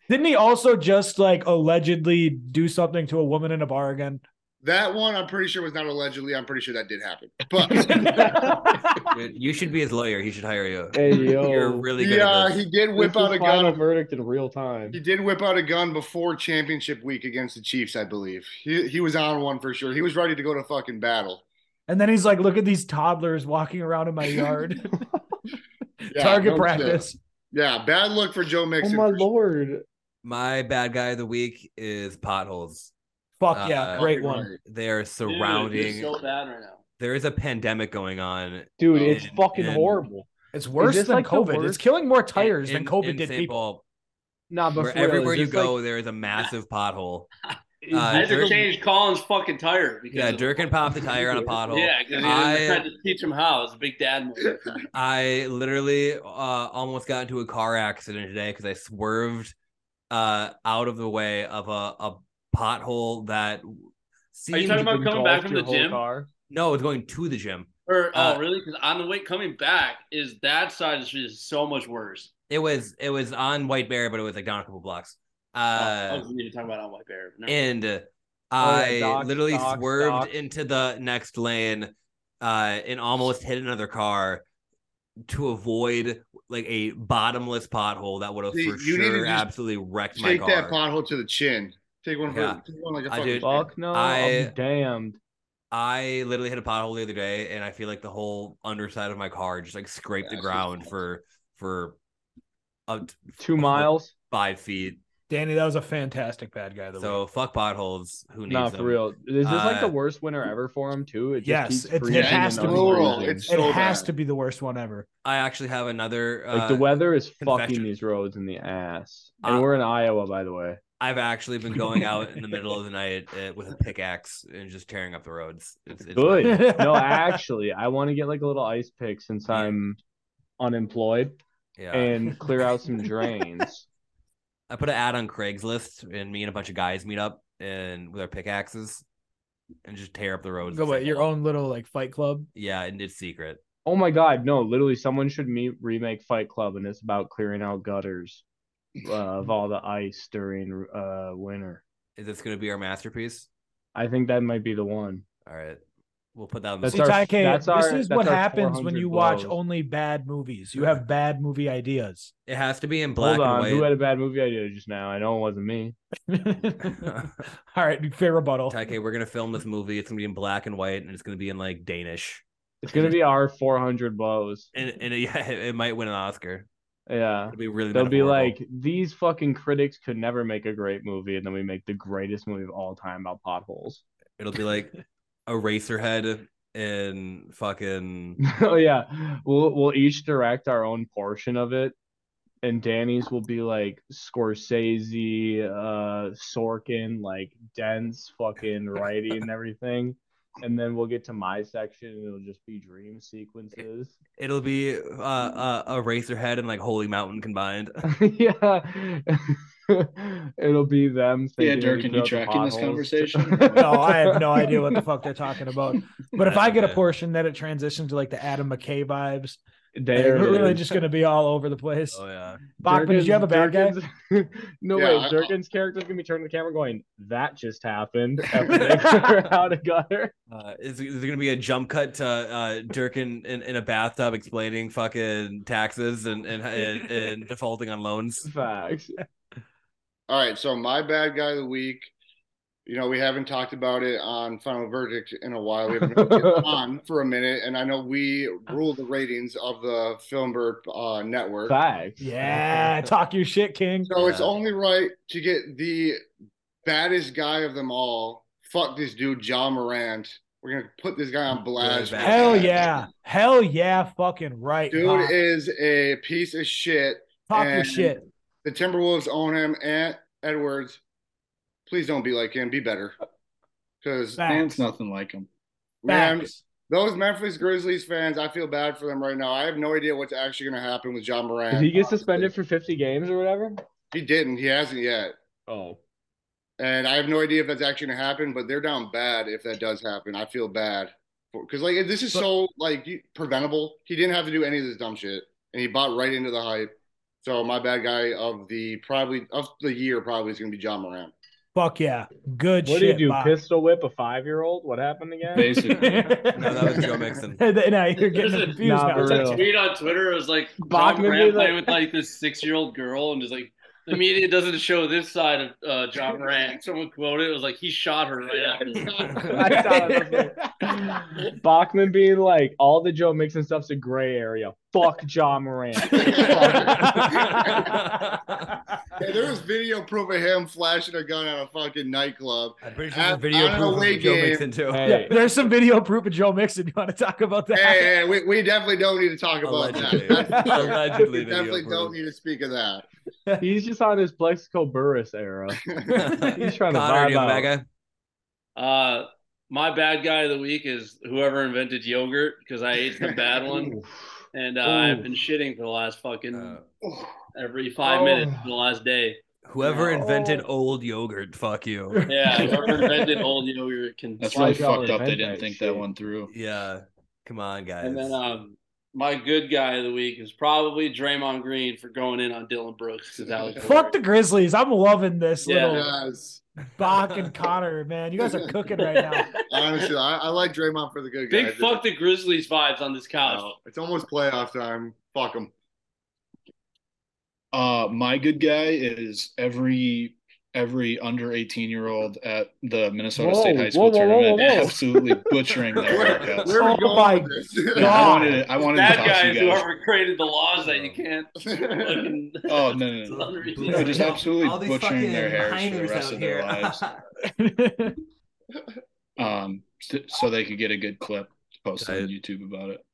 S7: didn't he also just like allegedly do something to a woman in a bar again?
S1: that one, I'm pretty sure was not allegedly. I'm pretty sure that did happen. But
S7: That's
S4: Dude, You should be his lawyer. He should hire you.
S5: Hey yo.
S4: You're really good.
S1: he, uh,
S4: at this.
S1: he did whip
S5: This is
S1: out a gun.
S5: final verdict in real time.
S1: He did whip out a gun before championship week against the Chiefs, I believe. He he was on one for sure. He was ready to go to fucking battle.
S7: And then he's like, look at these toddlers walking around in my yard.
S1: Yeah,
S7: Target
S1: no
S7: practice.
S1: Yeah, bad luck for Joe
S5: Oh
S1: Mixon.
S5: my lord.
S4: My bad guy of the week is potholes.
S7: Fuck yeah.
S4: Uh,
S7: great one.
S4: They are
S6: Dude,
S4: surrounding.
S6: you're so bad right now.
S4: there is a pandemic going on.
S5: Dude, it's
S4: And-
S5: fucking
S4: and-
S5: horrible.
S7: It's worse
S5: this
S7: than
S5: like the
S7: COVID. It's
S5: worst-
S7: killing more tires
S4: in-
S7: than COVID
S4: in
S7: did
S4: St.
S7: people.
S4: Paul.
S5: Nah, but
S4: Where
S5: for real,
S4: everywhere
S5: is
S4: you
S5: this,
S4: go,
S5: like-
S4: there is a massive pothole.
S5: is
S4: uh,
S6: I had
S5: this
S6: to
S4: Dirk-
S5: the-
S6: change Colin's fucking tire. Because
S4: Yeah,
S6: of-
S4: Durkin popped a tire on a pothole.
S6: Yeah, because
S4: I-
S6: I tried to teach him how. It's a big dad move.
S4: I literally uh, almost got into a car accident today because I swerved uh, out of the way of a, a pothole that
S6: Are you
S4: seemed
S6: talking about coming back
S5: engulfed
S6: from
S5: your
S6: the
S5: whole
S6: gym?
S5: car?
S4: no, it's going to the gym.
S6: Or
S4: Uh,
S6: oh, really? Because on the way coming back is that side of the street is so much worse.
S4: It was it was on White Bear, but it was like down a couple blocks.
S6: Oh,
S4: Uh,
S6: I was going to talk about on White Bear. No.
S4: and uh,
S5: Oh,
S4: I
S5: yeah, dock,
S4: literally
S5: dock,
S4: swerved
S5: dock.
S4: into the next lane uh, and almost hit another car to avoid like a bottomless pothole that would have
S1: See,
S4: for
S1: you need to
S4: sure
S1: just
S4: absolutely wrecked my
S1: Take that
S4: car.
S1: pothole to the chin. Take one for
S4: Yeah.
S1: take one like a
S4: I
S1: fucking
S4: did.
S5: Fuck no.
S4: I-
S5: I'm damned.
S4: I literally hit a pothole the other day, and I feel like the whole underside of my car just like scraped
S1: Yeah,
S4: the
S1: that's what
S4: ground
S1: sucks.
S4: for for up to
S5: Two miles.
S4: five feet.
S7: Danny, that was a fantastic bad guy. of The
S4: So fuck potholes. Who needs
S5: No,
S4: them?
S5: for real. Is this like
S4: Uh,
S5: the worst winter ever for him too? It just
S7: Yes,
S5: keeps
S7: it's- it
S5: freezing
S7: has
S5: and
S7: to be.
S5: unfreezing.
S1: Brutal. It's
S7: week.
S1: so
S7: it has
S1: bad.
S7: to be the worst one ever.
S4: I actually have another. Uh,
S5: like the weather is
S4: confession.
S5: fucking these roads in the ass. And
S4: Uh,
S5: we're in Iowa, by the way.
S4: I've actually been going out in the middle of the night uh, with a pickaxe and just tearing up the roads. It's, it's
S5: Good.
S7: bad.
S5: no, actually, I want to get like a little ice pick since
S4: Yeah.
S5: I'm unemployed
S4: Yeah.
S5: and clear out some drains.
S4: I put an ad on Craigslist, and me and a bunch of guys meet up and with our pickaxes and just tear up the roads.
S7: Go
S4: It's
S7: with
S4: like,
S7: your own little like fight club.
S4: Yeah, and it's secret.
S5: Oh my god, no, literally someone should meet remake Fight Club and it's about clearing out gutters uh, of all the ice during uh winter.
S4: Is this going to be our masterpiece?
S5: I think that might be the one.
S4: All right, we'll put that on the
S5: That's
S7: See,
S5: our-
S4: side.
S7: Ty K,
S5: that's
S7: this
S5: our-
S7: is
S5: that's
S7: what
S5: our
S7: happens when
S5: 400
S7: you watch
S5: blows.
S7: only bad movies. You have bad movie ideas.
S4: It has to be in black
S5: Hold on,
S4: and
S5: who
S4: white.
S5: had a bad movie idea just now? I know it wasn't me.
S7: All right, fair rebuttal.
S4: Tyke, we're gonna film this movie. It's gonna be in black and white, and it's gonna be in like Danish.
S5: It's gonna be our 400 blows.
S4: And and yeah, it might win an Oscar.
S5: Yeah.
S4: It'll be really.
S5: They'll be
S4: metaphorical.
S5: like, these fucking critics could never make a great movie, and then we make the greatest movie of all time about potholes.
S4: It'll be like Eraserhead and fucking
S5: oh yeah, we'll we'll each direct our own portion of it, and Danny's will be like Scorsese, uh, Sorkin, like dense fucking writing and everything, and then we'll get to my section, and it'll just be dream sequences.
S4: It'll be uh, uh, a Racerhead and like Holy Mountain combined.
S5: yeah, it'll be them.
S8: Yeah,
S5: thinking of
S8: Dirk,
S5: each
S8: and you
S5: other
S8: tracking this
S5: potholes.
S8: conversation?
S7: No, I have no idea what the fuck they're talking about. But if I get a
S4: Okay.
S7: portion that it transitions to like the Adam McKay vibes,
S5: There
S7: we're
S5: it
S7: really
S5: is.
S7: just going to be all over the place.
S4: Oh yeah.
S7: Bachman, did you have a bad guy?
S5: guy? no
S1: Yeah,
S5: way.
S1: I-
S5: Durkin's character's gonna be turning to the camera, going, "That just happened." After they figure out a gutter.
S4: Uh, is, is there gonna be a jump cut to uh, Dirk in, in, in a bathtub explaining fucking taxes and and, and, and defaulting on loans?
S5: Facts.
S1: All right, so my bad guy of the week. You know, we haven't talked about it on Final Verdict in a while. We haven't really been on for a minute, and I know we rule the ratings of the Filmberg uh, network.
S5: Facts.
S7: Yeah, talk your shit, King.
S1: So it's
S4: Yeah.
S1: only right to get the baddest guy of them all. Fuck this dude, John Morant. We're gonna put this guy on blast.
S4: Really bad.
S7: Hell yeah. Hell yeah, fucking right.
S1: Dude
S7: Bach.
S1: is a piece of shit.
S7: talk your
S1: and-
S7: shit.
S1: The Timberwolves own him. And Edwards, please don't be like him. Be better. Because
S7: Facts.
S8: Man's nothing like him.
S1: man,
S7: Facts.
S1: those Memphis Grizzlies fans, I feel bad for them right now. I have no idea what's actually gonna happen with John Morant.
S5: Did he get suspended for 50 games or whatever?
S1: He didn't. He hasn't yet.
S5: Oh,
S1: And I have no idea if that's actually gonna happen, but they're down bad if that does happen. I feel bad because like this is so like you- preventable. He didn't have to do any of this dumb shit, and he bought right into the hype. So my bad guy of the probably of the year probably is gonna be John Moran.
S7: Fuck yeah. Good
S5: what
S7: shit.
S5: do you do?
S7: Bach.
S5: Pistol whip a five-year-old? What happened again?
S8: Basically,
S4: No, that was Joe Mixon.
S7: no, you're
S6: There's
S7: getting
S6: a-
S7: confused
S5: Nah,
S7: now.
S5: for
S6: There's
S5: real.
S6: a tweet on Twitter. It was like John
S5: Bachman
S6: Moran
S5: did, like-
S6: playing with like this six-year-old girl, and just like the media doesn't show this side of uh, John Moran. Someone quoted it, it was like he shot her right after.
S5: I saw it, I was like- Bachman being like, all the Joe Mixon stuff's a gray area. Fuck John Moran.
S1: Yeah, there was video proof of him flashing a gun at a fucking nightclub.
S4: I'm pretty
S1: sure there's video
S4: video
S1: On- on proof
S4: proof
S1: an of away Joe
S4: Joe
S1: game.
S4: Mixon
S1: Mixon,
S4: too.
S5: Hey,
S7: There's some video proof of Joe Mixon. You want to talk about that?
S1: Hey, hey, we, we definitely don't need to talk about
S4: Allegedly,
S1: that. That's-
S4: allegedly,
S1: we definitely
S4: video
S1: don't
S4: proof.
S1: need to speak of that.
S5: he's just on his Plexico Burris era. He's trying to
S4: Connor,
S5: vibe
S4: do you have a
S5: out.
S4: bad guy?
S6: Uh, my bad guy of the week is whoever invented yogurt because I ate the bad one, and uh, I've been shitting for the last fucking
S4: Uh,
S6: every five
S5: Oh.
S6: minutes for the last day.
S4: whoever
S5: No.
S4: invented old yogurt, fuck you.
S6: Yeah, whoever invented old yogurt can.
S8: that's
S5: Why
S8: really
S5: y'all
S8: fucked up. They
S5: invent
S8: didn't
S5: that
S8: think
S5: shit?
S8: that one through.
S4: Yeah, come on, guys.
S6: And then um, my good guy of the week is probably Draymond Green for going in on Dylan Brooks because that was
S7: Fuck the Grizzlies. I'm loving this
S6: Yeah.
S7: little
S1: Yes.
S7: Bach and Connor, man. You guys are cooking right now.
S1: Honestly, I, I like Draymond for the good
S6: big
S1: guys.
S6: fuck the Grizzlies vibes on this couch.
S8: Oh,
S1: No, It's almost playoff time. Fuck them.
S8: Uh, my good guy is every every under eighteen year old at the Minnesota
S5: Whoa,
S8: State High School
S5: whoa, whoa, whoa,
S8: tournament,
S5: whoa.
S8: absolutely butchering their
S1: Where,
S8: workouts.
S1: where are we
S7: Oh my
S1: going with this?
S8: Yeah, I wanted to, I wanted to
S6: That
S8: talk
S6: guy
S8: to
S6: is
S8: you guys.
S6: whoever created the laws that you can't. fucking-
S8: Oh no, no,
S6: It's
S8: no.
S6: unreasonable.
S8: No, just absolutely
S4: All these
S8: butchering their
S4: fucking minors
S8: hairs for the rest
S4: out
S8: of their
S4: here.
S8: lives, um, so, so they could get a good clip posted on
S4: Right.
S8: YouTube about it.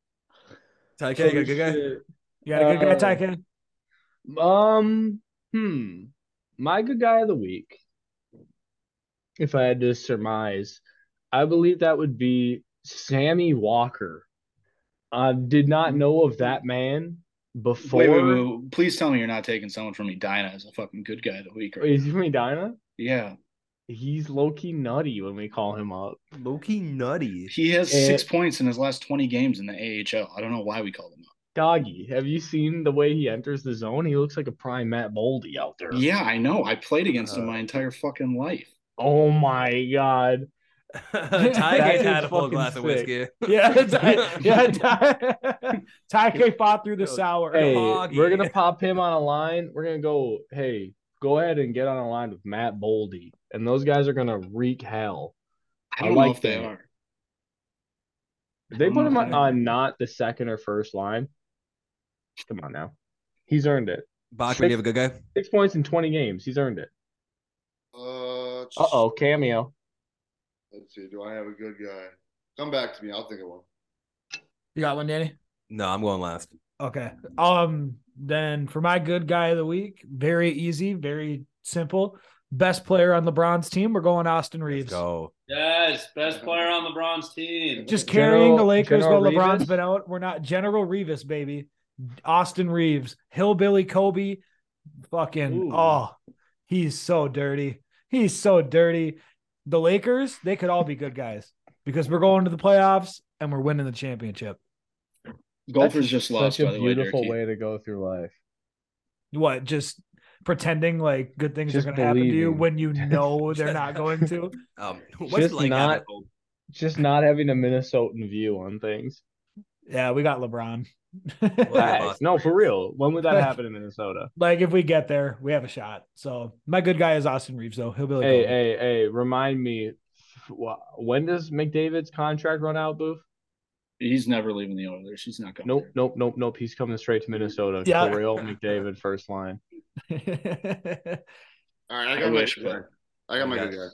S4: Ty K, you got a good guy?
S7: You got a good guy,
S5: Uh,
S7: Tyken?
S5: Um, hmm. My good guy of the week, if I had to surmise, I believe that would be Sammy Walker. I did not know of that man before.
S8: Hmm. Wait, wait, wait, wait. Please tell me you're not taking someone from Edina as a fucking good guy of the week. Right?
S5: Is he from Edina?
S8: Yeah,
S5: He's low key nutty when we call him up.
S4: Loki Nutty.
S8: he has
S5: Eh.
S8: six points in his last twenty games in the AHL. I don't know why we called him up.
S5: Doggy, have you seen the way he enters the zone? He looks like a prime Matt Boldy out there.
S8: Yeah, I know. I played against him
S4: Uh.
S8: my entire fucking life.
S5: Oh my God.
S4: Ty
S5: That
S4: K
S5: is
S4: had a full
S5: fucking
S4: glass of whiskey.
S7: Yeah, Ty, yeah. Ty, Tyke fought through the sour.
S5: Hey,
S4: Doggy.
S5: we're gonna pop him on a line. We're gonna go. Hey, go ahead and get on a line with Matt Boldy, and those guys are gonna wreak hell.
S8: I
S5: I
S8: don't know
S5: like
S8: if they
S5: that.
S8: are.
S5: If They put him on,
S8: Mhm.
S5: on not the second or first line. Come on now, he's earned it.
S4: Bachman, do you have a good guy?
S5: Six points in twenty games. He's earned it.
S1: Uh,
S5: Uh oh, cameo.
S1: Let's see. Do I have a good guy? Come back to me. I'll think of one.
S7: You got one, Danny?
S4: No, I'm going last.
S7: Okay. Um, then for my good guy of the week, very easy, very simple. Best player on LeBron's team, we're going Austin
S4: Let's
S7: Reeves.
S4: go.
S6: Yes, best player on LeBron's team.
S7: Just carrying the
S5: General-
S7: Lakers
S5: General
S7: while LeBron's
S5: Revis?
S7: been out. We're not General Revis, baby. Austin Reeves, hillbilly Kobe, fucking
S5: Ooh.
S7: oh, he's so dirty. He's so dirty. The Lakers, they could all be good guys because we're going to the playoffs and we're winning the championship.
S8: Gophers just lost,
S5: Such
S8: by
S5: a
S8: the way.
S5: beautiful
S8: Derek.
S5: way to go through life.
S7: What? Just pretending like good things
S5: Just
S7: are going to happen to you
S5: believing.
S7: when you know they're not going to.
S4: Um, what's
S5: Just
S4: it like
S5: not-
S4: having hope?
S5: Just not having a Minnesotan view on things.
S7: Yeah, we got LeBron.
S4: Wow.
S5: Facts. No, for real. When would that happen in Minnesota?
S7: like if we get there, we have a shot. So my good guy is Austin Reeves, though. He'll be like,
S5: Hey, hey, hey! Remind me, wh- when does McDavid's contract run out, Booth?
S8: He's never leaving the Oilers. He's not going.
S5: Nope,
S8: there.
S5: nope, nope, nope. He's coming straight to Minnesota.
S7: Yeah.
S5: Kirill McDavid, first line.
S1: All right, I
S8: I
S1: got my
S8: wish,
S1: good
S8: but-
S1: guy. I got my good guy.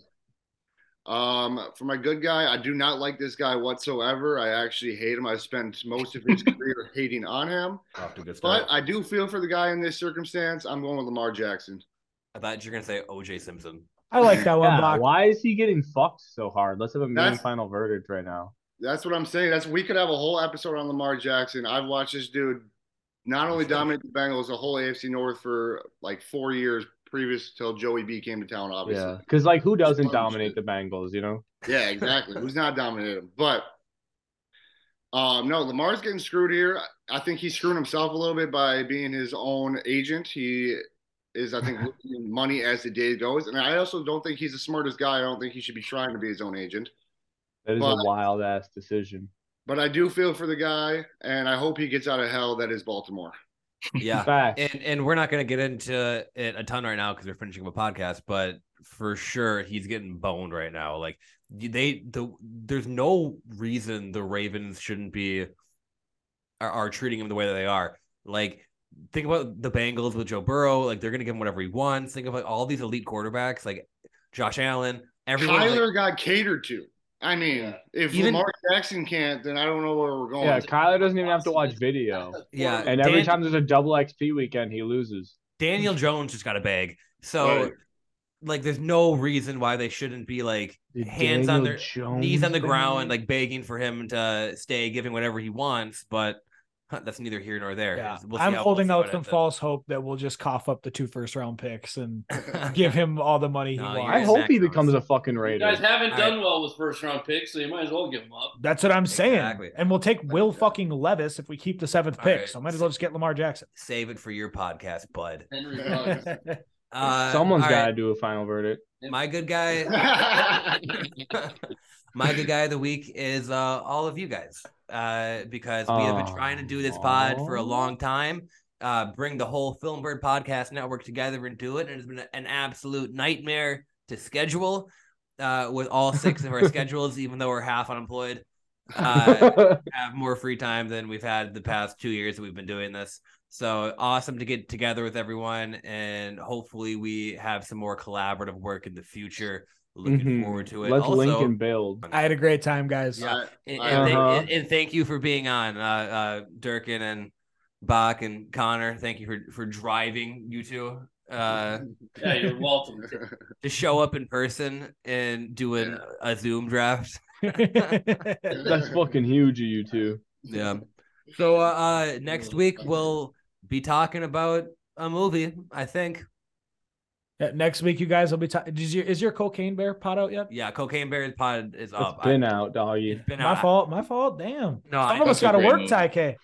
S1: Um, for my good guy, I do not like this guy whatsoever. I actually hate him. I spent most of his career hating on him.
S4: Off to a good start.
S1: But I do feel for the guy in this circumstance. I'm going with Lamar Jackson.
S4: I thought you were gonna say OJ Simpson.
S7: I like that one,
S5: Yeah,
S7: Bach.
S5: why is he getting fucked so hard? Let's have a mean
S1: That's-
S5: final verdict right now.
S1: That's what I'm saying. That's we could have a whole episode on Lamar Jackson. I've watched this dude not only dominate the Bengals, the whole AFC North for like four years previous till Joey B came to town, obviously.
S5: Yeah, because like who doesn't
S1: Bullshit.
S5: dominate the Bengals? You know,
S1: Yeah, exactly. Who's not dominating? But um, no, Lamar's getting screwed here. I think he's screwing himself a little bit by being his own agent. He is, I think, losing money as the day goes. And I also don't think he's the smartest guy. I don't think he should be trying to be his own agent.
S5: that is
S1: But-
S5: a wild ass decision.
S1: But I do feel for the guy, and I hope he gets out of hell that is Baltimore.
S4: Yeah.
S5: Facts.
S4: And and we're not gonna get into it a ton right now because we're finishing up a podcast, but for sure he's getting boned right now. Like they the there's no reason the Ravens shouldn't be are, are treating him the way that they are. Like think about the Bengals with Joe Burrow, like they're gonna give him whatever he wants. Think about all these elite quarterbacks, like Josh Allen, everyone like-
S1: Kyler got catered to. I mean,
S6: Yeah.
S1: if
S4: Even-
S1: Lamar Jackson can't, then I don't know where we're going.
S5: yeah, Kyler doesn't even have to watch video.
S4: yeah.
S5: And every
S4: Dan-
S5: time there's a double XP weekend, he loses.
S4: Daniel Jones just got a bag. So
S1: Right.
S4: like there's no reason why they shouldn't be like hands on their knees on the ground, like begging for him to stay, giving whatever he wants. But huh, that's neither here nor there.
S7: Yeah.
S4: We'll see
S7: I'm
S4: how it
S7: holding
S4: plays
S7: out
S4: at
S7: some
S4: the-
S7: false hope that we'll just cough up the two first round picks and give him all the money he
S4: No,
S7: wants.
S4: you're
S5: I hope he
S4: Mac Jones.
S5: becomes a fucking
S6: You
S5: Raider.
S6: guys haven't
S4: All
S6: done
S4: right.
S6: well with first round picks, so you might as well give them up.
S7: That's what I'm saying.
S4: Exactly.
S7: And we'll take Will fucking Levis if we keep the seventh
S4: All
S7: pick.
S4: right.
S7: So might as well just get Lamar Jackson.
S4: Save it for your podcast, bud.
S6: Henry Ruggs.
S7: That's
S4: Uh,
S5: Someone's
S4: all
S5: got to
S4: right.
S5: do a final verdict.
S4: My good guy. my good guy of the week is uh, all of you guys uh, because we have been trying to do this pod for a
S5: Aw.
S4: long time. Uh, bring the whole Film Bird Podcast Network together and do it. And it's been an absolute nightmare to schedule uh, with all six of our schedules, even though we're half unemployed. Uh, have more free time than we've had the past two years that we've been doing this. So awesome to get together with everyone, and hopefully we have some more collaborative work in the future. Looking
S5: Mhm.
S4: forward to it.
S5: Let's
S4: also,
S5: link and build.
S7: I had a great time, guys.
S4: Yeah. and,
S1: I-
S4: and thank-
S5: Uh-huh.
S4: and- and thank you for being on, uh, uh, Durkin and Bach and Connor. Thank you for for driving you two uh,
S5: Mm-hmm.
S6: Yeah, you're welcome.
S4: to show up in person and doing
S1: Yeah.
S4: a Zoom draft.
S5: That's fucking huge of you two.
S4: Yeah. So uh, uh,
S5: Mm-hmm.
S4: next week we'll be talking about a movie. I think.
S7: Yeah, Next week, you guys will be talking. Is your, is your cocaine bear pot out yet?
S4: Yeah, Cocaine Bears pod is
S5: It's
S4: up. I-
S5: been out, doggy.
S4: it's been
S7: My
S4: out.
S7: fault. My fault.
S4: No,
S7: Damn. Some
S4: I,
S7: of us
S8: That's a
S7: got to
S8: great
S7: work,
S8: movie.
S7: Ty K.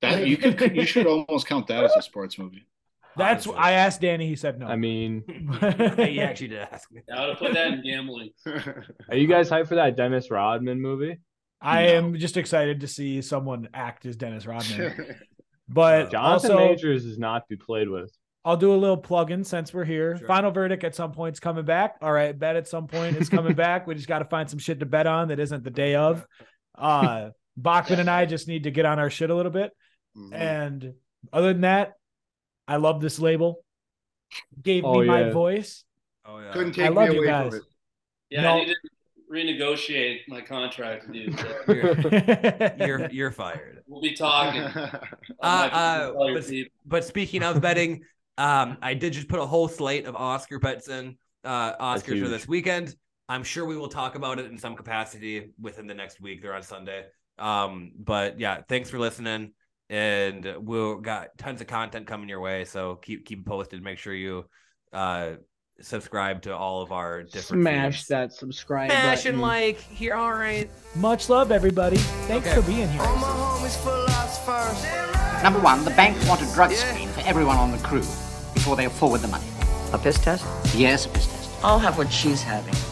S8: That you could you should almost count that as a sports movie.
S7: That's
S4: Honestly.
S7: I asked Danny. He said no.
S5: I mean,
S4: he actually did ask me.
S6: I would have put that in gambling.
S5: are you guys hyped for that Dennis Rodman movie?
S7: I
S8: No.
S7: am just excited to see someone act as Dennis Rodman.
S4: Uh,
S7: But
S5: Jonathan
S7: also,
S5: Majors is not to be played with.
S7: I'll do a little plug-in since we're here.
S4: Sure.
S7: Final verdict at some point's coming back. All right, bet at some point it's coming back. We just got to find some shit to bet on that isn't the day of. Uh, Bachman and I just need to get on our shit a little bit.
S1: Mm.
S7: And other than that, I love this label. Gave
S5: Oh,
S7: me my
S5: yeah.
S7: voice.
S4: Oh yeah.
S1: Couldn't
S7: I
S1: take me
S7: love you
S1: away
S7: guys.
S1: from it.
S6: Yeah,
S7: No.
S6: I need to renegotiate my contract with you. So
S4: You're, you're you're fired.
S6: we'll be talking.
S4: Uh,
S6: I might
S4: uh,
S6: tell your
S4: but-
S6: people.
S4: But speaking of betting, um, I did just put a whole slate of Oscar bets in uh,
S5: That's
S4: Oscars for
S5: huge.
S4: this weekend. I'm sure we will talk about it in some capacity within the next week. They're on Sunday. Um, but yeah, thanks for listening. And we'll got tons of content coming your way. So keep keep posted. Make sure you uh subscribe to all of our different
S3: Smash
S4: feeds.
S3: that subscribe
S4: Smash
S3: button.
S4: and like here. All right.
S7: Much love, everybody. Thanks
S4: Okay.
S7: for being here.
S2: Number one, the bank want a drug screen for everyone on the crew before they forward the money.
S3: A piss test?
S2: Yes, a piss test.
S3: I'll have what she's having.